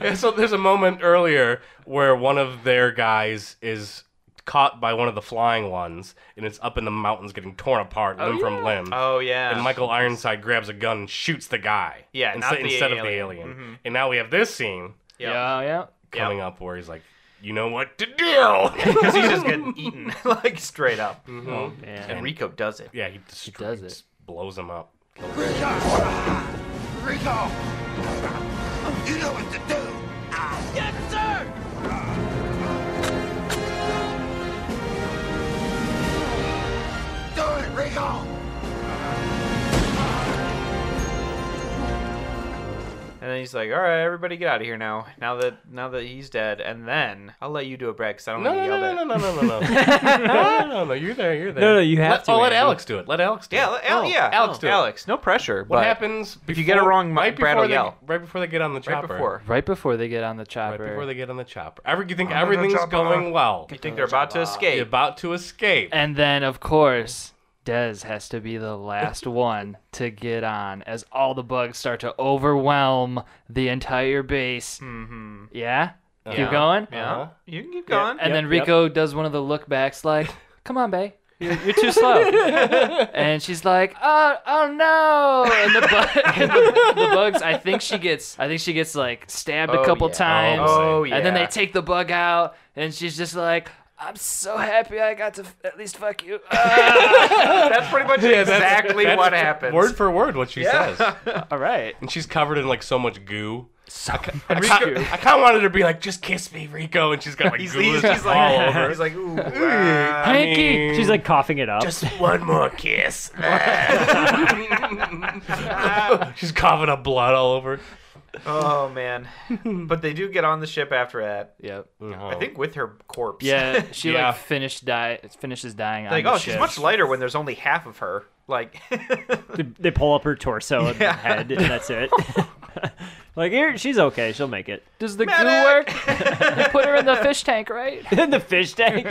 [SPEAKER 1] And [LAUGHS] so there's a moment earlier where one of their guys is caught by one of the flying ones, and it's up in the mountains getting torn apart limb from limb.
[SPEAKER 3] Oh yeah.
[SPEAKER 1] And Michael Ironside grabs a gun and shoots the guy.
[SPEAKER 3] Yeah,
[SPEAKER 1] inst-
[SPEAKER 3] not the
[SPEAKER 1] instead of the alien.
[SPEAKER 3] alien. Mm-hmm.
[SPEAKER 1] And now we have this scene
[SPEAKER 3] [LAUGHS]
[SPEAKER 5] yeah, yeah.
[SPEAKER 1] coming up where he's like, "You know what to do." [LAUGHS]
[SPEAKER 3] because he's just getting eaten [LAUGHS] like straight up.
[SPEAKER 1] Mm-hmm.
[SPEAKER 2] Man.
[SPEAKER 3] And Rico does it.
[SPEAKER 1] yeah, he just
[SPEAKER 5] does it.
[SPEAKER 1] blows him up.
[SPEAKER 9] Rico! You know what to do! Yes, sir! Do it, Rico!
[SPEAKER 3] And then he's like, "All right, everybody, get out of here now. Now that now that he's dead, and then I'll let you do it, Brad, because I don't
[SPEAKER 1] No,
[SPEAKER 3] want to
[SPEAKER 1] no,
[SPEAKER 3] yell
[SPEAKER 1] no,
[SPEAKER 3] at."
[SPEAKER 1] no, no, no, no, no,
[SPEAKER 3] [LAUGHS]
[SPEAKER 5] [LAUGHS]
[SPEAKER 1] no, no, no. You're there. You're there.
[SPEAKER 2] No, no, you have
[SPEAKER 1] let,
[SPEAKER 2] to,
[SPEAKER 1] Oh, let
[SPEAKER 2] Andrew.
[SPEAKER 1] Alex do it. Let Alex do
[SPEAKER 3] Yeah,
[SPEAKER 1] it. Oh,
[SPEAKER 3] let- Al- yeah,
[SPEAKER 1] Alex do it.
[SPEAKER 3] Oh. Alex, no pressure.
[SPEAKER 1] What
[SPEAKER 3] but
[SPEAKER 1] happens before,
[SPEAKER 3] if you get it wrong,
[SPEAKER 1] right
[SPEAKER 3] Brad
[SPEAKER 1] before
[SPEAKER 3] will
[SPEAKER 1] they,
[SPEAKER 3] yell.
[SPEAKER 1] Right before they get on the
[SPEAKER 3] Right
[SPEAKER 1] chopper.
[SPEAKER 3] before.
[SPEAKER 5] Right before they get on the
[SPEAKER 1] Right
[SPEAKER 5] chopper.
[SPEAKER 1] before they get on the chopper. Every, you think everything's
[SPEAKER 3] chopper.
[SPEAKER 1] going well.
[SPEAKER 3] You think they're about to
[SPEAKER 1] You're
[SPEAKER 3] escape?
[SPEAKER 1] about to escape.
[SPEAKER 5] And then, of course, Dez has to be the last one to get on as all the bugs start to overwhelm the entire base. Mm-hmm. Yeah? Keep going?
[SPEAKER 1] Uh-huh.
[SPEAKER 3] You can keep [LAUGHS] going.
[SPEAKER 5] And then
[SPEAKER 2] yep.
[SPEAKER 5] Rico does one of the look backs like,
[SPEAKER 3] [LAUGHS]
[SPEAKER 5] come on, babe. You're, you're too slow. and she's like, oh, oh no. And the, bu- [LAUGHS] and the, the bugs, I think she gets, I think she gets like stabbed
[SPEAKER 3] Oh,
[SPEAKER 5] a couple
[SPEAKER 3] yeah.
[SPEAKER 5] times.
[SPEAKER 3] Oh yeah.
[SPEAKER 5] And then they take the bug out, and she's just like, I'm so happy I got to f- at least fuck
[SPEAKER 3] [LAUGHS]
[SPEAKER 5] you.
[SPEAKER 3] That's pretty [LAUGHS] much exactly
[SPEAKER 1] That's
[SPEAKER 3] what happens. [LAUGHS]
[SPEAKER 1] Word for word, what she says.
[SPEAKER 5] All right. [LAUGHS]
[SPEAKER 1] And she's covered in like so much goo. I kind of wanted her to be like, just kiss me, Rico, and
[SPEAKER 3] [LAUGHS]
[SPEAKER 1] she's got like
[SPEAKER 3] He's,
[SPEAKER 1] goulash
[SPEAKER 3] he's, he's
[SPEAKER 1] all
[SPEAKER 3] like,
[SPEAKER 1] over.
[SPEAKER 3] he's like, [LAUGHS] ooh, ah."
[SPEAKER 2] Hanky. She's like coughing it up.
[SPEAKER 1] Just one more
[SPEAKER 3] [LAUGHS]
[SPEAKER 1] kiss. [LAUGHS] she's coughing up blood all over.
[SPEAKER 3] oh [LAUGHS] man. But they do get on the ship after that.
[SPEAKER 5] Yep.
[SPEAKER 3] I think with her corpse.
[SPEAKER 5] [LAUGHS] Yeah, she
[SPEAKER 1] Yeah.
[SPEAKER 5] like finished die finishes
[SPEAKER 3] [LAUGHS]
[SPEAKER 5] dying
[SPEAKER 3] like,
[SPEAKER 5] on the
[SPEAKER 3] oh,
[SPEAKER 5] ship.
[SPEAKER 3] she's much lighter when there's only half of her. Like, [LAUGHS]
[SPEAKER 2] They, they pull up her torso and head, and that's it. [LAUGHS] like here, she's okay. She'll make it. [LAUGHS]
[SPEAKER 5] Does the goo work?
[SPEAKER 3] [LAUGHS]
[SPEAKER 5] you put her in the fish tank, right?
[SPEAKER 2] In the fish tank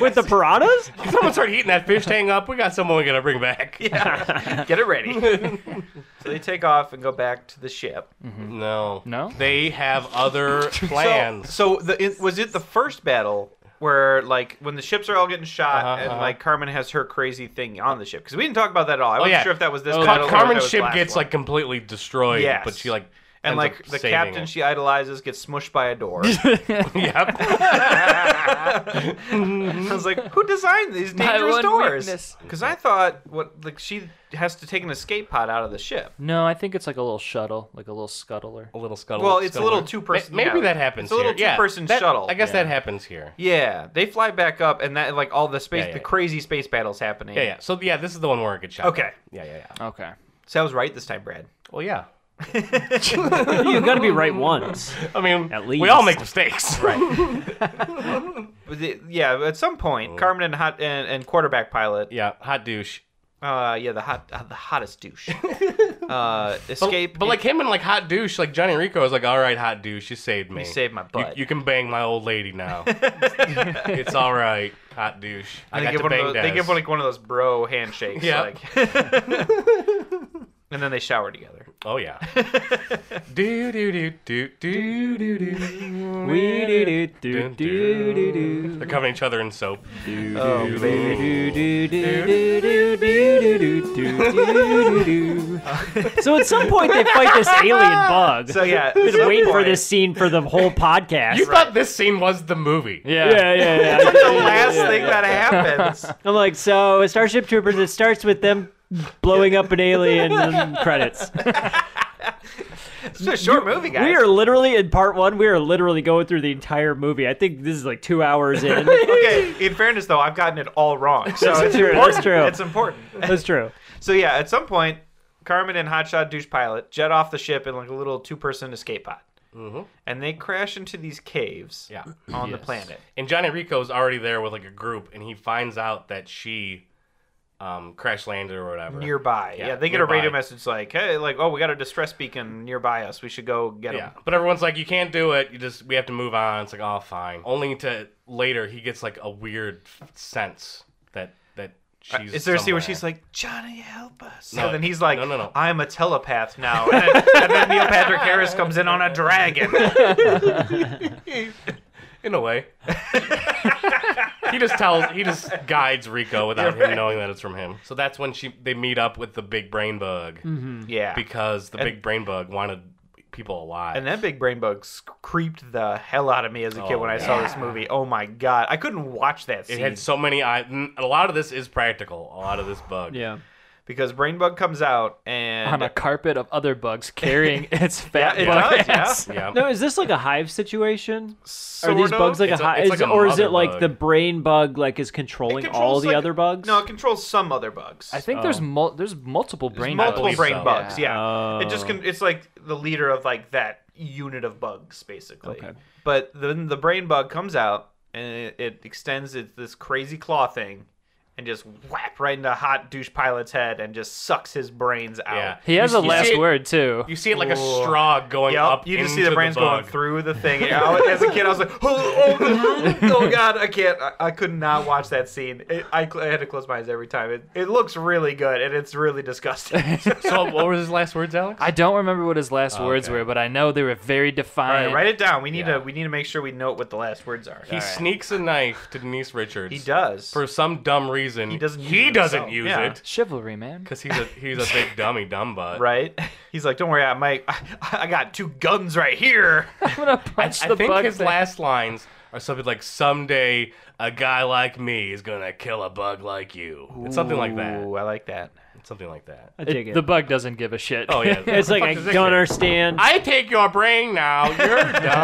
[SPEAKER 2] with the
[SPEAKER 3] [LAUGHS]
[SPEAKER 2] piranhas.
[SPEAKER 1] Someone start eating that fish tang up. We got someone we gotta bring back.
[SPEAKER 3] get it ready. [LAUGHS] so they take off and go back to the ship.
[SPEAKER 1] No.
[SPEAKER 5] No?
[SPEAKER 1] They have other plans.
[SPEAKER 3] [LAUGHS] So, so the it, was it the first battle where like when the ships are all getting shot
[SPEAKER 1] Uh-huh,
[SPEAKER 3] and like Carmen has her crazy thing on the ship because we didn't talk about that at all. I wasn't
[SPEAKER 1] Oh, yeah.
[SPEAKER 3] sure if that was this.
[SPEAKER 1] Car-
[SPEAKER 3] battle or if that
[SPEAKER 1] Carmen's
[SPEAKER 3] was
[SPEAKER 1] ship
[SPEAKER 3] last
[SPEAKER 1] gets
[SPEAKER 3] one.
[SPEAKER 1] like completely destroyed,
[SPEAKER 3] Yes.
[SPEAKER 1] but she like
[SPEAKER 3] and
[SPEAKER 1] ends
[SPEAKER 3] like
[SPEAKER 1] up
[SPEAKER 3] the
[SPEAKER 1] saving
[SPEAKER 3] captain
[SPEAKER 1] it.
[SPEAKER 3] she [LAUGHS] idolizes gets smushed by a door.
[SPEAKER 1] [LAUGHS] yep.
[SPEAKER 3] I was like, who designed these
[SPEAKER 5] My
[SPEAKER 3] dangerous
[SPEAKER 5] one
[SPEAKER 3] doors?
[SPEAKER 5] weakness.
[SPEAKER 3] Because I thought what like she has to take an escape pod out of the ship.
[SPEAKER 5] No, I think it's like a little shuttle, like a little scuttler.
[SPEAKER 1] a little scuttle.
[SPEAKER 3] Well, it's a little
[SPEAKER 1] scuttler.
[SPEAKER 3] two-person-
[SPEAKER 1] Ma- Maybe
[SPEAKER 3] yeah.
[SPEAKER 1] that happens.
[SPEAKER 3] It's a little
[SPEAKER 1] here. Yeah,
[SPEAKER 3] two-person
[SPEAKER 1] that-
[SPEAKER 3] shuttle.
[SPEAKER 1] I guess
[SPEAKER 3] Yeah.
[SPEAKER 1] that happens here.
[SPEAKER 3] Yeah, they fly back up and that like all the space,
[SPEAKER 1] Yeah, yeah,
[SPEAKER 3] the
[SPEAKER 1] yeah.
[SPEAKER 3] crazy space battles happening.
[SPEAKER 1] Yeah, yeah. So yeah, this is the one where it gets shot.
[SPEAKER 3] Okay.
[SPEAKER 1] Yeah, yeah, yeah.
[SPEAKER 5] Okay.
[SPEAKER 3] So I was right this time, Brad.
[SPEAKER 1] Well, yeah.
[SPEAKER 2] You got to be right once.
[SPEAKER 1] I mean,
[SPEAKER 2] At
[SPEAKER 1] we all
[SPEAKER 2] least.
[SPEAKER 1] make mistakes. [LAUGHS] Right.
[SPEAKER 3] But the- yeah, at some
[SPEAKER 1] Oh.
[SPEAKER 3] point, Carmen and hot and, and quarterback pilot,
[SPEAKER 1] yeah. Hot douche.
[SPEAKER 3] uh, yeah, the hot, uh, the
[SPEAKER 1] [LAUGHS]
[SPEAKER 3] hottest douche, uh,
[SPEAKER 1] But,
[SPEAKER 3] escape.
[SPEAKER 1] but like him and like hot douche, like Johnny Rico is like, all right, hot douche, you saved me.
[SPEAKER 3] you saved my
[SPEAKER 1] You,
[SPEAKER 3] butt.
[SPEAKER 1] you can bang my old lady
[SPEAKER 3] [LAUGHS]
[SPEAKER 1] now. [LAUGHS] it's all right, hot douche. I
[SPEAKER 3] they
[SPEAKER 1] got
[SPEAKER 3] give
[SPEAKER 1] to
[SPEAKER 3] one of
[SPEAKER 1] bang
[SPEAKER 3] those, they
[SPEAKER 1] Des.
[SPEAKER 3] give one, like one of those bro handshakes.
[SPEAKER 1] Yeah.
[SPEAKER 3] Like,
[SPEAKER 1] [LAUGHS]
[SPEAKER 3] and then they shower together.
[SPEAKER 1] Oh
[SPEAKER 3] [LAUGHS]
[SPEAKER 1] yeah. do do do do do do do.
[SPEAKER 2] We do do do do do do.
[SPEAKER 1] They're covering each other in soap.
[SPEAKER 3] Oh, baby.
[SPEAKER 2] So at some point they fight this alien
[SPEAKER 5] [LAUGHS]
[SPEAKER 2] bug.
[SPEAKER 3] So yeah,
[SPEAKER 2] We've been waiting for this scene for the whole podcast.
[SPEAKER 1] You thought this scene was the movie.
[SPEAKER 5] Yeah.
[SPEAKER 2] yeah, yeah, yeah.
[SPEAKER 3] [LAUGHS] The last thing that happens.
[SPEAKER 2] [LAUGHS] I'm like, so Starship Troopers. It starts with them blowing up an alien and then credits.
[SPEAKER 3] [LAUGHS] It's a short movie, guys.
[SPEAKER 2] We are literally in part one. We are literally going through the entire movie. I think this is like two hours in. [LAUGHS]
[SPEAKER 3] okay. [LAUGHS] In fairness, though, I've gotten it all wrong. So
[SPEAKER 2] That's
[SPEAKER 3] it's
[SPEAKER 2] true, that's
[SPEAKER 3] important.
[SPEAKER 2] true.
[SPEAKER 3] It's important.
[SPEAKER 2] That's true.
[SPEAKER 3] So yeah, at some point, Carmen and Hotshot Douche Pilot jet off the ship in like a little two-person escape pod, and they crash into these caves
[SPEAKER 1] Mm-hmm. Yeah.
[SPEAKER 3] on the planet.
[SPEAKER 1] And Johnny Rico's already there with like a group, and he finds out that she um, crash landed or whatever.
[SPEAKER 3] Nearby, yeah,
[SPEAKER 1] Yeah,
[SPEAKER 3] they get a
[SPEAKER 1] nearby.
[SPEAKER 3] radio message like, "Hey, like, oh, we got a distress beacon nearby us. We should go get
[SPEAKER 1] Yeah,
[SPEAKER 3] them."
[SPEAKER 1] but everyone's like, you can't do it. You just we have to move on. It's like, oh, fine. Only to later he gets like a weird sense that that she's.
[SPEAKER 3] Uh, Is there a scene
[SPEAKER 1] somewhere.
[SPEAKER 3] where she's like, "Johnny, help us,"
[SPEAKER 1] No,
[SPEAKER 3] and then he's like,
[SPEAKER 1] no, no, no.
[SPEAKER 3] I'm a telepath now," and then, and then Neil Patrick Harris comes in on
[SPEAKER 1] [LAUGHS]
[SPEAKER 3] a dragon.
[SPEAKER 1] in a way. [LAUGHS] he just tells, he just guides
[SPEAKER 3] [LAUGHS]
[SPEAKER 1] Rico without him knowing that it's from him. So that's when she they meet up with the big brain bug
[SPEAKER 3] yeah,
[SPEAKER 1] because the big brain bug wanted people alive.
[SPEAKER 3] And that big brain bug sc- creeped the hell out of me as a kid
[SPEAKER 1] Oh,
[SPEAKER 3] when I saw this movie. Oh my god, I couldn't watch that
[SPEAKER 1] it
[SPEAKER 3] scene
[SPEAKER 1] had so many eyes. and A lot of this is practical. A lot of this bug.
[SPEAKER 2] Yeah.
[SPEAKER 3] because brain bug comes out and
[SPEAKER 5] On a carpet of other bugs carrying its fat
[SPEAKER 3] it
[SPEAKER 5] bug
[SPEAKER 3] does, yeah.
[SPEAKER 5] ass.
[SPEAKER 1] Yeah.
[SPEAKER 2] No, is this like a hive situation?
[SPEAKER 3] sort
[SPEAKER 2] are these
[SPEAKER 3] of-
[SPEAKER 2] bugs like a
[SPEAKER 1] It's a-
[SPEAKER 2] hive,
[SPEAKER 1] it's like a
[SPEAKER 2] or is
[SPEAKER 1] mother
[SPEAKER 2] it like
[SPEAKER 1] bug.
[SPEAKER 2] the brain bug like is controlling all
[SPEAKER 3] controls,
[SPEAKER 2] the
[SPEAKER 3] like-
[SPEAKER 2] other bugs?
[SPEAKER 3] No, it controls some other bugs.
[SPEAKER 5] [LAUGHS] I think there's mul- there's multiple brain
[SPEAKER 3] multiple
[SPEAKER 1] believe
[SPEAKER 5] bugs.
[SPEAKER 3] brain
[SPEAKER 1] so.
[SPEAKER 3] bugs. Yeah,
[SPEAKER 2] Yeah.
[SPEAKER 3] it just can. It's like the leader of like that unit of bugs, basically.
[SPEAKER 2] Okay.
[SPEAKER 3] But then the brain bug comes out and it, it extends its this crazy claw thing. And just whap right into hot douche pilot's head and just sucks his brains out.
[SPEAKER 1] Yeah.
[SPEAKER 5] He has
[SPEAKER 1] You
[SPEAKER 5] a
[SPEAKER 1] see
[SPEAKER 5] last
[SPEAKER 1] it-
[SPEAKER 5] word too.
[SPEAKER 1] You see it like a
[SPEAKER 3] Whoa.
[SPEAKER 1] straw going
[SPEAKER 3] Yep,
[SPEAKER 1] up.
[SPEAKER 3] you just see
[SPEAKER 1] into
[SPEAKER 3] the brains going
[SPEAKER 1] bug. [LAUGHS]
[SPEAKER 3] through the thing. And I was- as a kid, I was like, oh, oh, oh, god, I can't, I, I could not watch that scene. It, I, cl- I had to close my eyes every time. It, it looks really good, and it's
[SPEAKER 1] [LAUGHS]
[SPEAKER 3] really disgusting. [LAUGHS]
[SPEAKER 1] So what were his last words, Alex?
[SPEAKER 5] I don't remember what his last words were, but I know they were very
[SPEAKER 3] All right,
[SPEAKER 5] defiant.
[SPEAKER 3] write it down. We need
[SPEAKER 1] Yeah.
[SPEAKER 3] to we need to make sure we note what the last words are.
[SPEAKER 1] he
[SPEAKER 3] All right.
[SPEAKER 1] sneaks a knife to Denise Richards.
[SPEAKER 3] He does.
[SPEAKER 1] for some dumb reason.
[SPEAKER 3] He doesn't use
[SPEAKER 1] He
[SPEAKER 3] it
[SPEAKER 1] doesn't
[SPEAKER 3] himself.
[SPEAKER 1] use
[SPEAKER 3] Yeah.
[SPEAKER 1] it
[SPEAKER 5] Chivalry, man.
[SPEAKER 1] because he's a he's a big dummy dumb butt.
[SPEAKER 3] right? [LAUGHS] He's like, don't worry, I might, I, I got two guns right here.
[SPEAKER 5] I'm gonna [LAUGHS] punch
[SPEAKER 1] I
[SPEAKER 5] the
[SPEAKER 1] think
[SPEAKER 5] bug.
[SPEAKER 1] his
[SPEAKER 5] thing.
[SPEAKER 1] last lines are something like, "Someday a guy like me is gonna kill a bug like you," It's something like that.
[SPEAKER 3] Ooh, I like that.
[SPEAKER 1] It's something like that.
[SPEAKER 2] I dig it.
[SPEAKER 5] The bug doesn't give a shit.
[SPEAKER 1] Oh
[SPEAKER 5] [LAUGHS]
[SPEAKER 1] yeah,
[SPEAKER 2] it's like
[SPEAKER 1] Fuck
[SPEAKER 2] I
[SPEAKER 1] does this
[SPEAKER 2] don't
[SPEAKER 1] mean?
[SPEAKER 2] understand.
[SPEAKER 1] I take your brain now.
[SPEAKER 3] [LAUGHS]
[SPEAKER 1] You're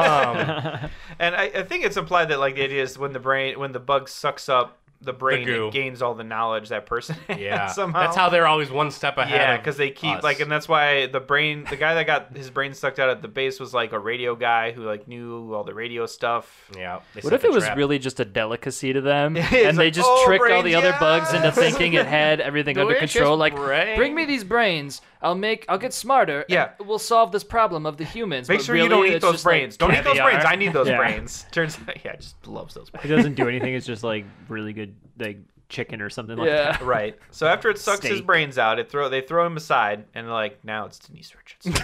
[SPEAKER 1] dumb.
[SPEAKER 3] And I, I think it's implied that like the idea is when the brain when the bug sucks up the brain,
[SPEAKER 1] goo.
[SPEAKER 3] it gains all the knowledge that person [LAUGHS] has
[SPEAKER 1] Yeah,
[SPEAKER 3] somehow.
[SPEAKER 1] that's how they're always one step ahead.
[SPEAKER 3] Yeah,
[SPEAKER 1] because
[SPEAKER 3] because they keep like, and that's why the brain, the guy that got his brain sucked out at the base was like a radio guy who like knew all the radio stuff.
[SPEAKER 1] yeah. they
[SPEAKER 5] What
[SPEAKER 1] set
[SPEAKER 5] if
[SPEAKER 1] the
[SPEAKER 5] it was
[SPEAKER 1] trap.
[SPEAKER 5] really just a delicacy to
[SPEAKER 3] [LAUGHS]
[SPEAKER 5] them,
[SPEAKER 3] It's
[SPEAKER 5] and they
[SPEAKER 3] like,
[SPEAKER 5] just
[SPEAKER 3] "Oh,
[SPEAKER 5] tricked all
[SPEAKER 3] brains,
[SPEAKER 5] the other bugs into
[SPEAKER 3] yes!"
[SPEAKER 5] thinking
[SPEAKER 3] [LAUGHS]
[SPEAKER 5] it had everything under
[SPEAKER 1] Delicious
[SPEAKER 5] control? Like,
[SPEAKER 1] brains.
[SPEAKER 5] bring me these brains. I'll make. I'll get smarter. and
[SPEAKER 3] Yeah.
[SPEAKER 5] we'll solve this problem of the humans.
[SPEAKER 3] Make
[SPEAKER 5] but
[SPEAKER 3] sure
[SPEAKER 5] really,
[SPEAKER 3] you don't eat
[SPEAKER 5] it's
[SPEAKER 3] those
[SPEAKER 5] just, like,
[SPEAKER 3] brains. don't eat those
[SPEAKER 5] caviar.
[SPEAKER 3] brains. I need those
[SPEAKER 2] Yeah.
[SPEAKER 3] brains. Turns out, yeah, just loves those brains.
[SPEAKER 2] It doesn't do anything. It's just like really good like chicken or something like
[SPEAKER 5] [LAUGHS] Yeah.
[SPEAKER 3] [LAUGHS]
[SPEAKER 2] that.
[SPEAKER 3] Right. So after it sucks his
[SPEAKER 2] Steak.
[SPEAKER 3] brains out, it throw they throw him aside and they're like, now it's Denise Richards.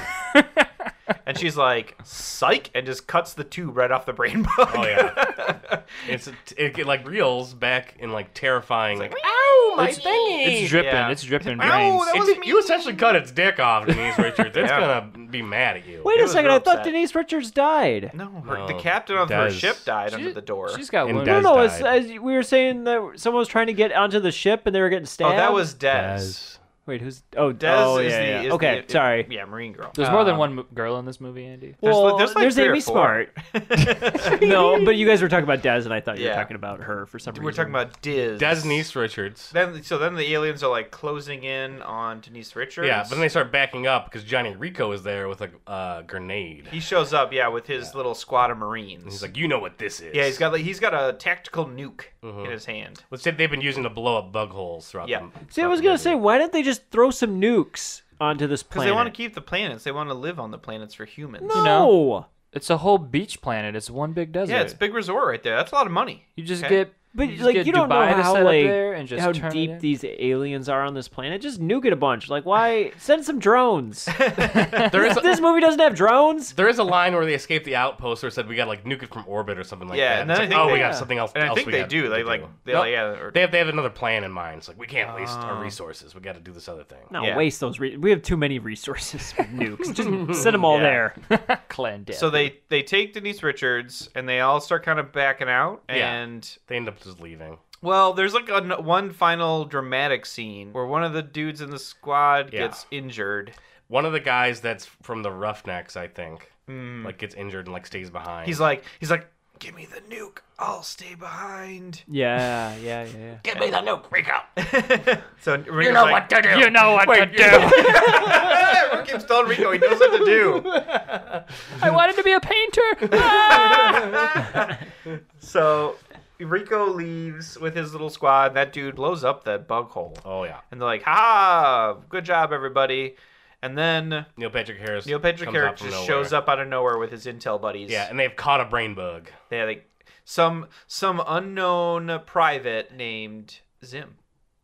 [SPEAKER 3] and she's like, psych, and just cuts the tube right off the brain bug.
[SPEAKER 1] Oh yeah,
[SPEAKER 3] [LAUGHS]
[SPEAKER 1] it's it, it like reels back in like terrifying. Like,
[SPEAKER 5] Ow, my thingy. It's dripping.
[SPEAKER 3] Yeah.
[SPEAKER 5] It's
[SPEAKER 3] Ow,
[SPEAKER 5] dripping brains.
[SPEAKER 3] that was
[SPEAKER 1] it, you essentially cut its dick off,
[SPEAKER 3] [LAUGHS]
[SPEAKER 1] Denise Richards. It's
[SPEAKER 3] Yeah.
[SPEAKER 1] gonna be mad at you.
[SPEAKER 2] Wait
[SPEAKER 3] It
[SPEAKER 2] a
[SPEAKER 3] was
[SPEAKER 2] second.
[SPEAKER 3] real
[SPEAKER 2] I thought
[SPEAKER 3] upset.
[SPEAKER 2] Denise Richards died.
[SPEAKER 3] No, her, the
[SPEAKER 1] No,
[SPEAKER 3] captain of her
[SPEAKER 1] does.
[SPEAKER 3] ship died [LAUGHS] under
[SPEAKER 5] She's-
[SPEAKER 3] the door.
[SPEAKER 5] She's got
[SPEAKER 1] And
[SPEAKER 5] one.
[SPEAKER 2] No,
[SPEAKER 1] Dez
[SPEAKER 2] no. As,
[SPEAKER 1] died.
[SPEAKER 2] as we were saying that someone was trying to get onto the ship and they were getting stabbed.
[SPEAKER 3] oh, that was Des.
[SPEAKER 1] As-
[SPEAKER 2] Wait, who's? Oh,
[SPEAKER 3] Des
[SPEAKER 2] oh,
[SPEAKER 3] is
[SPEAKER 2] yeah,
[SPEAKER 3] the
[SPEAKER 2] yeah.
[SPEAKER 3] is
[SPEAKER 2] okay,
[SPEAKER 3] the-
[SPEAKER 2] sorry.
[SPEAKER 3] Yeah, Marine girl.
[SPEAKER 5] There's more than one mo- girl in this movie, Andy.
[SPEAKER 2] Well,
[SPEAKER 3] There's- there's like three or
[SPEAKER 2] Amy
[SPEAKER 3] four.
[SPEAKER 2] Smart. [LAUGHS] no, but you guys were talking about Des, and I thought you
[SPEAKER 3] Yeah.
[SPEAKER 2] were talking about her for some reason.
[SPEAKER 3] We're talking about Diz.
[SPEAKER 1] Denise Richards.
[SPEAKER 3] Then so then the aliens are like closing in on Denise Richards.
[SPEAKER 1] Yeah, but then they start backing up because Johnny Rico is there with a uh, grenade.
[SPEAKER 3] he shows up, yeah, with his little squad of Marines.
[SPEAKER 1] He's like, you know what this Mm-hmm. is.
[SPEAKER 3] yeah, he's got like he's got a tactical nuke in his hand.
[SPEAKER 1] Let's say they've been using to blow up bug holes throughout.
[SPEAKER 3] Yeah.
[SPEAKER 1] the-
[SPEAKER 2] See, I was gonna say, why didn't they just throw some nukes onto this
[SPEAKER 3] Because
[SPEAKER 2] planet?
[SPEAKER 3] they want to keep the planets. They want to live on the planets for humans.
[SPEAKER 2] No.
[SPEAKER 5] It's a whole beach planet. It's one big desert.
[SPEAKER 3] Yeah, it's a big resort right there. That's a lot of money.
[SPEAKER 5] You just
[SPEAKER 3] Okay.
[SPEAKER 5] get.
[SPEAKER 2] But
[SPEAKER 5] you just
[SPEAKER 2] like
[SPEAKER 5] get
[SPEAKER 2] you don't
[SPEAKER 5] Dubai to
[SPEAKER 2] know
[SPEAKER 5] set
[SPEAKER 2] how
[SPEAKER 5] up
[SPEAKER 2] like
[SPEAKER 5] there and just
[SPEAKER 2] how
[SPEAKER 5] turn it in.
[SPEAKER 2] deep these aliens are on this planet. Just nuke it a bunch. Like
[SPEAKER 5] [LAUGHS]
[SPEAKER 2] why send some drones?
[SPEAKER 1] there is a,
[SPEAKER 2] [LAUGHS] this movie doesn't have drones.
[SPEAKER 1] there is a line where they escaped the outpost or said we got like nuke it from orbit or something like
[SPEAKER 3] Yeah,
[SPEAKER 1] that.
[SPEAKER 3] and
[SPEAKER 1] It's
[SPEAKER 3] then I
[SPEAKER 1] like,
[SPEAKER 3] think
[SPEAKER 1] oh, we
[SPEAKER 3] they-
[SPEAKER 1] got something else.
[SPEAKER 3] And I
[SPEAKER 1] else
[SPEAKER 3] think
[SPEAKER 1] we
[SPEAKER 3] they
[SPEAKER 1] got
[SPEAKER 3] do.
[SPEAKER 1] to
[SPEAKER 3] They like they
[SPEAKER 1] No,
[SPEAKER 3] like, yeah. Or,
[SPEAKER 1] They have, they have another plan in mind. It's like we can't waste
[SPEAKER 3] Uh.
[SPEAKER 1] our resources. We got to do this other thing.
[SPEAKER 2] No,
[SPEAKER 3] Yeah.
[SPEAKER 2] waste those. Re- we have too many resources.
[SPEAKER 5] [LAUGHS]
[SPEAKER 2] with nukes. Just send them all
[SPEAKER 1] Yeah.
[SPEAKER 2] there.
[SPEAKER 5] Clandestine.
[SPEAKER 3] so they they take Denise Richards and they all start kind of backing out
[SPEAKER 1] Yeah.
[SPEAKER 3] and
[SPEAKER 1] They end up just leaving.
[SPEAKER 3] Well, there's like a, one final dramatic scene where one of the dudes in the squad
[SPEAKER 1] Yeah.
[SPEAKER 3] gets injured.
[SPEAKER 1] One of the guys that's from the Roughnecks, I think, like gets injured and like stays behind.
[SPEAKER 3] Hmm. He's like, he's like, "Give me the nuke. I'll stay behind."
[SPEAKER 2] Yeah, yeah, yeah.
[SPEAKER 5] [LAUGHS]
[SPEAKER 1] give me the nuke, Rico.
[SPEAKER 3] [LAUGHS] So you know like,
[SPEAKER 1] to do. You
[SPEAKER 5] know what to do.
[SPEAKER 3] what? keeps telling Rico he knows what to
[SPEAKER 1] [LAUGHS]
[SPEAKER 3] do.
[SPEAKER 5] I wanted to be
[SPEAKER 3] [LAUGHS]
[SPEAKER 5] a painter.
[SPEAKER 3] So Rico leaves with his little squad. And that dude blows up that bug hole,
[SPEAKER 1] Oh yeah.
[SPEAKER 3] and they're like, "Ha! Good job, everybody!" And then
[SPEAKER 1] Neil Patrick Harris.
[SPEAKER 3] Neil Patrick
[SPEAKER 1] comes out
[SPEAKER 3] Harris
[SPEAKER 1] from
[SPEAKER 3] just
[SPEAKER 1] nowhere.
[SPEAKER 3] shows up out of nowhere with his intel buddies.
[SPEAKER 1] Yeah, and they've caught a brain bug.
[SPEAKER 3] They had like some some unknown private named Zim,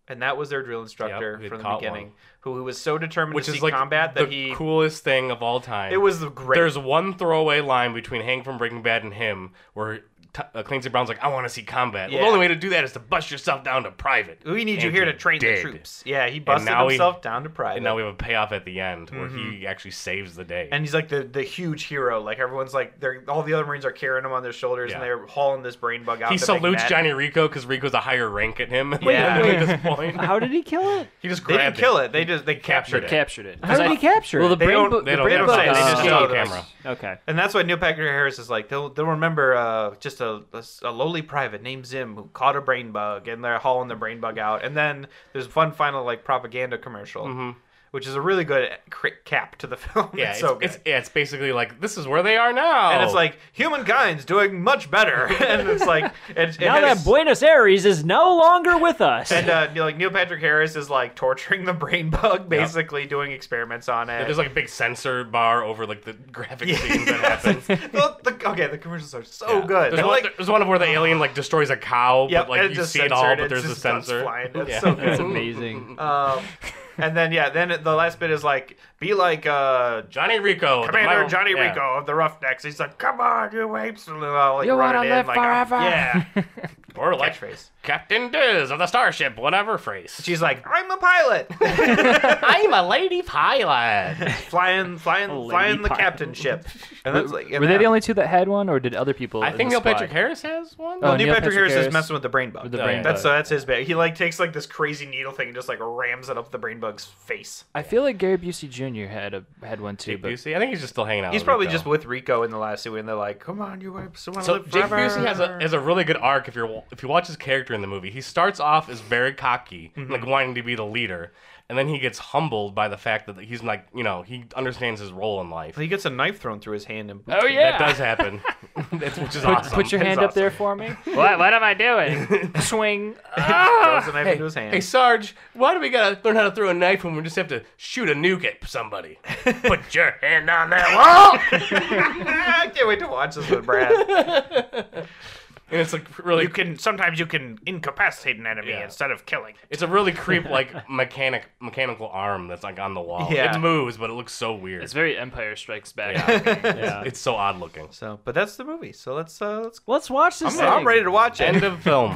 [SPEAKER 3] and that was their drill instructor
[SPEAKER 1] Yep, we
[SPEAKER 3] from the
[SPEAKER 1] caught
[SPEAKER 3] beginning,
[SPEAKER 1] one.
[SPEAKER 3] who, who was so determined
[SPEAKER 1] which
[SPEAKER 3] to
[SPEAKER 1] is
[SPEAKER 3] see
[SPEAKER 1] like
[SPEAKER 3] combat
[SPEAKER 1] the
[SPEAKER 3] that he
[SPEAKER 1] coolest thing of all time.
[SPEAKER 3] it was the great.
[SPEAKER 1] There's one throwaway line between Hank from Breaking Bad and him where T- uh, Clancy Brown's like, "I want to see combat." Well,
[SPEAKER 3] Yeah.
[SPEAKER 1] the only way to do that is to bust yourself down to private.
[SPEAKER 3] we need you
[SPEAKER 1] And
[SPEAKER 3] here
[SPEAKER 1] he
[SPEAKER 3] to train the
[SPEAKER 1] did.
[SPEAKER 3] troops. Yeah, he busted
[SPEAKER 1] now he-
[SPEAKER 3] himself down to private,
[SPEAKER 1] And now we have a payoff at the end where he actually saves the day.
[SPEAKER 3] Mm-hmm. and he's like the the huge hero. Like everyone's like, they're all the other Marines are carrying him on their shoulders, and
[SPEAKER 1] Yeah.
[SPEAKER 3] they're hauling this brain bug out.
[SPEAKER 1] he
[SPEAKER 3] to Big
[SPEAKER 1] salutes
[SPEAKER 3] Mac.
[SPEAKER 1] Johnny Rico because Rico's a higher rank at him. [LAUGHS]
[SPEAKER 3] Yeah.
[SPEAKER 1] at this
[SPEAKER 3] [LAUGHS]
[SPEAKER 1] point,
[SPEAKER 2] How did he kill
[SPEAKER 5] [LAUGHS]
[SPEAKER 2] it?
[SPEAKER 1] he just
[SPEAKER 3] They didn't
[SPEAKER 1] grabbed
[SPEAKER 3] kill it. They just they
[SPEAKER 1] Captured
[SPEAKER 3] captured
[SPEAKER 1] it.
[SPEAKER 3] it.
[SPEAKER 5] Captured it.
[SPEAKER 2] How did he capture
[SPEAKER 5] Well, the
[SPEAKER 2] it?
[SPEAKER 5] brain, [LAUGHS]
[SPEAKER 3] don't-
[SPEAKER 5] bu-
[SPEAKER 1] They
[SPEAKER 5] the
[SPEAKER 1] don't, they
[SPEAKER 5] brain
[SPEAKER 1] don't
[SPEAKER 5] bug
[SPEAKER 1] say. They just
[SPEAKER 5] escaped.
[SPEAKER 1] show the
[SPEAKER 3] escaped.
[SPEAKER 1] camera.
[SPEAKER 2] Okay.
[SPEAKER 3] And that's why Neil Patrick Harris is like they'll they'll remember uh, just a, a s- a lowly private named Zim who caught a brain bug and they're hauling the brain bug out and then there's one final like propaganda commercial, which is a really good cri- cap to the [LAUGHS] film.
[SPEAKER 1] Mm-hmm. Yeah,
[SPEAKER 3] it's
[SPEAKER 1] it's,
[SPEAKER 3] so good.
[SPEAKER 1] it's, oh. yeah, it's basically like this is where they are now,
[SPEAKER 3] and it's like humankind's doing much better, [LAUGHS] and it's like it, it
[SPEAKER 2] Now
[SPEAKER 3] has-
[SPEAKER 2] that Buenos Aires is no longer with
[SPEAKER 5] [LAUGHS]
[SPEAKER 2] us.
[SPEAKER 3] and uh, Neil- like Neil Patrick Harris is like torturing the brain bug, basically doing experiments on it. [LAUGHS]
[SPEAKER 1] there's like a big sensor bar over like the graphic scenes that
[SPEAKER 3] [LAUGHS]
[SPEAKER 1] happen.
[SPEAKER 3] the, the- okay, the commercials are so
[SPEAKER 1] Yeah.
[SPEAKER 3] good.
[SPEAKER 1] There's
[SPEAKER 3] They're
[SPEAKER 1] one,
[SPEAKER 3] like
[SPEAKER 1] there's one where the alien like destroys a cow,
[SPEAKER 3] Yep,
[SPEAKER 1] but like
[SPEAKER 3] and
[SPEAKER 1] you
[SPEAKER 3] just
[SPEAKER 1] see it
[SPEAKER 3] censored,
[SPEAKER 1] all,
[SPEAKER 3] it's
[SPEAKER 1] but there's a
[SPEAKER 3] just guns
[SPEAKER 1] sensor.
[SPEAKER 3] flying. It's
[SPEAKER 1] Yeah.
[SPEAKER 3] so
[SPEAKER 2] That's
[SPEAKER 3] good.
[SPEAKER 2] amazing.
[SPEAKER 3] [LAUGHS] Um, and then yeah, then the last bit is like, be like uh,
[SPEAKER 1] [LAUGHS] Johnny Rico, the
[SPEAKER 3] Commander
[SPEAKER 1] Mil-
[SPEAKER 3] Johnny
[SPEAKER 1] yeah.
[SPEAKER 3] Rico of the Roughnecks. He's like, come on, you apes! And they're all, like,
[SPEAKER 5] You
[SPEAKER 3] running
[SPEAKER 5] wanna
[SPEAKER 3] in,
[SPEAKER 5] live
[SPEAKER 3] like,
[SPEAKER 5] forever?
[SPEAKER 3] Yeah.
[SPEAKER 1] Or like
[SPEAKER 3] Catchphrase.
[SPEAKER 1] Captain Diz of the Starship, whatever phrase.
[SPEAKER 3] [LAUGHS] She's like, I'm a pilot,
[SPEAKER 1] [LAUGHS] I'm a lady pilot.
[SPEAKER 3] flying, flying, flying the
[SPEAKER 2] pilot.
[SPEAKER 3] captain ship. And that's like,
[SPEAKER 5] Were they the only two that had one, or did other
[SPEAKER 3] [LAUGHS]
[SPEAKER 5] people?
[SPEAKER 1] I
[SPEAKER 5] in
[SPEAKER 1] think
[SPEAKER 5] the
[SPEAKER 1] Neil Patrick
[SPEAKER 5] squad-
[SPEAKER 1] Harris has one.
[SPEAKER 5] Oh,
[SPEAKER 3] Well, Neil Patrick Harris is messing with the brain bug.
[SPEAKER 5] the brain
[SPEAKER 3] that's so
[SPEAKER 5] bug.
[SPEAKER 3] that's his bad. He like takes like this crazy needle thing and just like rams it up the brain bug's face.
[SPEAKER 5] I feel like Gary Busey Jr. had a had one too,
[SPEAKER 1] Jake
[SPEAKER 5] but
[SPEAKER 1] Busey. I think he's just still hanging out.
[SPEAKER 3] He's
[SPEAKER 1] with
[SPEAKER 3] probably
[SPEAKER 1] Rico.
[SPEAKER 3] just with Rico in the last two, and they're like, "Come on, you want to
[SPEAKER 1] So
[SPEAKER 3] live
[SPEAKER 1] Jake
[SPEAKER 3] forever."
[SPEAKER 1] Busey has a has a really good arc if you're if you watch his character in the movie. He starts off as very cocky,
[SPEAKER 3] Mm-hmm.
[SPEAKER 1] like wanting to be the leader, and then he gets humbled by the fact that he's like you know he understands his role in life.
[SPEAKER 3] he gets a knife thrown through his hand and [LAUGHS]
[SPEAKER 5] oh yeah,
[SPEAKER 1] That does happen, [LAUGHS] That's- which is
[SPEAKER 5] Put,
[SPEAKER 1] awesome.
[SPEAKER 5] put your
[SPEAKER 3] That's
[SPEAKER 5] hand up there for me. what? What am I doing? [LAUGHS] Swing.
[SPEAKER 3] throws a knife
[SPEAKER 1] Hey,
[SPEAKER 3] into his hand.
[SPEAKER 1] hey Sarge, why do we gotta learn how to throw a knife when we just have to shoot a nuke at
[SPEAKER 3] [LAUGHS]
[SPEAKER 1] somebody? Put your hand on that wall.
[SPEAKER 3] [LAUGHS] I can't wait to watch this with Brad.
[SPEAKER 1] and it's like really
[SPEAKER 3] [LAUGHS] you can sometimes you can incapacitate an enemy
[SPEAKER 1] Yeah.
[SPEAKER 3] instead of killing.
[SPEAKER 1] It's a really creep like mechanic mechanical arm that's like on the wall.
[SPEAKER 3] Yeah.
[SPEAKER 1] It moves, but it looks so weird.
[SPEAKER 5] It's
[SPEAKER 1] It's,
[SPEAKER 3] [LAUGHS]
[SPEAKER 5] very Empire Strikes Back.
[SPEAKER 1] it's so odd looking.
[SPEAKER 3] So, but that's the movie. So let's uh, let's.
[SPEAKER 2] Let's watch this.
[SPEAKER 3] I'm,
[SPEAKER 2] thing.
[SPEAKER 3] I'm ready to watch it.
[SPEAKER 1] End
[SPEAKER 3] [LAUGHS]
[SPEAKER 1] of film.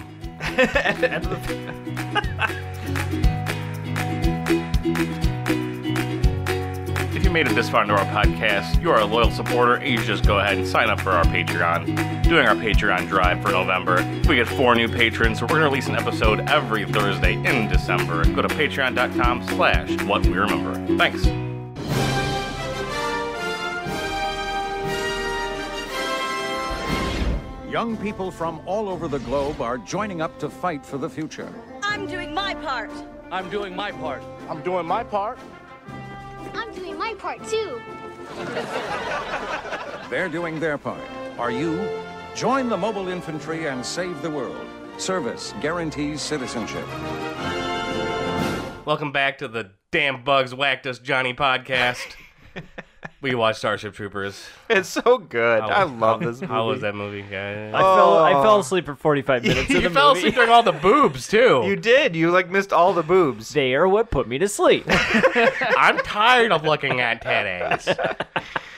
[SPEAKER 11] If you made it this far into our podcast, you are a loyal supporter, and you should just go ahead and sign up for our Patreon. Doing our Patreon drive for November. We get four new patrons. We're going to release an episode every Thursday in December. Go to patreon.com slash what we remember. Thanks.
[SPEAKER 12] Young people from all over the globe are joining up to fight for the future.
[SPEAKER 10] I'm doing my part.
[SPEAKER 5] I'm doing my part.
[SPEAKER 7] I'm doing my part.
[SPEAKER 8] I'm doing my part too.
[SPEAKER 12] They're doing their part. Are you? Join the mobile infantry and save the world. Service guarantees citizenship.
[SPEAKER 1] Welcome back to the Damn Bugs Whacked Us Johnny podcast. we watched Starship Troopers.
[SPEAKER 3] It's so good. I love this movie.
[SPEAKER 1] How was that movie, guys?
[SPEAKER 2] I fell. I
[SPEAKER 3] Oh.
[SPEAKER 2] fell asleep
[SPEAKER 3] [LAUGHS]
[SPEAKER 2] for 45 minutes. in
[SPEAKER 1] you
[SPEAKER 2] the
[SPEAKER 1] fell
[SPEAKER 2] movie.
[SPEAKER 1] asleep during all the boobs too.
[SPEAKER 3] You did. You like missed all the boobs.
[SPEAKER 2] They are what put me
[SPEAKER 3] [LAUGHS]
[SPEAKER 2] to sleep.
[SPEAKER 1] I'm tired of looking at titties.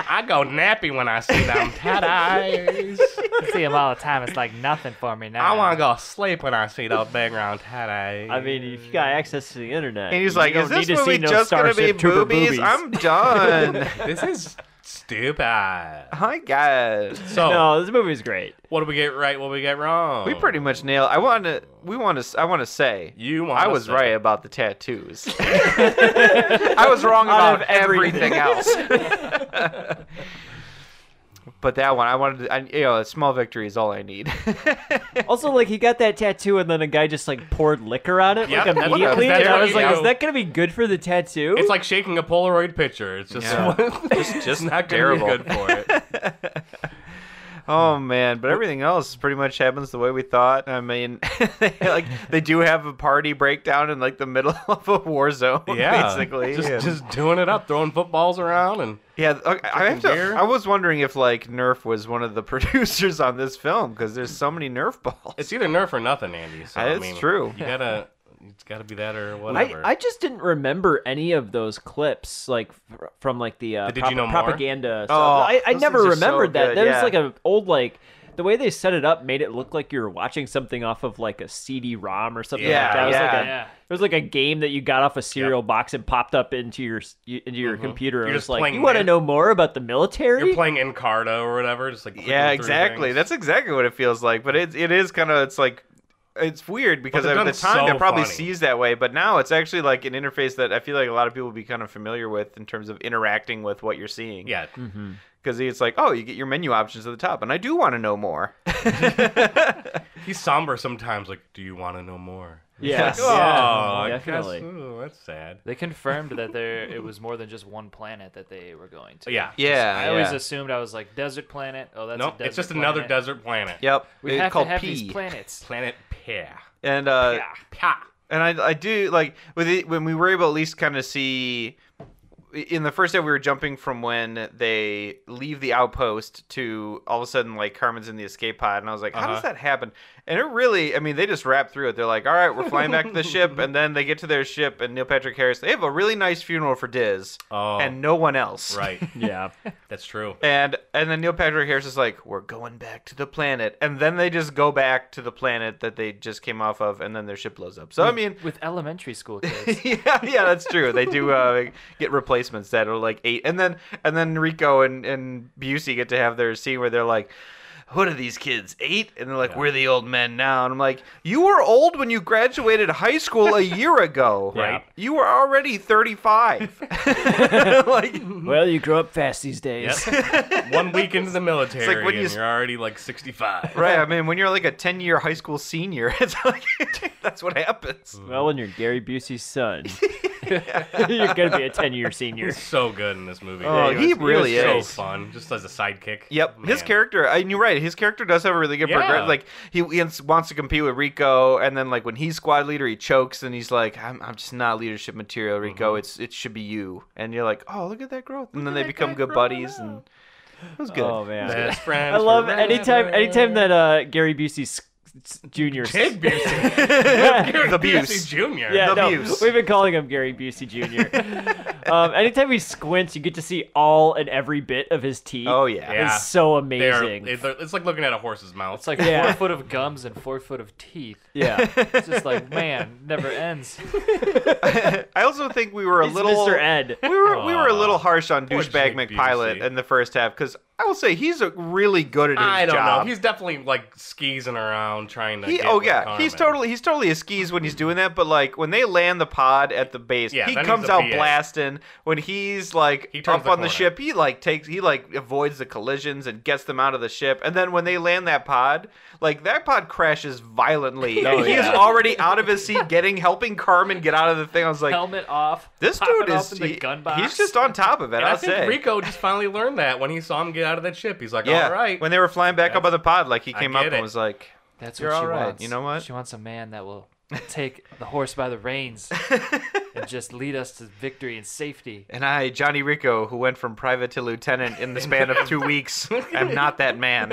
[SPEAKER 1] I go nappy when I see them titties.
[SPEAKER 5] [LAUGHS] I see him all the time. It's like nothing for me now.
[SPEAKER 1] I want to go sleep when I see those background titties.
[SPEAKER 2] I mean, if you got access to the internet,
[SPEAKER 3] And he's
[SPEAKER 2] you
[SPEAKER 3] like,
[SPEAKER 2] don't
[SPEAKER 3] "Is
[SPEAKER 2] need
[SPEAKER 3] this
[SPEAKER 2] to see
[SPEAKER 3] movie
[SPEAKER 2] no
[SPEAKER 3] just gonna be
[SPEAKER 2] Starship Trooper
[SPEAKER 3] boobies?
[SPEAKER 2] boobies?
[SPEAKER 3] I'm [LAUGHS] done.
[SPEAKER 1] this is stupid.
[SPEAKER 3] My God.
[SPEAKER 1] So,
[SPEAKER 2] No, this
[SPEAKER 3] [LAUGHS]
[SPEAKER 2] movie's great.
[SPEAKER 1] what do we get right? What do we get wrong?
[SPEAKER 3] We pretty much nailed. I want to. We want to. I want to say.
[SPEAKER 1] You wanna
[SPEAKER 3] I was
[SPEAKER 1] say.
[SPEAKER 3] right about the tattoos.
[SPEAKER 1] [LAUGHS]
[SPEAKER 3] I was wrong about
[SPEAKER 2] of
[SPEAKER 3] everything else. [LAUGHS] but that one, I wanted. To, I, you know, a small victory is all I need. [LAUGHS]
[SPEAKER 1] Hmm.
[SPEAKER 2] Also, like he got that tattoo, and then a guy just like poured liquor on it
[SPEAKER 1] Yep,
[SPEAKER 2] like
[SPEAKER 1] that's what-
[SPEAKER 2] immediately.
[SPEAKER 1] that's
[SPEAKER 2] And
[SPEAKER 1] what
[SPEAKER 2] I was
[SPEAKER 1] you
[SPEAKER 2] like,
[SPEAKER 1] do.
[SPEAKER 2] is that gonna be good for the tattoo?
[SPEAKER 1] It's like shaking a Polaroid picture. [LAUGHS] It's just
[SPEAKER 3] Yeah.
[SPEAKER 1] just, just not gonna be
[SPEAKER 3] terrible.
[SPEAKER 1] good for
[SPEAKER 3] [LAUGHS]
[SPEAKER 1] it.
[SPEAKER 3] oh man! But everything else pretty much happens the way we thought. I mean, [LAUGHS] they, like they do have a party breakdown in like the middle [LAUGHS] of a war zone.
[SPEAKER 1] Yeah,
[SPEAKER 3] basically.
[SPEAKER 1] just
[SPEAKER 3] and-
[SPEAKER 1] just doing it up, throwing footballs around, and
[SPEAKER 3] Yeah, th- okay, I have to.
[SPEAKER 1] beer.
[SPEAKER 3] I was wondering if like Nerf was one of the [LAUGHS] producers on this film because there's so many Nerf balls. [LAUGHS]
[SPEAKER 1] it's either Nerf or nothing, Andy. So, I
[SPEAKER 3] It's
[SPEAKER 1] mean,
[SPEAKER 3] true.
[SPEAKER 1] You gotta, it's gotta be that or
[SPEAKER 2] I,
[SPEAKER 1] whatever.
[SPEAKER 2] I just didn't remember any of those clips like fr- from like the, uh,
[SPEAKER 1] The Did You Know More?
[SPEAKER 2] propaganda.
[SPEAKER 3] Oh,
[SPEAKER 2] stuff. I, I
[SPEAKER 3] those
[SPEAKER 2] never
[SPEAKER 3] things are so
[SPEAKER 2] remembered that.
[SPEAKER 3] good,
[SPEAKER 2] that
[SPEAKER 3] yeah.
[SPEAKER 2] was like an old like the way they set it up made it look like you were watching something off of like a CD-ROM or something
[SPEAKER 3] Yeah,
[SPEAKER 2] like that. It was
[SPEAKER 3] yeah.
[SPEAKER 2] like a,
[SPEAKER 5] Yeah.
[SPEAKER 2] It was like a game that you got off a cereal box and popped up into your s- you- into your computer. and
[SPEAKER 1] You're
[SPEAKER 2] it was
[SPEAKER 1] just
[SPEAKER 2] like,
[SPEAKER 1] playing
[SPEAKER 2] you want to
[SPEAKER 1] that.
[SPEAKER 2] know more about the military?
[SPEAKER 1] You're
[SPEAKER 2] [LAUGHS]
[SPEAKER 1] playing Encarta or whatever, just like
[SPEAKER 3] yeah,
[SPEAKER 1] clicking through
[SPEAKER 3] exactly.
[SPEAKER 1] things.
[SPEAKER 3] That's exactly what it feels like. But it it is kind of it's like it's weird because
[SPEAKER 1] they've
[SPEAKER 3] at the
[SPEAKER 1] done
[SPEAKER 3] time
[SPEAKER 1] so
[SPEAKER 3] it probably
[SPEAKER 1] funny.
[SPEAKER 3] sees that way, but now it's actually like an interface that I feel like a lot of people would be kind of familiar with in terms of interacting with what you're seeing.
[SPEAKER 1] yeah.
[SPEAKER 3] because it's like oh, you get your menu options at the top, and I do want to
[SPEAKER 1] [LAUGHS]
[SPEAKER 3] know more.
[SPEAKER 1] He's somber sometimes. Like, do you want to know more?
[SPEAKER 2] yes.
[SPEAKER 1] Oh, I guess-
[SPEAKER 2] definitely.
[SPEAKER 1] ooh, that's sad.
[SPEAKER 5] They confirmed that there it was more than just one planet that they were going to.
[SPEAKER 1] Yeah.
[SPEAKER 3] Yeah,
[SPEAKER 5] I always assumed I was like desert planet. Oh, that's
[SPEAKER 1] Nope.
[SPEAKER 5] a desert
[SPEAKER 1] It's just another
[SPEAKER 5] planet.
[SPEAKER 1] desert planet.
[SPEAKER 3] Yep,
[SPEAKER 5] We
[SPEAKER 3] it's
[SPEAKER 5] have
[SPEAKER 3] called
[SPEAKER 5] to have
[SPEAKER 3] P.
[SPEAKER 1] [LAUGHS]
[SPEAKER 5] these planets.
[SPEAKER 1] Planet Pear.
[SPEAKER 3] and uh,
[SPEAKER 1] Pa.
[SPEAKER 3] and I, I do like with it, when we were able to at least kind of see in the first day we were jumping from when they leave the outpost to all of a sudden like Carmen's in the escape pod and I was like, how does
[SPEAKER 1] Uh-huh.
[SPEAKER 3] that happen? And it really, I mean, they just wrap through it. They're like, all right, we're flying back to the
[SPEAKER 1] [LAUGHS]
[SPEAKER 3] ship, and then they get to their ship and Neil Patrick Harris. They have a really nice funeral for Diz
[SPEAKER 1] Oh.
[SPEAKER 3] and no one else.
[SPEAKER 1] Right.
[SPEAKER 3] [LAUGHS]
[SPEAKER 2] Yeah.
[SPEAKER 1] That's true.
[SPEAKER 3] And and then Neil Patrick Harris is like, "We're going back to the planet," and then they just go back to the planet that they just came off of, and then their ship blows up. So
[SPEAKER 1] Hmm.
[SPEAKER 3] I mean,
[SPEAKER 5] with elementary school
[SPEAKER 3] [LAUGHS]
[SPEAKER 5] kids.
[SPEAKER 3] yeah, yeah, that's true. They do uh, get replacements that are like eight, and then and then Rico and and Busey get to have their scene where they're like. What are these kids? Eight? And they're like, we're the old men now. And I'm like, you were old when you graduated high school a year ago.
[SPEAKER 1] Yeah. Right.
[SPEAKER 3] You were already 35. [LAUGHS] like,
[SPEAKER 2] Well, you grow up fast these days.
[SPEAKER 1] [LAUGHS] Yep. One week into the military,
[SPEAKER 3] It's like when you
[SPEAKER 1] and
[SPEAKER 3] s-
[SPEAKER 1] you're already like 65.
[SPEAKER 3] Right. I mean, when you're like a 10 year high school senior, [LAUGHS] it's like, that's what happens.
[SPEAKER 2] Well, when you're Gary Busey's son, [LAUGHS] you're gonna be a ten-year senior.
[SPEAKER 1] So good in this movie.
[SPEAKER 3] Oh, he
[SPEAKER 1] was-
[SPEAKER 3] really
[SPEAKER 1] was
[SPEAKER 3] is.
[SPEAKER 1] so fun, just as a sidekick.
[SPEAKER 3] Yep. His
[SPEAKER 1] Oh, Man.
[SPEAKER 3] character, and you're right, his character does have a really good
[SPEAKER 1] Yeah.
[SPEAKER 3] progress. Like, he wants wants to compete with Rico, and then, like, when he's squad leader, he chokes and he's like, I'm, I'm just not leadership material,
[SPEAKER 1] Mm-hmm.
[SPEAKER 3] Rico. It's It should be you. And you're like, oh, look at that growth. And then they become good buddies, and it was good.
[SPEAKER 2] Oh man.
[SPEAKER 1] Best
[SPEAKER 2] I
[SPEAKER 1] friends
[SPEAKER 2] love
[SPEAKER 1] forever.
[SPEAKER 2] anytime anytime that uh, Gary Busey s- s- Jr. 's- [LAUGHS]
[SPEAKER 1] Ted Busey.
[SPEAKER 3] [LAUGHS] the
[SPEAKER 1] Busey
[SPEAKER 3] abuse.
[SPEAKER 1] Jr.
[SPEAKER 2] Yeah,
[SPEAKER 3] The
[SPEAKER 2] no,
[SPEAKER 3] Buse.
[SPEAKER 2] we've been calling him Gary Busey
[SPEAKER 3] [LAUGHS]
[SPEAKER 2] Jr. um, anytime he squints, you get to see all and every bit of his teeth.
[SPEAKER 3] Oh, yeah.
[SPEAKER 1] Yeah.
[SPEAKER 2] It's so
[SPEAKER 1] They are,
[SPEAKER 2] amazing.
[SPEAKER 1] it's it's like looking at a horse's mouth.
[SPEAKER 5] It's like
[SPEAKER 2] Yeah.
[SPEAKER 5] four foot of gums and four foot of teeth.
[SPEAKER 2] yeah,
[SPEAKER 3] [LAUGHS]
[SPEAKER 5] It's just like man, never ends.
[SPEAKER 3] I also think we were a
[SPEAKER 2] He's
[SPEAKER 3] little.
[SPEAKER 2] Mr. Ed.
[SPEAKER 3] we were we were a little
[SPEAKER 1] Aw.
[SPEAKER 3] harsh on
[SPEAKER 1] Poor
[SPEAKER 3] douchebag
[SPEAKER 1] Jake
[SPEAKER 3] McPilot
[SPEAKER 1] Busey.
[SPEAKER 3] in the first half because I will say he's a really good at his
[SPEAKER 1] I don't
[SPEAKER 3] job.
[SPEAKER 1] know. He's definitely like skeezing around trying to.
[SPEAKER 3] He,
[SPEAKER 1] get
[SPEAKER 3] oh
[SPEAKER 1] with
[SPEAKER 3] yeah,
[SPEAKER 1] Carmen.
[SPEAKER 3] he's totally he's totally a skis when he's doing that. But like when they land the pod at the base,
[SPEAKER 1] Yeah,
[SPEAKER 3] he
[SPEAKER 1] then
[SPEAKER 3] comes
[SPEAKER 1] he's a
[SPEAKER 3] out
[SPEAKER 1] BS.
[SPEAKER 3] blasting. When he's like
[SPEAKER 1] He turns
[SPEAKER 3] up
[SPEAKER 1] the
[SPEAKER 3] on the
[SPEAKER 1] corner.
[SPEAKER 3] ship, he like takes he like avoids the collisions and gets them out of the ship. And then when they land that pod, like that pod crashes violently. and he is
[SPEAKER 2] yeah.
[SPEAKER 3] already out of his seat, getting helping Carmen get out of the thing. I was like,
[SPEAKER 5] Helmet off.
[SPEAKER 3] this
[SPEAKER 5] pop
[SPEAKER 3] dude
[SPEAKER 5] it
[SPEAKER 3] is
[SPEAKER 5] off in the
[SPEAKER 3] he-
[SPEAKER 5] gun box.
[SPEAKER 3] he's just on top of it.
[SPEAKER 1] And I
[SPEAKER 3] I'll
[SPEAKER 1] think
[SPEAKER 3] say.
[SPEAKER 1] Rico just finally learned that when he saw him get out of that ship. He's like,
[SPEAKER 3] yeah,
[SPEAKER 1] all right.
[SPEAKER 3] when they were flying back up on the pod, like he
[SPEAKER 1] I
[SPEAKER 3] came
[SPEAKER 1] get
[SPEAKER 3] up and
[SPEAKER 1] it.
[SPEAKER 3] was like,
[SPEAKER 5] That's
[SPEAKER 3] You're
[SPEAKER 5] what she
[SPEAKER 3] all right.
[SPEAKER 5] wants.
[SPEAKER 3] You know what?
[SPEAKER 5] She wants a man that will take the horse by the reins
[SPEAKER 3] [LAUGHS]
[SPEAKER 5] and just lead us to victory and safety.
[SPEAKER 3] And I, Johnny Rico, who went from private to lieutenant in the span of two weeks, am not that man.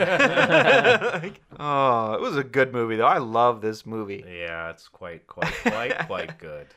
[SPEAKER 3] oh, it was a good movie, though. I love this movie.
[SPEAKER 1] yeah, it's quite, quite,
[SPEAKER 3] [LAUGHS]
[SPEAKER 1] quite, quite good.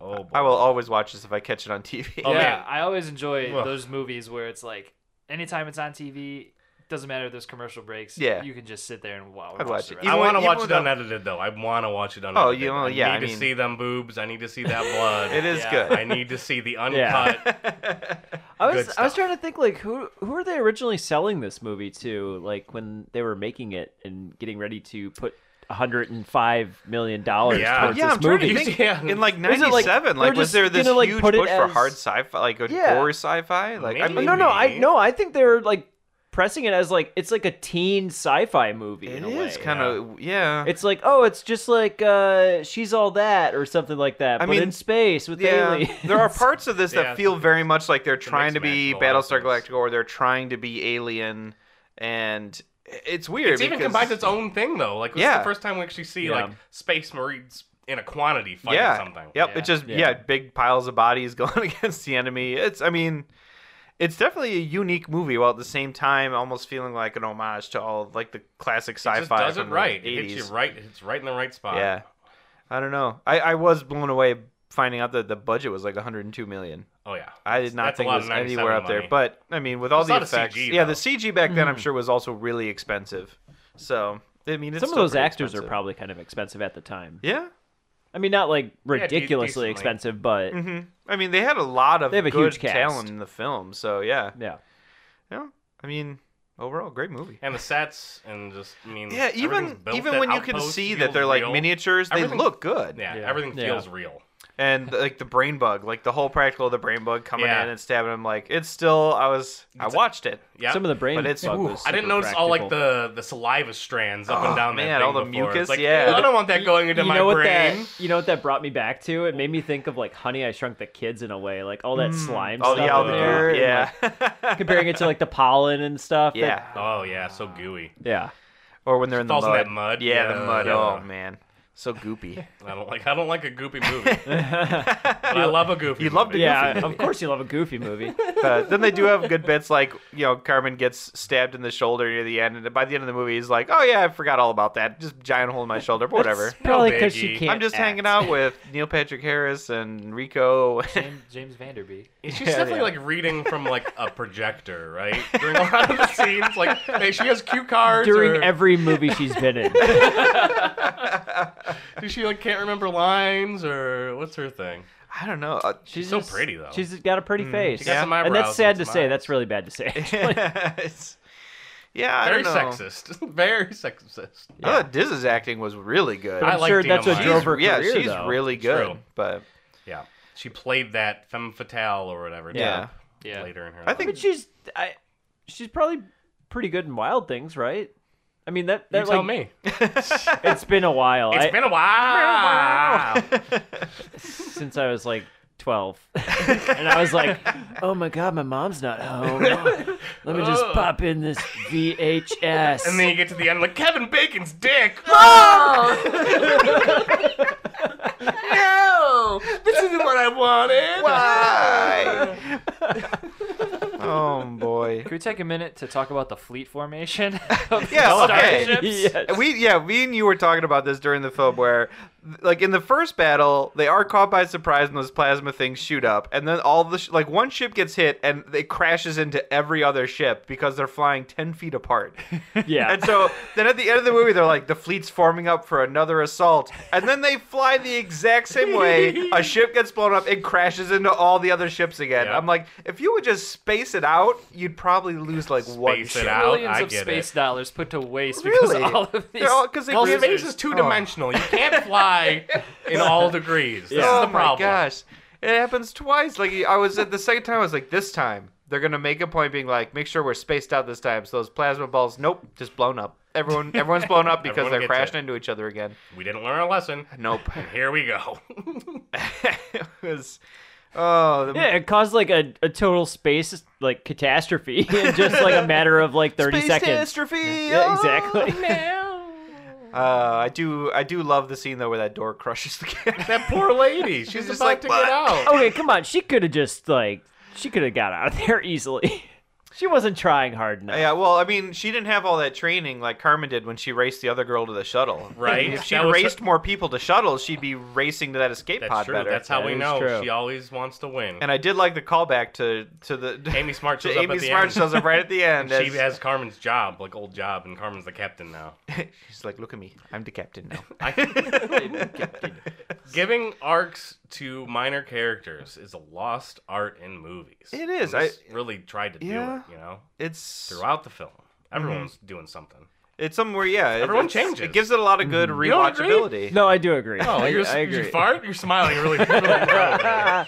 [SPEAKER 1] Oh boy.
[SPEAKER 3] I will always watch this if I catch it on TV.
[SPEAKER 1] Oh,
[SPEAKER 5] yeah,
[SPEAKER 1] man.
[SPEAKER 5] I always enjoy
[SPEAKER 1] Ugh.
[SPEAKER 5] those movies where it's like anytime it's on TV, doesn't matter if there's commercial breaks.
[SPEAKER 3] Yeah.
[SPEAKER 5] you can just sit there and wow.
[SPEAKER 3] I'd watch it.
[SPEAKER 1] I
[SPEAKER 3] Even
[SPEAKER 1] want to
[SPEAKER 3] when-
[SPEAKER 1] watch
[SPEAKER 3] even
[SPEAKER 1] it
[SPEAKER 3] without-
[SPEAKER 1] unedited though. I want to watch it unedited.
[SPEAKER 3] Oh, you know, yeah,
[SPEAKER 1] I
[SPEAKER 3] I
[SPEAKER 1] need to
[SPEAKER 3] mean-
[SPEAKER 1] see them boobs. I need to see that blood.
[SPEAKER 3] [LAUGHS] It is
[SPEAKER 5] Yeah.
[SPEAKER 3] good.
[SPEAKER 1] I need to see the uncut.
[SPEAKER 3] [LAUGHS]
[SPEAKER 2] I
[SPEAKER 1] Good
[SPEAKER 2] was I was
[SPEAKER 1] stuff.
[SPEAKER 2] trying to think like who who were they originally selling this movie to? Like when they were making it and getting ready to put 105 million dollars
[SPEAKER 1] Yeah.
[SPEAKER 2] towards
[SPEAKER 3] yeah, I'm
[SPEAKER 2] this
[SPEAKER 3] trying
[SPEAKER 2] movie.
[SPEAKER 3] to think.
[SPEAKER 1] Yeah.
[SPEAKER 3] In like
[SPEAKER 2] Was it, like,
[SPEAKER 3] '97, like,
[SPEAKER 2] they're
[SPEAKER 3] was
[SPEAKER 2] just
[SPEAKER 3] there this
[SPEAKER 2] gonna, like,
[SPEAKER 3] huge
[SPEAKER 2] put it
[SPEAKER 3] push for
[SPEAKER 2] as-
[SPEAKER 3] hard sci-fi, like a
[SPEAKER 2] Yeah.
[SPEAKER 3] gore sci-fi? Like, I
[SPEAKER 1] Maybe.
[SPEAKER 3] mean,
[SPEAKER 2] Oh, no, no, I
[SPEAKER 1] maybe.
[SPEAKER 2] no, I think they're like pressing it as like it's like a teen sci-fi movie.
[SPEAKER 3] it
[SPEAKER 2] in a
[SPEAKER 3] is
[SPEAKER 2] way.
[SPEAKER 3] kind of yeah.
[SPEAKER 2] It's like oh, it's just like uh, she's all that or something like that,
[SPEAKER 3] I
[SPEAKER 2] but
[SPEAKER 3] mean,
[SPEAKER 2] in space with
[SPEAKER 3] Yeah,
[SPEAKER 2] aliens.
[SPEAKER 3] there are parts of this
[SPEAKER 1] Yeah,
[SPEAKER 3] that feel very much like they're
[SPEAKER 1] mixed
[SPEAKER 3] trying to be
[SPEAKER 1] match in a lot of
[SPEAKER 3] Battlestar
[SPEAKER 1] things.
[SPEAKER 3] Galactica or they're trying to be Alien, and it's weird.
[SPEAKER 1] It's even
[SPEAKER 3] because-
[SPEAKER 1] combines its own thing though. Like, this is
[SPEAKER 3] Yeah.
[SPEAKER 1] the first time we actually see
[SPEAKER 2] Yeah.
[SPEAKER 1] like space marines in a quantity fighting
[SPEAKER 3] yeah,
[SPEAKER 1] something.
[SPEAKER 3] Yep,
[SPEAKER 5] Yeah.
[SPEAKER 3] it's just
[SPEAKER 2] Yeah.
[SPEAKER 3] yeah. big piles of bodies [LAUGHS] going against the enemy. It's I mean, it's definitely a unique movie while at the same time almost feeling like an homage to all like the classic
[SPEAKER 1] It
[SPEAKER 3] sci-fi.
[SPEAKER 1] just does it
[SPEAKER 3] from the
[SPEAKER 1] right. It
[SPEAKER 3] 80s.
[SPEAKER 1] hits you right. It's right in the right spot.
[SPEAKER 3] Yeah, I don't know. I I was blown away finding out that the budget was like 102 million.
[SPEAKER 1] Oh yeah.
[SPEAKER 3] I did not
[SPEAKER 1] That's a
[SPEAKER 3] think it
[SPEAKER 1] lot
[SPEAKER 3] was
[SPEAKER 1] of 97
[SPEAKER 3] anywhere up there.
[SPEAKER 1] money.
[SPEAKER 3] But I mean, with all
[SPEAKER 1] It's
[SPEAKER 3] the
[SPEAKER 1] not a
[SPEAKER 3] effects,
[SPEAKER 1] CG
[SPEAKER 3] yeah,
[SPEAKER 1] though.
[SPEAKER 3] the CG back then I'm
[SPEAKER 2] Hmm.
[SPEAKER 3] sure was also really expensive. So I mean, it's
[SPEAKER 2] [LAUGHS] Some of
[SPEAKER 3] still
[SPEAKER 2] those
[SPEAKER 3] pretty
[SPEAKER 2] actors are
[SPEAKER 3] expensive.
[SPEAKER 2] probably kind of expensive at the time.
[SPEAKER 3] yeah.
[SPEAKER 2] I mean, not like
[SPEAKER 1] de-
[SPEAKER 2] ridiculously
[SPEAKER 1] decently.
[SPEAKER 2] expensive, but
[SPEAKER 3] hmm I mean, they had a lot of
[SPEAKER 2] They have a
[SPEAKER 3] good
[SPEAKER 2] huge cast.
[SPEAKER 3] talent in the film. So yeah,
[SPEAKER 2] yeah.
[SPEAKER 3] yeah. I mean, overall, great movie.
[SPEAKER 1] And the sets and just I mean.
[SPEAKER 3] Yeah, even
[SPEAKER 1] everything's built,
[SPEAKER 3] even
[SPEAKER 1] that
[SPEAKER 3] when you can
[SPEAKER 1] outpost
[SPEAKER 3] see that
[SPEAKER 1] feels
[SPEAKER 3] they're like
[SPEAKER 1] real.
[SPEAKER 3] miniatures, they
[SPEAKER 1] Everything-
[SPEAKER 3] look good.
[SPEAKER 1] Yeah,
[SPEAKER 2] Yeah.
[SPEAKER 1] everything
[SPEAKER 2] Yeah.
[SPEAKER 1] feels real.
[SPEAKER 3] And like the brain bug, like the whole practical of the brain bug coming
[SPEAKER 1] Yeah.
[SPEAKER 3] in and stabbing him. Like it's still, I was, I watched it.
[SPEAKER 1] Yeah.
[SPEAKER 2] Some of the brain,
[SPEAKER 3] But it's-
[SPEAKER 2] bug
[SPEAKER 3] ooh,
[SPEAKER 2] was
[SPEAKER 1] I didn't
[SPEAKER 2] super
[SPEAKER 1] notice all like
[SPEAKER 2] practical.
[SPEAKER 1] the the saliva strands up and
[SPEAKER 3] Oh,
[SPEAKER 1] down
[SPEAKER 3] man,
[SPEAKER 1] that thing
[SPEAKER 3] all the
[SPEAKER 1] before. It's
[SPEAKER 3] mucus,
[SPEAKER 1] like,
[SPEAKER 3] yeah.
[SPEAKER 1] I don't want that going into
[SPEAKER 2] you
[SPEAKER 1] my
[SPEAKER 2] know what
[SPEAKER 1] brain.
[SPEAKER 2] that you know what that brought me back to? It made me think of like Honey I Shrunk the Kids in a way, like all that slime
[SPEAKER 3] Oh
[SPEAKER 2] stuff
[SPEAKER 3] yeah, all
[SPEAKER 2] in
[SPEAKER 3] the
[SPEAKER 2] there,
[SPEAKER 3] goop,
[SPEAKER 2] and,
[SPEAKER 3] yeah,
[SPEAKER 2] like, comparing it to like the pollen and stuff. that-
[SPEAKER 3] yeah.
[SPEAKER 1] Oh yeah, so gooey.
[SPEAKER 2] yeah.
[SPEAKER 3] [LAUGHS] Or when they're in the
[SPEAKER 1] Falls
[SPEAKER 3] mud.
[SPEAKER 1] in that mud,
[SPEAKER 3] Yeah, the
[SPEAKER 1] yeah,
[SPEAKER 3] mud.
[SPEAKER 1] yeah.
[SPEAKER 3] Oh man. So goopy.
[SPEAKER 1] I don't like. I don't like a
[SPEAKER 3] [LAUGHS]
[SPEAKER 1] goopy
[SPEAKER 2] [LAUGHS]
[SPEAKER 1] movie. but I love a goopy.
[SPEAKER 3] You
[SPEAKER 1] [LAUGHS]
[SPEAKER 3] loved
[SPEAKER 1] movie.
[SPEAKER 3] a
[SPEAKER 2] yeah,
[SPEAKER 3] goofy
[SPEAKER 2] of course you love a
[SPEAKER 1] [LAUGHS]
[SPEAKER 2] goofy movie.
[SPEAKER 3] Uh, then they do have good bits like you know Carmen gets stabbed in the shoulder near the end, and by the end of the movie he's like, "Oh yeah, I forgot all about that. Just giant hole in my shoulder, but whatever."
[SPEAKER 2] Probably because she
[SPEAKER 1] biggie.
[SPEAKER 2] can't.
[SPEAKER 3] [LAUGHS] I'm just
[SPEAKER 2] act.
[SPEAKER 3] hanging out with Neil Patrick Harris and Rico. [LAUGHS]
[SPEAKER 5] [LAUGHS] James, James Vanderbeek.
[SPEAKER 1] She's
[SPEAKER 3] Yeah,
[SPEAKER 1] definitely
[SPEAKER 3] yeah.
[SPEAKER 1] like reading from like a projector, right? During a lot of the scenes, like hey, she has cue cards.
[SPEAKER 2] during
[SPEAKER 1] or
[SPEAKER 2] every movie she's been in.
[SPEAKER 1] she like can't remember lines or what's her thing?
[SPEAKER 3] I don't know. Uh,
[SPEAKER 1] She's so pretty though.
[SPEAKER 2] [LAUGHS]
[SPEAKER 1] Mm.
[SPEAKER 2] She's got a pretty face.
[SPEAKER 1] She got some
[SPEAKER 2] and
[SPEAKER 1] eyebrows
[SPEAKER 2] that's
[SPEAKER 1] and
[SPEAKER 2] sad to
[SPEAKER 1] some
[SPEAKER 2] say.
[SPEAKER 1] eyes.
[SPEAKER 2] That's really bad
[SPEAKER 1] [LAUGHS]
[SPEAKER 2] to say.
[SPEAKER 3] [LAUGHS] it's- yeah, I
[SPEAKER 1] very
[SPEAKER 3] don't know.
[SPEAKER 1] sexist. [LAUGHS] Very sexist.
[SPEAKER 3] I thought Diz's acting was really good.
[SPEAKER 1] I
[SPEAKER 2] I'm
[SPEAKER 1] like
[SPEAKER 2] sure
[SPEAKER 1] Dina
[SPEAKER 2] that's what
[SPEAKER 1] Meyer.
[SPEAKER 2] drove her
[SPEAKER 3] yeah,
[SPEAKER 2] career,
[SPEAKER 3] she's
[SPEAKER 2] though.
[SPEAKER 3] really good.
[SPEAKER 1] True.
[SPEAKER 3] But
[SPEAKER 1] Yeah, she played that femme fatale or whatever.
[SPEAKER 3] Yeah.
[SPEAKER 1] type
[SPEAKER 5] Yeah.
[SPEAKER 1] later in her.
[SPEAKER 3] I think-
[SPEAKER 2] But she's, I, she's probably pretty good in Wild Things, right? I mean that
[SPEAKER 1] life. you
[SPEAKER 2] that like
[SPEAKER 1] tell me.
[SPEAKER 2] it's been a while
[SPEAKER 1] [LAUGHS] It's
[SPEAKER 2] I,
[SPEAKER 1] been a
[SPEAKER 3] [LAUGHS]
[SPEAKER 1] while.
[SPEAKER 2] since I was like twelve, [LAUGHS] and I was like, oh my god, my mom's
[SPEAKER 1] [LAUGHS]
[SPEAKER 2] not home. Let me just pop in this VHS.
[SPEAKER 1] and then you get to the end, like Kevin Bacon's dick. [LAUGHS] no, this isn't what I wanted.
[SPEAKER 3] why? [LAUGHS] oh boy.
[SPEAKER 5] Can we take a minute to talk about the
[SPEAKER 3] [LAUGHS]
[SPEAKER 5] fleet formation? [LAUGHS]
[SPEAKER 3] Yeah. Okay.
[SPEAKER 2] [LAUGHS] yes.
[SPEAKER 3] We yeah, we and you were talking about this during the film where like in the first battle, they are caught by surprise and those plasma things shoot up and then all the sh- like one ship gets hit and it crashes into every other ship because they're flying 10
[SPEAKER 1] [LAUGHS]
[SPEAKER 3] feet apart.
[SPEAKER 2] yeah.
[SPEAKER 3] And so then at the end of the movie, they're like, the fleet's forming up for another assault. And then they fly the exact same way.
[SPEAKER 1] [LAUGHS]
[SPEAKER 3] A ship gets blown up and crashes into all the other ships again.
[SPEAKER 1] Yeah.
[SPEAKER 3] I'm like, if you would just space it out, you'd probably lose like one
[SPEAKER 1] Space it
[SPEAKER 3] ship.
[SPEAKER 1] out.
[SPEAKER 5] Millions
[SPEAKER 1] I
[SPEAKER 5] of
[SPEAKER 1] get
[SPEAKER 5] space
[SPEAKER 1] it.
[SPEAKER 5] dollars put to waste
[SPEAKER 3] Really?
[SPEAKER 5] because all of these.
[SPEAKER 3] They're all, [LAUGHS] cause they
[SPEAKER 1] Well,
[SPEAKER 3] create-
[SPEAKER 1] space is two dimensional. You can't fly in all
[SPEAKER 3] [LAUGHS]
[SPEAKER 1] degrees. This
[SPEAKER 3] oh
[SPEAKER 1] is the
[SPEAKER 3] my
[SPEAKER 1] problem.
[SPEAKER 3] gosh. It happens twice. Like I was at the second time, I was like, this time they're gonna make a point being like, make sure we're spaced out this time. So those plasma balls, nope, just blown up.
[SPEAKER 1] [LAUGHS]
[SPEAKER 3] Everyone, everyone's blown up because
[SPEAKER 1] Everyone
[SPEAKER 3] they're
[SPEAKER 1] gets
[SPEAKER 3] crashing
[SPEAKER 1] it.
[SPEAKER 3] into each other again.
[SPEAKER 1] We didn't learn our lesson.
[SPEAKER 3] Nope.
[SPEAKER 1] Here we go.
[SPEAKER 3] [LAUGHS] it was,
[SPEAKER 1] [LAUGHS]
[SPEAKER 3] oh, the,
[SPEAKER 2] Yeah, it caused like a, a total space like catastrophe [LAUGHS] in just like a matter of like thirty
[SPEAKER 3] Space
[SPEAKER 2] seconds.
[SPEAKER 3] catastrophe.
[SPEAKER 2] Yeah,
[SPEAKER 3] oh.
[SPEAKER 2] exactly.
[SPEAKER 3] Uh, I do, I do love the scene though where that door [LAUGHS] crushes the cat.
[SPEAKER 1] [LAUGHS] that poor lady. She's,
[SPEAKER 3] just
[SPEAKER 1] about
[SPEAKER 3] like,
[SPEAKER 1] to
[SPEAKER 3] "Fuck."
[SPEAKER 1] get out.
[SPEAKER 2] [LAUGHS] okay, come on. She could have just like she could have got out of there [LAUGHS] easily. She wasn't trying hard enough.
[SPEAKER 3] [LAUGHS] yeah, well, I mean, she didn't have all that training like Carmen did when she raced the other girl to the shuttle.
[SPEAKER 1] [LAUGHS] Right.
[SPEAKER 3] If she
[SPEAKER 1] That was her-
[SPEAKER 3] raced more people to shuttles, she'd be racing to that escape
[SPEAKER 1] That's
[SPEAKER 3] pod
[SPEAKER 1] true.
[SPEAKER 3] better.
[SPEAKER 1] That's how
[SPEAKER 2] That
[SPEAKER 1] we
[SPEAKER 2] is
[SPEAKER 1] know
[SPEAKER 2] true.
[SPEAKER 1] she always wants to win.
[SPEAKER 3] And I did like the callback to to the
[SPEAKER 1] [LAUGHS] Amy Smart
[SPEAKER 3] [LAUGHS] to
[SPEAKER 1] shows up
[SPEAKER 3] Amy
[SPEAKER 1] at the
[SPEAKER 3] Smart
[SPEAKER 1] end.
[SPEAKER 3] shows up right
[SPEAKER 1] [LAUGHS]
[SPEAKER 3] at the end.
[SPEAKER 1] she
[SPEAKER 3] as-
[SPEAKER 1] has Carmen's job, like old job, and Carmen's the captain now.
[SPEAKER 3] she's like, "Look at me, I'm the captain now."
[SPEAKER 1] Giving arcs to minor characters is a lost art in movies.
[SPEAKER 3] It is.
[SPEAKER 1] And
[SPEAKER 3] I-
[SPEAKER 1] this really tried to do
[SPEAKER 3] Yeah.
[SPEAKER 1] it, you know,
[SPEAKER 3] [LAUGHS] It's
[SPEAKER 1] throughout the film. Everyone's doing something.
[SPEAKER 3] it's somewhere, yeah. it-
[SPEAKER 1] Everyone
[SPEAKER 3] it's-
[SPEAKER 1] changes.
[SPEAKER 3] It gives it a lot of good
[SPEAKER 1] don't agree?
[SPEAKER 3] rewatchability.
[SPEAKER 2] No, I do agree. Oh, [LAUGHS] I,
[SPEAKER 1] you're,
[SPEAKER 2] I agree.
[SPEAKER 1] you fart? You're smiling really, really proud.
[SPEAKER 5] I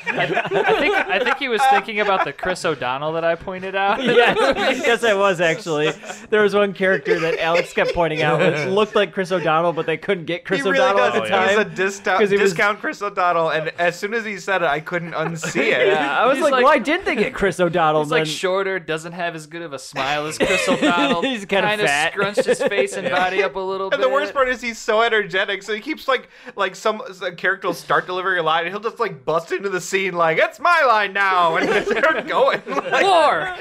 [SPEAKER 5] think I think he was thinking about the Chris O'Donnell that I pointed
[SPEAKER 2] [LAUGHS]
[SPEAKER 5] out.
[SPEAKER 2] yes, yes, I was actually. There was one character that Alex kept pointing out that looked like Chris O'Donnell, but they couldn't get Chris
[SPEAKER 3] he really
[SPEAKER 2] O'Donnell
[SPEAKER 3] does.
[SPEAKER 2] at the time.
[SPEAKER 3] He's a discount,
[SPEAKER 2] 'Cause he was-
[SPEAKER 3] discount Chris O'Donnell,
[SPEAKER 2] [LAUGHS]
[SPEAKER 3] and as soon as he said it, I couldn't unsee it.
[SPEAKER 2] yeah, I was
[SPEAKER 5] He's
[SPEAKER 2] like,
[SPEAKER 5] like-
[SPEAKER 2] why didn't they get Chris O'Donnell?
[SPEAKER 5] He's like
[SPEAKER 2] then?
[SPEAKER 5] shorter, doesn't have as good of a smile as Chris O'Donnell.
[SPEAKER 2] He's kinda
[SPEAKER 5] Kinda
[SPEAKER 2] fat.
[SPEAKER 5] scrunched his face and body up a little bit.
[SPEAKER 3] And the worst part is he's so energetic, so he keeps like like some a character will start delivering a line, and he'll just like bust into the scene like it's my line now, and [LAUGHS] just start going. Like, [LAUGHS]
[SPEAKER 5] war.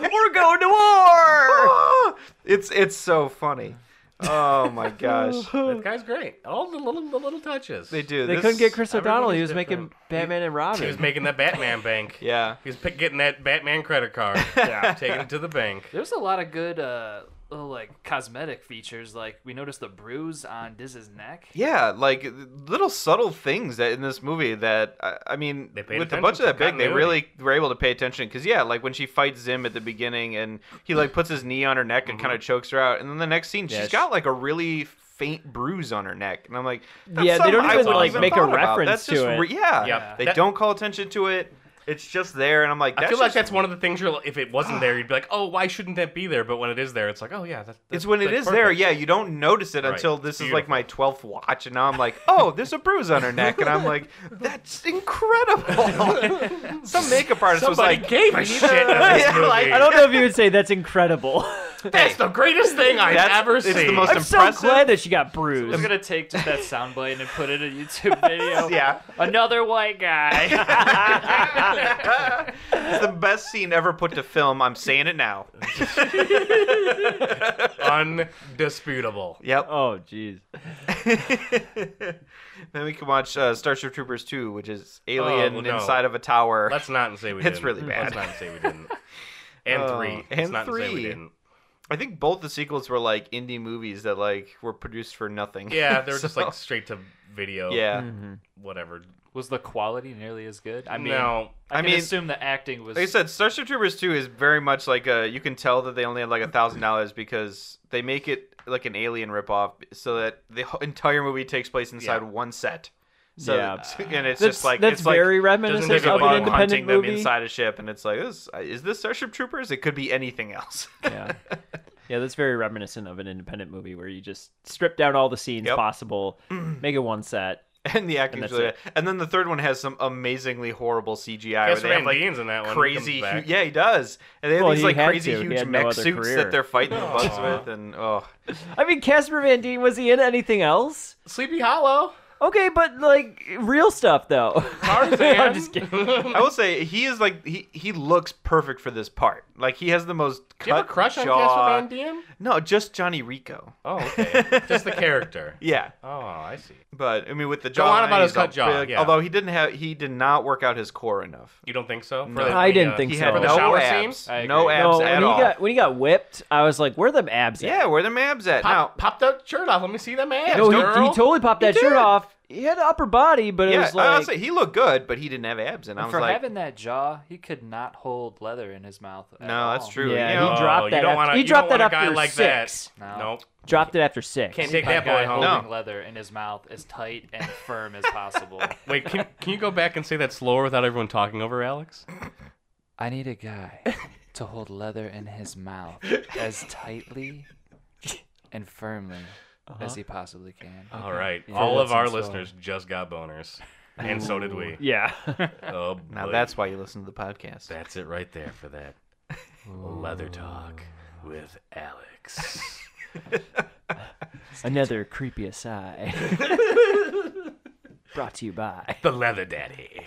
[SPEAKER 3] We're going to war. [LAUGHS] it's it's so funny. Oh my
[SPEAKER 2] [LAUGHS]
[SPEAKER 3] gosh,
[SPEAKER 1] [LAUGHS] that guy's great. All the little, the little touches.
[SPEAKER 3] they do.
[SPEAKER 2] They
[SPEAKER 3] this-
[SPEAKER 2] couldn't get Chris
[SPEAKER 1] everyone
[SPEAKER 2] O'Donnell.
[SPEAKER 1] is
[SPEAKER 2] He was making
[SPEAKER 1] different.
[SPEAKER 2] Batman and Robin.
[SPEAKER 1] He was making that Batman bank.
[SPEAKER 3] [LAUGHS] Yeah.
[SPEAKER 1] He was pick, getting that Batman credit
[SPEAKER 3] [LAUGHS]
[SPEAKER 1] card. Yeah. Taking it to the bank.
[SPEAKER 5] There's a lot of good uh, little like cosmetic features. Like we noticed the bruise on Diz's neck.
[SPEAKER 3] Yeah, like little subtle things that in this movie that I, I mean,
[SPEAKER 1] They paid
[SPEAKER 3] with a
[SPEAKER 1] attention
[SPEAKER 3] bunch
[SPEAKER 1] to
[SPEAKER 3] of that big, they
[SPEAKER 1] continuity.
[SPEAKER 3] really were able to pay attention. Because yeah, like when she fights Zim at the beginning, and he like puts his knee on her neck and
[SPEAKER 1] Mm-hmm.
[SPEAKER 3] kind of chokes her out, and then the next scene, she's
[SPEAKER 2] Yes.
[SPEAKER 3] got like a really faint bruise on her neck, and I'm like, that's
[SPEAKER 2] Yeah, they
[SPEAKER 3] something
[SPEAKER 2] don't
[SPEAKER 3] I
[SPEAKER 2] even,
[SPEAKER 3] wasn't
[SPEAKER 2] like, make a
[SPEAKER 3] thought about.
[SPEAKER 2] reference
[SPEAKER 3] That's just
[SPEAKER 2] to it.
[SPEAKER 3] re- yeah,
[SPEAKER 1] Yeah.
[SPEAKER 3] they
[SPEAKER 1] That-
[SPEAKER 3] don't call attention to it. It's just there, and I'm like,
[SPEAKER 1] I
[SPEAKER 3] that's
[SPEAKER 1] feel like
[SPEAKER 3] just-
[SPEAKER 1] that's one of the things you're. If it wasn't there, you'd be like, "Oh, why shouldn't that be there?" But when it is there, it's like, "Oh yeah, that's."
[SPEAKER 3] It's when it is there, yeah. You don't notice it
[SPEAKER 1] Right,
[SPEAKER 3] until
[SPEAKER 1] it's
[SPEAKER 3] this is like my twelfth watch, and now I'm like, oh, there's a bruise on her neck, and
[SPEAKER 1] [LAUGHS]
[SPEAKER 3] I'm like, that's incredible. Some makeup artist was
[SPEAKER 1] Somebody
[SPEAKER 3] like,
[SPEAKER 1] gave a shit on this
[SPEAKER 3] [LAUGHS] Yeah,
[SPEAKER 1] movie.
[SPEAKER 3] like,
[SPEAKER 2] I don't know if you would say that's incredible. [LAUGHS]
[SPEAKER 1] That's the greatest thing I've
[SPEAKER 3] That's-
[SPEAKER 1] ever
[SPEAKER 3] it's
[SPEAKER 1] seen.
[SPEAKER 3] the most
[SPEAKER 2] I'm so
[SPEAKER 3] impressive-
[SPEAKER 2] glad that she got bruised.
[SPEAKER 5] I'm gonna take just that soundbite and put it in a YouTube video.
[SPEAKER 3] Yeah.
[SPEAKER 5] Another white guy.
[SPEAKER 3] [LAUGHS] It's the best scene ever put to film. I'm saying it now.
[SPEAKER 1] [LAUGHS] Undisputable.
[SPEAKER 3] Yep. [LAUGHS]
[SPEAKER 2] Oh, jeez.
[SPEAKER 3] Then we can watch uh, Starship Troopers 2, which is
[SPEAKER 1] Oh,
[SPEAKER 3] Alien
[SPEAKER 1] no.
[SPEAKER 3] inside of a tower.
[SPEAKER 1] Let's not say we didn't.
[SPEAKER 3] It's really bad.
[SPEAKER 1] Let's not say we didn't. And
[SPEAKER 3] Oh,
[SPEAKER 1] three.
[SPEAKER 3] and
[SPEAKER 1] Let's not say
[SPEAKER 3] three.
[SPEAKER 1] we didn't.
[SPEAKER 3] I think both the sequels were like indie movies that like were produced for nothing.
[SPEAKER 1] Yeah, Mm-hmm. they were just
[SPEAKER 3] [LAUGHS] So-
[SPEAKER 1] like straight to video.
[SPEAKER 3] yeah.
[SPEAKER 1] Whatever.
[SPEAKER 5] was the quality nearly as good? I mean,
[SPEAKER 1] no.
[SPEAKER 5] I,
[SPEAKER 3] I
[SPEAKER 5] can
[SPEAKER 3] mean-
[SPEAKER 5] assume the acting was.
[SPEAKER 3] Like I said, Starship Troopers 2 is very much like a. You can tell that they only had like a thousand dollars because they make it like an Alien ripoff, so that the whole entire movie takes place inside
[SPEAKER 1] Yeah.
[SPEAKER 3] one set. So
[SPEAKER 2] Yeah.
[SPEAKER 3] and it's
[SPEAKER 2] That's,
[SPEAKER 3] just like
[SPEAKER 2] that's
[SPEAKER 3] it's like,
[SPEAKER 2] very
[SPEAKER 1] doesn't
[SPEAKER 2] reminiscent
[SPEAKER 1] take a
[SPEAKER 2] of
[SPEAKER 1] lot
[SPEAKER 2] an
[SPEAKER 1] of
[SPEAKER 2] independent
[SPEAKER 3] hunting
[SPEAKER 2] movie.
[SPEAKER 3] them inside a ship, and it's like, this, is this Starship Troopers? It could be anything else. [LAUGHS]
[SPEAKER 2] yeah. Yeah, that's very reminiscent of an independent movie where you just strip down all the scenes
[SPEAKER 3] Yep.
[SPEAKER 2] possible, make it one set.
[SPEAKER 3] and the acting's
[SPEAKER 2] that's
[SPEAKER 3] really
[SPEAKER 2] it.
[SPEAKER 3] bad. And then the third one has some amazingly horrible CGI.
[SPEAKER 1] Guess
[SPEAKER 3] where they have,
[SPEAKER 1] Van
[SPEAKER 3] like,
[SPEAKER 1] Dien's in that one.
[SPEAKER 3] crazy.
[SPEAKER 1] He
[SPEAKER 3] Hu-
[SPEAKER 1] comes back.
[SPEAKER 3] yeah, he does. And they have
[SPEAKER 2] Well,
[SPEAKER 3] these
[SPEAKER 2] he
[SPEAKER 3] like
[SPEAKER 2] had
[SPEAKER 3] crazy
[SPEAKER 2] to. He
[SPEAKER 3] huge
[SPEAKER 2] had no
[SPEAKER 3] mech
[SPEAKER 2] other
[SPEAKER 3] suits
[SPEAKER 2] career.
[SPEAKER 3] that they're fighting the bugs
[SPEAKER 1] Aw.
[SPEAKER 3] with, and oh,
[SPEAKER 2] I mean, Casper Van Dien, was he in anything else?
[SPEAKER 1] Sleepy Hollow.
[SPEAKER 2] Okay, but like real stuff though. [LAUGHS]
[SPEAKER 1] Tarzan.
[SPEAKER 2] I'm just kidding.
[SPEAKER 3] I will say he is like he he looks perfect for this part. Like he has the most cut
[SPEAKER 1] Do you have a crush on
[SPEAKER 3] jaw.
[SPEAKER 1] Casper Van Dien?
[SPEAKER 3] No, just Johnny Rico.
[SPEAKER 1] Oh, okay. just the
[SPEAKER 3] [LAUGHS]
[SPEAKER 1] character.
[SPEAKER 3] Yeah,
[SPEAKER 1] Oh, I see.
[SPEAKER 3] but I mean with the
[SPEAKER 1] Go
[SPEAKER 3] jaw.
[SPEAKER 1] on about
[SPEAKER 3] he's
[SPEAKER 1] his cut
[SPEAKER 3] all
[SPEAKER 1] jaw,
[SPEAKER 3] big,
[SPEAKER 1] yeah.
[SPEAKER 3] Although he didn't have he did not work out his core enough.
[SPEAKER 1] You don't think so? For
[SPEAKER 2] No.
[SPEAKER 1] the-
[SPEAKER 2] I didn't
[SPEAKER 1] uh,
[SPEAKER 2] think
[SPEAKER 3] He
[SPEAKER 2] so.
[SPEAKER 3] had
[SPEAKER 1] For the
[SPEAKER 3] no
[SPEAKER 1] shower
[SPEAKER 3] abs.
[SPEAKER 1] scenes?
[SPEAKER 5] I
[SPEAKER 3] No
[SPEAKER 5] agree.
[SPEAKER 3] abs
[SPEAKER 2] No, when
[SPEAKER 3] at
[SPEAKER 2] he
[SPEAKER 3] all.
[SPEAKER 2] got when he got whipped, I was like, "Where are them abs at?"
[SPEAKER 3] yeah, where the abs at? now
[SPEAKER 1] Pop, pop that shirt off. Let me see them abs,
[SPEAKER 2] no, he,
[SPEAKER 1] girl.
[SPEAKER 2] he totally popped that shirt
[SPEAKER 3] did.
[SPEAKER 2] off. He had upper body, but it
[SPEAKER 3] yeah,
[SPEAKER 2] was like
[SPEAKER 3] I'll say he looked good, but he didn't have abs, and I
[SPEAKER 5] And
[SPEAKER 3] was
[SPEAKER 5] for
[SPEAKER 3] like,
[SPEAKER 5] having that jaw, he could not hold leather in his mouth. at
[SPEAKER 3] no, that's
[SPEAKER 5] all.
[SPEAKER 3] true.
[SPEAKER 2] Yeah,
[SPEAKER 3] You
[SPEAKER 2] he
[SPEAKER 3] know,
[SPEAKER 1] Oh,
[SPEAKER 2] dropped
[SPEAKER 1] you
[SPEAKER 2] that
[SPEAKER 1] don't
[SPEAKER 2] after-
[SPEAKER 1] wanna-
[SPEAKER 2] he
[SPEAKER 1] you
[SPEAKER 2] dropped
[SPEAKER 1] don't
[SPEAKER 2] that
[SPEAKER 1] want a
[SPEAKER 2] after
[SPEAKER 1] guy like
[SPEAKER 2] six.
[SPEAKER 1] that.
[SPEAKER 5] No.
[SPEAKER 1] Nope.
[SPEAKER 2] dropped it after six.
[SPEAKER 1] Can't take that
[SPEAKER 5] That guy
[SPEAKER 1] boy home.
[SPEAKER 5] holding
[SPEAKER 3] No.
[SPEAKER 5] leather in his mouth as tight and firm as possible.
[SPEAKER 1] Wait, can, can you go back and say that slower without everyone talking over Alex?
[SPEAKER 5] [LAUGHS] I need a guy to hold leather in his mouth as tightly and firmly as he possibly can.
[SPEAKER 1] [LAUGHS] All right.
[SPEAKER 5] Yeah,
[SPEAKER 1] All of
[SPEAKER 5] that's
[SPEAKER 1] our
[SPEAKER 5] so-
[SPEAKER 1] listeners just got boners. And so did we.
[SPEAKER 3] [LAUGHS]
[SPEAKER 2] Yeah,
[SPEAKER 1] Oh,
[SPEAKER 3] now
[SPEAKER 1] boy.
[SPEAKER 3] that's why you listen to the podcast.
[SPEAKER 1] that's it right there for that leather talk with Alex.
[SPEAKER 3] [LAUGHS]
[SPEAKER 2] another
[SPEAKER 3] [LAUGHS]
[SPEAKER 2] creepy aside. Brought to you by.
[SPEAKER 1] the leather daddy.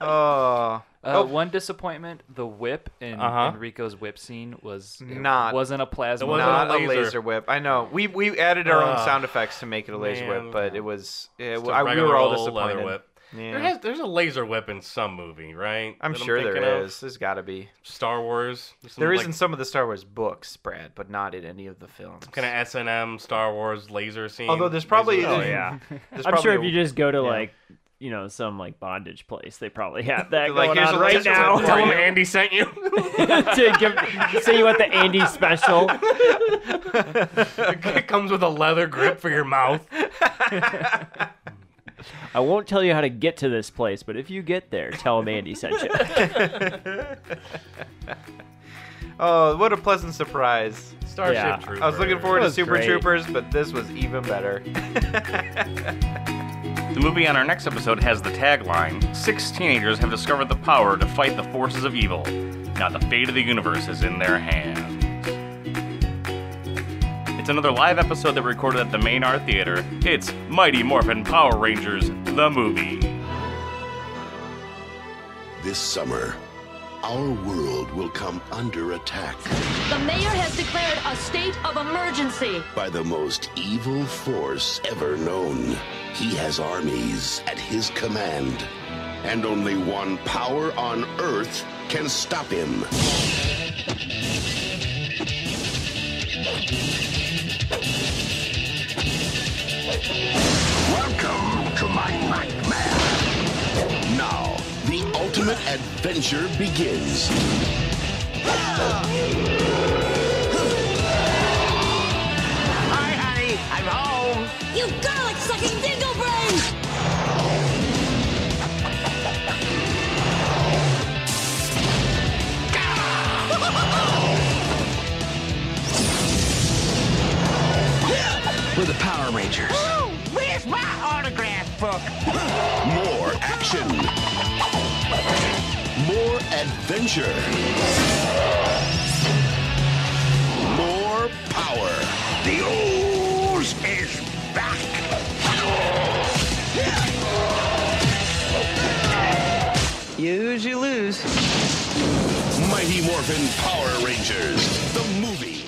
[SPEAKER 3] Oh,
[SPEAKER 5] Uh, One disappointment: the whip in
[SPEAKER 1] Uh-huh.
[SPEAKER 5] Enrico's whip scene was it
[SPEAKER 3] Not-
[SPEAKER 5] wasn't a plasma.
[SPEAKER 1] It wasn't
[SPEAKER 3] not
[SPEAKER 1] a
[SPEAKER 3] a laser.
[SPEAKER 1] laser.
[SPEAKER 3] whip. I know. We we added our own
[SPEAKER 1] Ugh.
[SPEAKER 3] sound effects to make it a laser
[SPEAKER 1] Man.
[SPEAKER 3] whip, but it was yeah,
[SPEAKER 1] Just a
[SPEAKER 3] I, we
[SPEAKER 1] regular
[SPEAKER 3] were all
[SPEAKER 1] old leather
[SPEAKER 3] disappointed.
[SPEAKER 1] whip.
[SPEAKER 3] Yeah.
[SPEAKER 1] There has, there's a laser whip in some movie, right?
[SPEAKER 3] I'm
[SPEAKER 1] That
[SPEAKER 3] sure
[SPEAKER 1] thinking
[SPEAKER 3] there
[SPEAKER 1] of?
[SPEAKER 3] is. There's got to be.
[SPEAKER 1] Star Wars. Some,
[SPEAKER 3] There is
[SPEAKER 1] like,
[SPEAKER 3] in some of the Star Wars books, Brad, but not in any of the films.
[SPEAKER 1] kind of S and M Star Wars laser scene.
[SPEAKER 3] Although [LAUGHS] there's probably
[SPEAKER 1] Laser-
[SPEAKER 2] Oh yeah,
[SPEAKER 3] there's
[SPEAKER 2] I'm sure
[SPEAKER 3] probably
[SPEAKER 2] if
[SPEAKER 3] a-
[SPEAKER 2] you just go to like, you know, some like bondage place, they probably have that
[SPEAKER 3] Like,
[SPEAKER 2] going
[SPEAKER 3] here's
[SPEAKER 2] on
[SPEAKER 3] a
[SPEAKER 2] right
[SPEAKER 3] laser
[SPEAKER 2] now.
[SPEAKER 3] whip
[SPEAKER 1] Tell him Andy sent you.
[SPEAKER 2] [LAUGHS] to give, say you want the Andy special.
[SPEAKER 1] [LAUGHS] it comes with a leather grip for your mouth.
[SPEAKER 2] I won't tell you how to get to this place, but if you get there, tell him Andy sent you.
[SPEAKER 3] oh, what a pleasant surprise!
[SPEAKER 1] Starship
[SPEAKER 2] Yeah.
[SPEAKER 1] Troopers.
[SPEAKER 3] I was looking forward to
[SPEAKER 2] was
[SPEAKER 3] Super
[SPEAKER 2] great.
[SPEAKER 3] Troopers, but this was even better.
[SPEAKER 11] The movie on our next episode has the tagline Six teenagers have discovered the power to fight the forces of evil. Now the fate of the universe is in their hands. It's another live episode that we recorded at the Main Art Theater. It's Mighty Morphin Power Rangers, the movie.
[SPEAKER 9] This summer, our world will come under attack
[SPEAKER 13] The mayor has declared a state of emergency.
[SPEAKER 9] by the most evil force ever known. He has armies at his command, and only one power on Earth can stop him. Welcome to my nightmare. Now, the ultimate adventure begins.
[SPEAKER 7] Hi, honey. I'm home.
[SPEAKER 13] You garlic sucking dingo brains!
[SPEAKER 7] We're the Power Rangers.
[SPEAKER 13] Where's my autograph?
[SPEAKER 9] [LAUGHS] More action. More adventure. lose, you lose. Mighty Morphin Power Rangers, the movie.